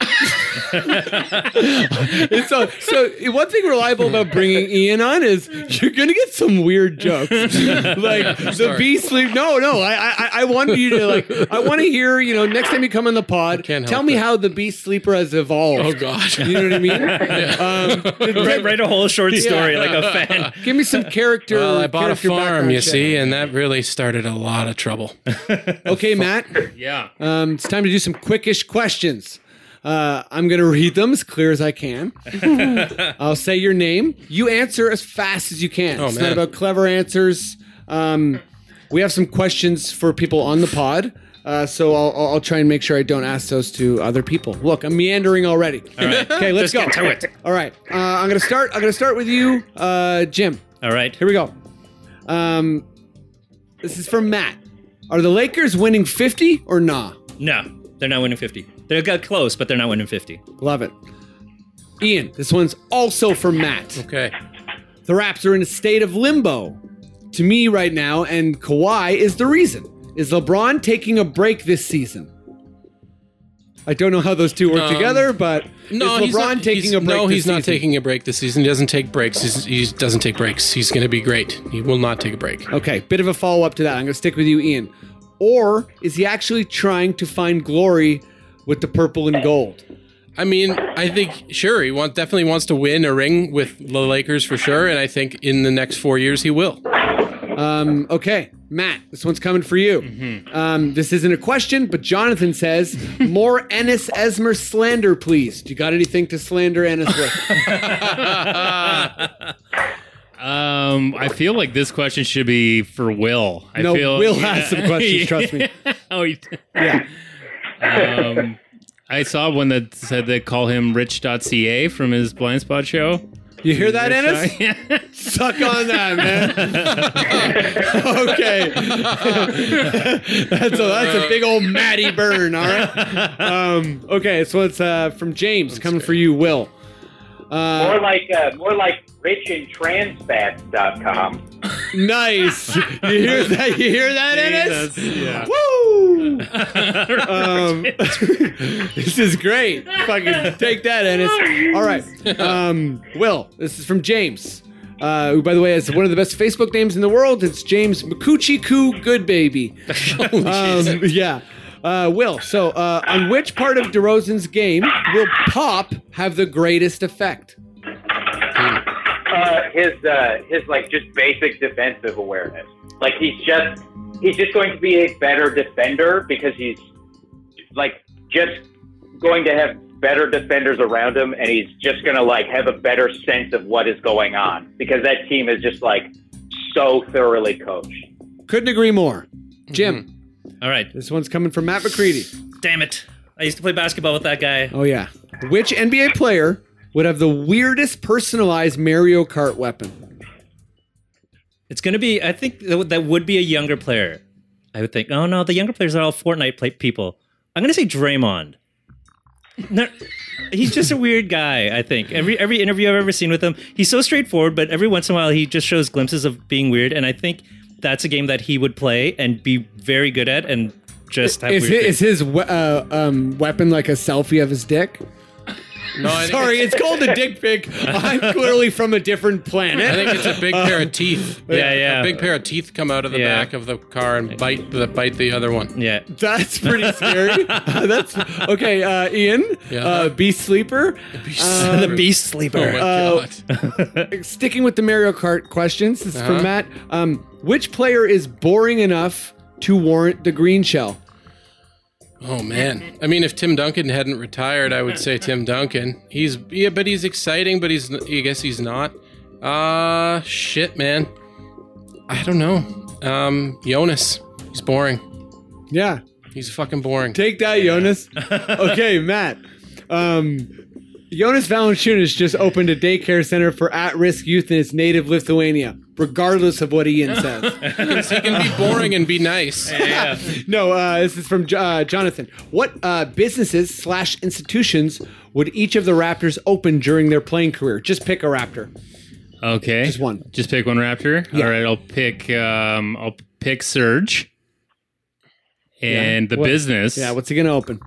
[SPEAKER 1] So, so one thing reliable about bringing Ian on is you're going to get some weird jokes, like the bee sleep. No, no, I, I, I want you to like. I want to hear. You know, next time you come on the pod,
[SPEAKER 3] can't
[SPEAKER 1] tell
[SPEAKER 3] help
[SPEAKER 1] me
[SPEAKER 3] it.
[SPEAKER 1] how the bee sleeper has evolved.
[SPEAKER 3] Oh God.
[SPEAKER 1] You know what I mean? Um,
[SPEAKER 5] write, write a whole short story like a fan.
[SPEAKER 1] give me some character.
[SPEAKER 3] Well, I bought a
[SPEAKER 1] character
[SPEAKER 3] farm,
[SPEAKER 1] background
[SPEAKER 3] you
[SPEAKER 1] check.
[SPEAKER 3] see, and that really started a lot of trouble.
[SPEAKER 1] Okay, Matt.
[SPEAKER 2] Yeah.
[SPEAKER 1] Um, it's time to do some quickish questions. Uh, I'm going to read them as clear as I can. I'll say your name. You answer as fast as you can.
[SPEAKER 3] Oh,
[SPEAKER 1] it's
[SPEAKER 3] man.
[SPEAKER 1] not about clever answers. Um, we have some questions for people on the pod. Uh, so I'll, I'll- I'll try and make sure I don't ask those to other people. Look, I'm meandering already. Okay, let's go.
[SPEAKER 5] Just get to it.
[SPEAKER 1] All right, uh, I'm gonna start. I'm gonna start with you, uh, Jim.
[SPEAKER 5] All right.
[SPEAKER 1] Here we go. Um, this is from Matt. Are the Lakers winning 50 or nah?
[SPEAKER 5] No, they're not winning 50. They
[SPEAKER 2] uh,
[SPEAKER 5] got close, but they're not winning 50.
[SPEAKER 1] Love it. Ian, this one's also from Matt.
[SPEAKER 3] Okay.
[SPEAKER 1] The Raps are in a state of limbo to me right now, and Kawhi is the reason. Is LeBron taking a break this season? I don't know how those two work
[SPEAKER 3] Um,
[SPEAKER 1] together, but
[SPEAKER 3] No,
[SPEAKER 1] is LeBron
[SPEAKER 3] he's not,
[SPEAKER 1] taking
[SPEAKER 3] he's-
[SPEAKER 1] a break?
[SPEAKER 3] No,
[SPEAKER 1] this
[SPEAKER 3] he's not
[SPEAKER 1] season?
[SPEAKER 3] taking a break this season. He doesn't take breaks. He's, he doesn't take breaks. He's going to be great. He will not take a break.
[SPEAKER 1] Okay, bit of a follow up to that. I'm going to stick with you, Ian. Or is he actually trying to find glory with the purple and gold?
[SPEAKER 3] I mean, I think sure he want, definitely wants to win a ring with the Lakers for sure, and I think in the next four years he will.
[SPEAKER 1] Um, okay, Matt, this one's coming for you.
[SPEAKER 2] Mm-hmm.
[SPEAKER 1] Um, this isn't a question, but Jonathan says, "More Ennis Esmer slander, please." Do you got anything to slander Ennis with?
[SPEAKER 2] Um, I feel like this question should be for Will. I
[SPEAKER 1] No,
[SPEAKER 2] feel,
[SPEAKER 1] Will has some questions, trust me.
[SPEAKER 2] oh, he- Um, I saw one that said they call him Rich.ca from his Blind Spot show.
[SPEAKER 1] You hear that, Ennis?
[SPEAKER 2] Yeah.
[SPEAKER 1] Suck on that, man. okay, that's a that's a big old Matty burn. All right. Um, okay, so it's uh, from James coming for you, Will. Uh,
[SPEAKER 4] More like uh, more like richandtransfats.com.
[SPEAKER 1] nice. You hear that? You hear that, Ennis?
[SPEAKER 2] Jesus, yeah.
[SPEAKER 1] Woo! Um, this is great. Fucking take that, Ennis. All right. Um, Will, this is from James. Uh, who, by the way, has one of the best Facebook names in the world. It's James Makuchi Koo Good Baby. um, yeah. Uh, Will, so uh, on which part of DeRozan's game will pop have the greatest effect?
[SPEAKER 4] Uh, his uh, his like just basic defensive awareness. Like he's just he's just going to be a better defender because he's like just going to have better defenders around him, and he's just gonna like have a better sense of what is going on because that team is just like so thoroughly coached.
[SPEAKER 1] Couldn't agree more. Jim,
[SPEAKER 5] All right.
[SPEAKER 1] this one's coming from Matt McCready.
[SPEAKER 5] Damn it. I used to play basketball with that guy.
[SPEAKER 1] Oh yeah. Which NBA player would have the weirdest personalized Mario Kart weapon?
[SPEAKER 5] It's going to be, I think that would- that would be a younger player. I would think, oh no, the younger players are all Fortnite play- people. I'm going to say Draymond. No, he's just a weird guy, I think. Every every interview I've ever seen with him, he's so straightforward, but every once in a while he just shows glimpses of being weird. And I think that's a game that he would play and be very good at and just have
[SPEAKER 1] Is
[SPEAKER 5] weird
[SPEAKER 1] his,
[SPEAKER 5] things.
[SPEAKER 1] is his we- uh, um, weapon like a selfie of his dick?
[SPEAKER 3] No, I,
[SPEAKER 1] Sorry, it's called a dick pic. I'm clearly from a different
[SPEAKER 3] I
[SPEAKER 1] planet.
[SPEAKER 3] think it's a big pair of teeth.
[SPEAKER 5] Yeah, yeah.
[SPEAKER 3] a big pair of teeth come out of the
[SPEAKER 5] Yeah.
[SPEAKER 3] back of the car and bite the bite the other one.
[SPEAKER 5] yeah.
[SPEAKER 1] That's pretty scary. That's okay, uh, Ian.
[SPEAKER 3] Yeah.
[SPEAKER 1] Uh, Beast sleeper.
[SPEAKER 5] Uh, the beast sleeper.
[SPEAKER 3] Oh my
[SPEAKER 1] Uh,
[SPEAKER 3] god!
[SPEAKER 1] Sticking with the Mario Kart questions, this is
[SPEAKER 3] Uh-huh.
[SPEAKER 1] from Matt. Um, which player is boring enough to warrant the green shell?
[SPEAKER 3] Oh man! I mean, if Tim Duncan hadn't retired, I would say Tim Duncan. He's yeah, but he's exciting, but he's I guess he's not. Uh shit, man. I don't know. Um, Jonas, he's boring.
[SPEAKER 1] Yeah,
[SPEAKER 3] He's fucking boring.
[SPEAKER 1] Take that, Jonas. okay, Matt. Um, Jonas Valanciunas just opened a daycare center for at-risk youth in its native Lithuania, regardless of what Ian says.
[SPEAKER 3] he can be boring and be nice.
[SPEAKER 1] no, uh, this is from Jo- uh, Jonathan. What uh, businesses slash institutions would each of the Raptors open during their playing career? Just pick a Raptor.
[SPEAKER 2] Okay.
[SPEAKER 1] Just one.
[SPEAKER 2] Just pick one Raptor. All right, I'll pick um I'll pick Surge. And the
[SPEAKER 1] What-
[SPEAKER 2] business.
[SPEAKER 1] Yeah, what's he gonna open?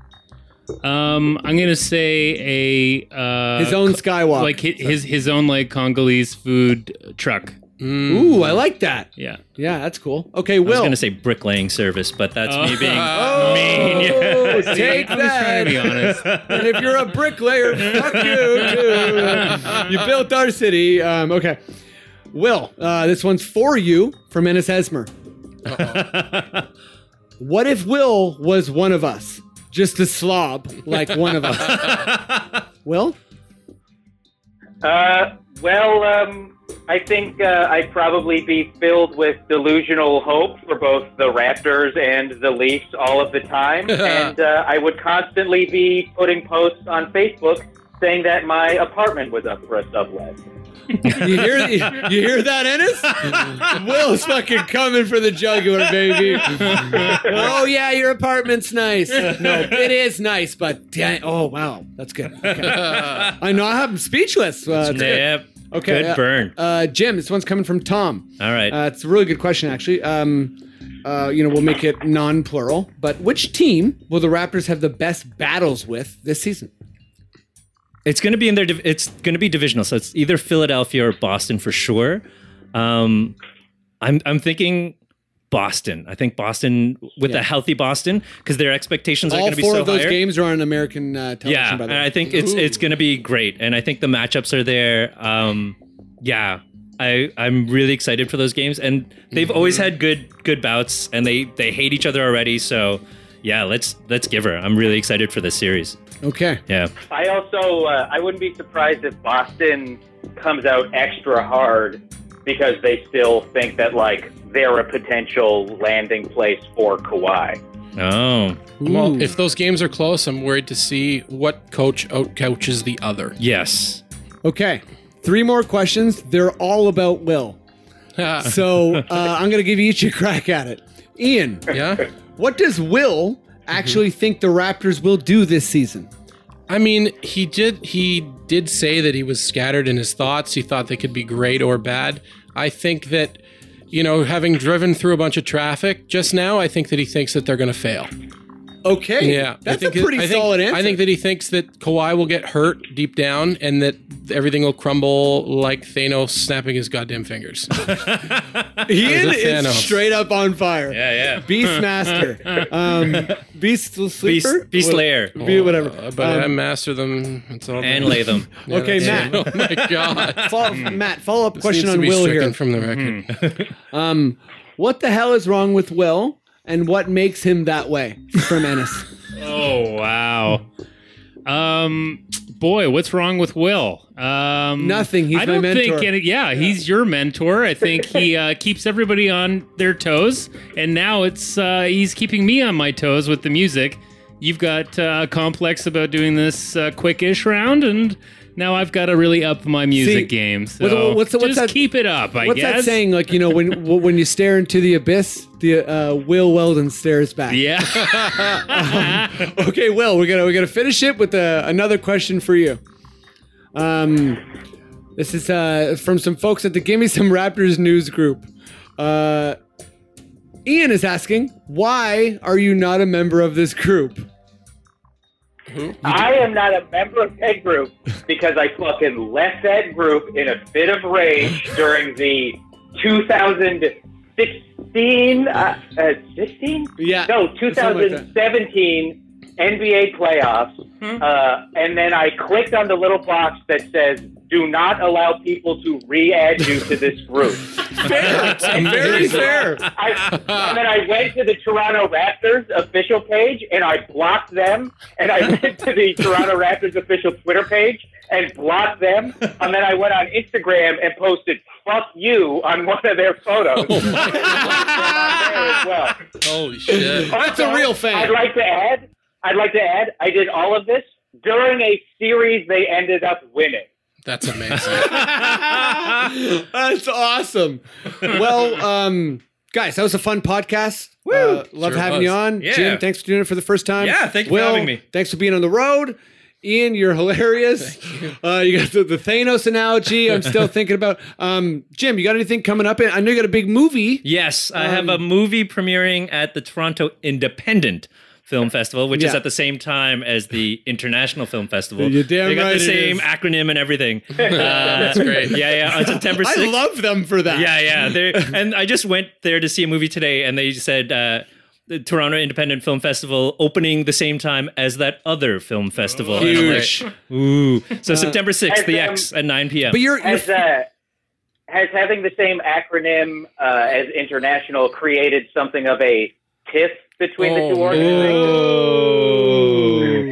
[SPEAKER 2] Um, I'm gonna say a uh,
[SPEAKER 1] His own Skywalk.
[SPEAKER 2] like his, his his own like Congolese food truck. hmm.
[SPEAKER 1] Ooh, I like that.
[SPEAKER 2] Yeah,
[SPEAKER 1] Yeah, that's cool. Okay,
[SPEAKER 5] I was
[SPEAKER 1] Will.
[SPEAKER 5] going to say bricklaying service, but that's me being
[SPEAKER 1] Oh,
[SPEAKER 5] mean.
[SPEAKER 1] take
[SPEAKER 2] uh, I'm just trying to be
[SPEAKER 1] that.
[SPEAKER 2] honest.
[SPEAKER 1] and if you're a bricklayer, fuck you too. You built our city. Um, okay. Will, uh, this one's for you from Ennis Esmer. what if Will was one of us? Just a slob like one of us. Will?
[SPEAKER 4] Uh, well, um, I think uh, I'd probably be filled with delusional hope for both the Raptors and the Leafs all of the time, and uh, I would constantly be putting posts on Facebook saying that my apartment was up for a sublet.
[SPEAKER 1] You hear, you hear that, Ennis? Will's fucking coming for the jugular, baby. oh, yeah, your apartment's nice. No, it is nice, but dang, oh, wow. That's good. Okay. I know I'm speechless. Uh, it's good.
[SPEAKER 5] Yep.
[SPEAKER 1] Okay,
[SPEAKER 5] Good
[SPEAKER 1] uh,
[SPEAKER 5] burn.
[SPEAKER 1] Uh, Jim, this one's coming from Tom.
[SPEAKER 5] All right.
[SPEAKER 1] Uh, it's a really good question, actually. Um, uh, you know, we'll make it non-plural. But which team will the Raptors have the best battles with this season?
[SPEAKER 5] It's going to be in their. div- It's going to be divisional, so it's either Philadelphia or Boston for sure. Um, I'm I'm thinking Boston. I think Boston with a healthy Boston because their expectations are
[SPEAKER 1] All
[SPEAKER 5] going to be
[SPEAKER 1] four
[SPEAKER 5] so
[SPEAKER 1] of those
[SPEAKER 5] higher.
[SPEAKER 1] games are on American uh, television.
[SPEAKER 5] yeah,
[SPEAKER 1] by
[SPEAKER 5] and
[SPEAKER 1] the way.
[SPEAKER 5] I think it's it's going to be great, and I think the matchups are there. Um, yeah, I I'm really excited for those games, and they've
[SPEAKER 1] Mm-hmm.
[SPEAKER 5] always had good good bouts, and they they hate each other already. So yeah, let's let's give her. I'm really excited for this series.
[SPEAKER 1] okay.
[SPEAKER 5] Yeah,
[SPEAKER 4] I also uh, I wouldn't be surprised if Boston comes out extra hard because they still think that like they're a potential landing place for Kawhi.
[SPEAKER 5] oh
[SPEAKER 3] Well, if those games are close, I'm worried to see what coach outcoaches the other.
[SPEAKER 5] yes,
[SPEAKER 1] Okay. Three more questions. They're all about Will. So uh, I'm going to give each a crack at it. Ian,
[SPEAKER 3] yeah.
[SPEAKER 1] what does Will actually
[SPEAKER 3] Mm-hmm.
[SPEAKER 1] think the Raptors will do this season?
[SPEAKER 3] I mean, he did he did say that he was scattered in his thoughts. He thought they could be great or bad. I think that you know, having driven through a bunch of traffic just now, I think that he thinks that they're going to fail.
[SPEAKER 1] Okay.
[SPEAKER 3] Yeah, I
[SPEAKER 1] That's a
[SPEAKER 3] think it-
[SPEAKER 1] pretty
[SPEAKER 3] I think-
[SPEAKER 1] solid answer.
[SPEAKER 3] I think that he thinks that Kawhi will get hurt deep down, and that everything will crumble like Thanos snapping his goddamn fingers.
[SPEAKER 1] Ian
[SPEAKER 3] That was a
[SPEAKER 1] is
[SPEAKER 3] Thanos.
[SPEAKER 1] straight up on fire.
[SPEAKER 5] yeah,
[SPEAKER 1] Beastmaster. um, beast Sleeper?
[SPEAKER 5] Beast, Beast
[SPEAKER 1] What-
[SPEAKER 5] Lair
[SPEAKER 1] Be whatever. Um,
[SPEAKER 3] Uh, but I master them. It's all
[SPEAKER 5] and
[SPEAKER 3] good.
[SPEAKER 5] Latham.
[SPEAKER 3] Yeah,
[SPEAKER 1] Okay,
[SPEAKER 3] that's-
[SPEAKER 1] Matt.
[SPEAKER 3] Oh my god.
[SPEAKER 1] Follow, Matt, follow up
[SPEAKER 3] Seems
[SPEAKER 1] question
[SPEAKER 3] to
[SPEAKER 1] on
[SPEAKER 3] be
[SPEAKER 1] Will
[SPEAKER 3] stricken
[SPEAKER 1] here.
[SPEAKER 3] from the record.
[SPEAKER 1] um, what the hell is wrong with Will and what makes him that way? From Ennis.
[SPEAKER 2] Oh wow. Um, boy, what's wrong with Will? Um,
[SPEAKER 1] Nothing. He's
[SPEAKER 2] I
[SPEAKER 1] my
[SPEAKER 2] don't
[SPEAKER 1] mentor.
[SPEAKER 2] think. Any, yeah, he's your mentor. I think he uh, keeps everybody on their toes, and now it's uh, he's keeping me on my toes with the music. You've got uh, complex about doing this uh, quickish round, and now I've got to really up my music
[SPEAKER 1] See,
[SPEAKER 2] game. So
[SPEAKER 1] what's- what's
[SPEAKER 2] just
[SPEAKER 1] that-
[SPEAKER 2] keep it up. I
[SPEAKER 1] What's
[SPEAKER 2] guess.
[SPEAKER 1] that saying? Like you know, when w- when you stare into the abyss, the uh, Will Weldon stares back. Um,
[SPEAKER 2] Yeah.
[SPEAKER 1] Okay, Will, we're gonna we're gonna finish it with uh another question for you. Um, this is uh, from some folks at the Gimme Some Raptors news group. Uh, Ian is asking, why are you not a member of this group?
[SPEAKER 4] I am not a member of that group because I fucking left that group in a fit of rage during the 2016, uh, uh, 16?
[SPEAKER 1] Yeah,
[SPEAKER 4] No,
[SPEAKER 1] something like
[SPEAKER 4] 2017 NBA playoffs. Uh, and then I clicked on the little box that says, do not allow people to re-add you to this group.
[SPEAKER 1] Very fair.
[SPEAKER 4] I, and then I went to the Toronto Raptors official page and I blocked them. And I went to the Toronto Raptors official Twitter page and blocked them. And then I went on Instagram and posted "fuck you" on one of their photos.
[SPEAKER 1] Oh
[SPEAKER 4] as well.
[SPEAKER 3] Holy shit.
[SPEAKER 1] That's a real fan.
[SPEAKER 4] I'd like to add. I'd like to add. I did all of this during a series they ended up winning.
[SPEAKER 3] That's amazing.
[SPEAKER 1] That's awesome. Well, um, guys, that was a fun podcast. Woo! love
[SPEAKER 3] Sure
[SPEAKER 1] having
[SPEAKER 3] was.
[SPEAKER 1] you on.
[SPEAKER 5] Yeah.
[SPEAKER 1] Jim, thanks for doing it for the first time.
[SPEAKER 5] Yeah, thank you for
[SPEAKER 1] Will,
[SPEAKER 5] having me.
[SPEAKER 1] Thanks for being on the road. Ian, you're hilarious. Uh, you got the, the Thanos analogy. I'm still thinking about. Um, Jim, you got anything coming up? I know you got a big movie.
[SPEAKER 5] Yes, I have a
[SPEAKER 1] Um,
[SPEAKER 5] movie premiering at the Toronto Independent Film Festival, which is
[SPEAKER 1] Yeah.
[SPEAKER 5] at the same time as the International Film Festival.
[SPEAKER 1] You're damn
[SPEAKER 5] they got
[SPEAKER 1] right it
[SPEAKER 5] the same
[SPEAKER 1] is.
[SPEAKER 5] acronym and everything. That's
[SPEAKER 3] great.
[SPEAKER 5] Yeah, yeah. On September 6th.
[SPEAKER 1] I love them for that.
[SPEAKER 5] yeah, yeah. They're- and I just went there to see a movie today, and they said uh, the Toronto Independent Film Festival opening the same time as that other film festival. And I'm like,
[SPEAKER 3] Huge.
[SPEAKER 5] Ooh. So September 6th, the
[SPEAKER 4] um,
[SPEAKER 5] X at 9 p.m.
[SPEAKER 1] Uh, But you're, you're
[SPEAKER 4] Has uh, has having the same acronym uh, as international created something of a tiff between the two
[SPEAKER 3] Oh,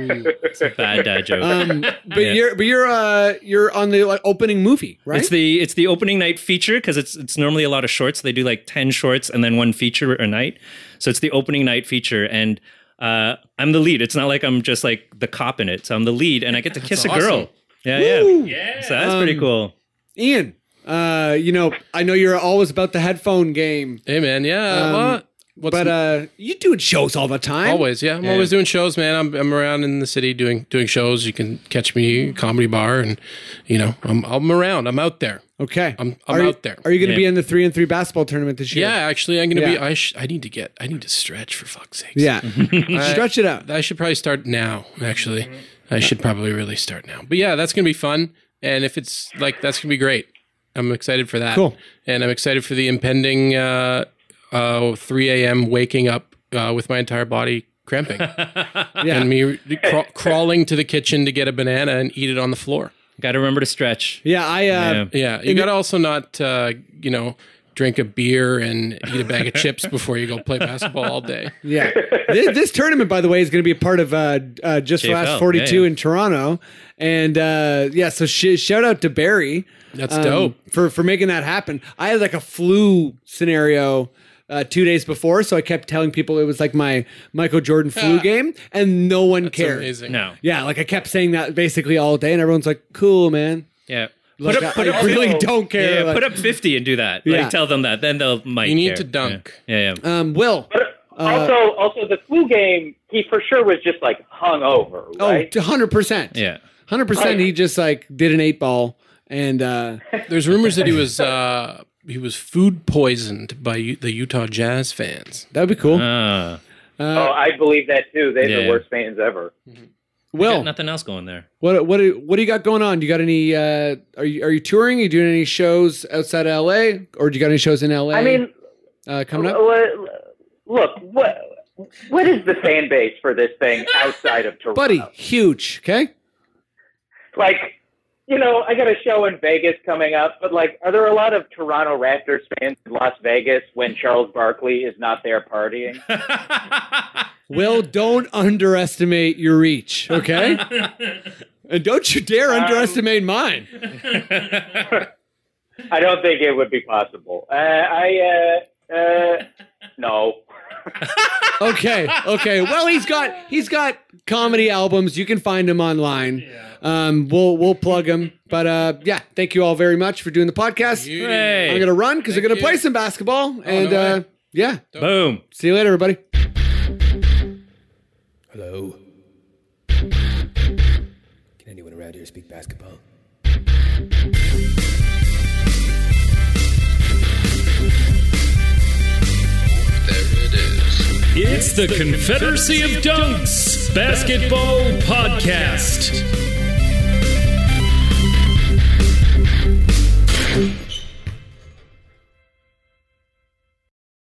[SPEAKER 4] organizations?
[SPEAKER 5] Bad dad joke.
[SPEAKER 1] Oh. um, but
[SPEAKER 5] Yeah.
[SPEAKER 1] you're, but you're, uh, you're on the like, opening movie, right?
[SPEAKER 5] It's the it's the opening night feature because it's it's normally a lot of shorts. They do like ten shorts and then one feature a night. So it's the opening night feature, and uh, I'm the lead. It's not like I'm just like the cop in it. So I'm the lead, and I get to kiss a
[SPEAKER 3] awesome.
[SPEAKER 5] girl. Yeah, yeah, yeah. So that's
[SPEAKER 1] Um,
[SPEAKER 5] pretty cool.
[SPEAKER 1] Ian, uh, you know, I know you're always about the headphone game.
[SPEAKER 3] Hey man, yeah.
[SPEAKER 1] Um,
[SPEAKER 3] well, What's
[SPEAKER 1] But uh, you doing shows all the time.
[SPEAKER 3] always, yeah, I'm always doing shows, man. I'm I'm around in the city doing doing shows. You can catch me comedy bar, and you know I'm I'm around. I'm out there.
[SPEAKER 1] Okay.
[SPEAKER 3] I'm- I'm
[SPEAKER 1] Are you-
[SPEAKER 3] out there.
[SPEAKER 1] Are you going to be
[SPEAKER 5] Yeah.
[SPEAKER 1] in the three and three basketball tournament this year?
[SPEAKER 3] Yeah, actually, I'm gonna be.
[SPEAKER 1] Yeah.
[SPEAKER 3] I sh- I need to get. I need to stretch for fuck's sake.
[SPEAKER 1] Yeah. Stretch it out.
[SPEAKER 3] I should probably start now. Actually, I should probably really start now. But yeah, that's gonna be fun, and if it's like that's gonna be great. I'm excited for that.
[SPEAKER 1] Cool.
[SPEAKER 3] and I'm excited for the impending uh, uh, 3 a.m. waking up uh, with my entire body cramping
[SPEAKER 1] Yeah.
[SPEAKER 3] and me craw- crawling to the kitchen to get a banana and eat it on the floor.
[SPEAKER 5] Got to remember to stretch.
[SPEAKER 1] yeah. I, uh,
[SPEAKER 5] Yeah.
[SPEAKER 3] Yeah, you got to also not, uh, you know, drink a beer and eat a bag of chips before you go play basketball all day.
[SPEAKER 1] Yeah. this, this tournament, by the way, is going to be a part of uh, uh, Just for
[SPEAKER 5] JFL,
[SPEAKER 1] Last 42
[SPEAKER 5] yeah, yeah.
[SPEAKER 1] in Toronto. And uh, yeah, so sh- shout out to Barry. Um,
[SPEAKER 3] That's dope.
[SPEAKER 1] For, for making that happen. I had like a flu scenario. Uh, two days before, so I kept telling people it was like my Michael Jordan flu game, and no one
[SPEAKER 3] It's
[SPEAKER 1] cared.
[SPEAKER 3] amazing.
[SPEAKER 5] No.
[SPEAKER 1] Yeah, like I kept saying that basically all day, and everyone's like, "Cool, man."
[SPEAKER 5] Yeah.
[SPEAKER 1] Like,
[SPEAKER 5] Put up, put
[SPEAKER 1] I
[SPEAKER 5] up
[SPEAKER 1] really
[SPEAKER 5] 50.
[SPEAKER 1] don't care.
[SPEAKER 5] Yeah, yeah,
[SPEAKER 1] like-
[SPEAKER 5] put up 50 and do that. Like,
[SPEAKER 1] Yeah.
[SPEAKER 5] tell them that. Then they'll might
[SPEAKER 3] You need
[SPEAKER 5] care.
[SPEAKER 3] to dunk.
[SPEAKER 5] Yeah, yeah. yeah.
[SPEAKER 1] Um, Will.
[SPEAKER 4] But also, also the flu game, he for sure was just like hung over,
[SPEAKER 1] Oh,
[SPEAKER 4] right?
[SPEAKER 1] 100%.
[SPEAKER 5] Yeah.
[SPEAKER 1] 100% he just like did an eight ball and uh
[SPEAKER 3] There's rumors that he was uh, he was food poisoned by U- the Utah Jazz fans.
[SPEAKER 1] that would be cool. Uh,
[SPEAKER 5] Ah.
[SPEAKER 4] oh, I believe that too. They're
[SPEAKER 5] Yeah.
[SPEAKER 4] the worst fans ever.
[SPEAKER 1] Will,
[SPEAKER 5] nothing else going there.
[SPEAKER 1] what what do- what do you got going on? You got any uh are you are you touring? Are you doing any shows outside of LA or do you got any shows in LA
[SPEAKER 4] I mean, oh,
[SPEAKER 1] uh coming up?
[SPEAKER 4] l- l- look, what what is the fan base for this thing outside of Toronto?
[SPEAKER 1] Buddy, huge, okay?
[SPEAKER 4] like you know i got a show in vegas coming up but like are there a lot of toronto raptors fans in las vegas when charles barkley is not there partying
[SPEAKER 1] Will, don't underestimate your reach, okay? and don't you dare
[SPEAKER 4] Um,
[SPEAKER 1] underestimate mine.
[SPEAKER 4] i don't think it would be possible uh, i uh, uh, no
[SPEAKER 1] okay okay well he's got he's got comedy albums you can find him online um we'll we'll plug him but uh yeah thank you all very much for doing the podcast
[SPEAKER 5] Hooray.
[SPEAKER 1] i'm gonna run because we're gonna
[SPEAKER 3] Thank
[SPEAKER 1] play
[SPEAKER 3] you.
[SPEAKER 1] some basketball and
[SPEAKER 3] no
[SPEAKER 1] uh
[SPEAKER 3] way.
[SPEAKER 1] yeah
[SPEAKER 5] Boom.
[SPEAKER 1] see you later everybody
[SPEAKER 8] Hello? Can anyone around here speak basketball?
[SPEAKER 9] There it is.
[SPEAKER 7] It's the Confederacy of Dunks Basketball Podcast.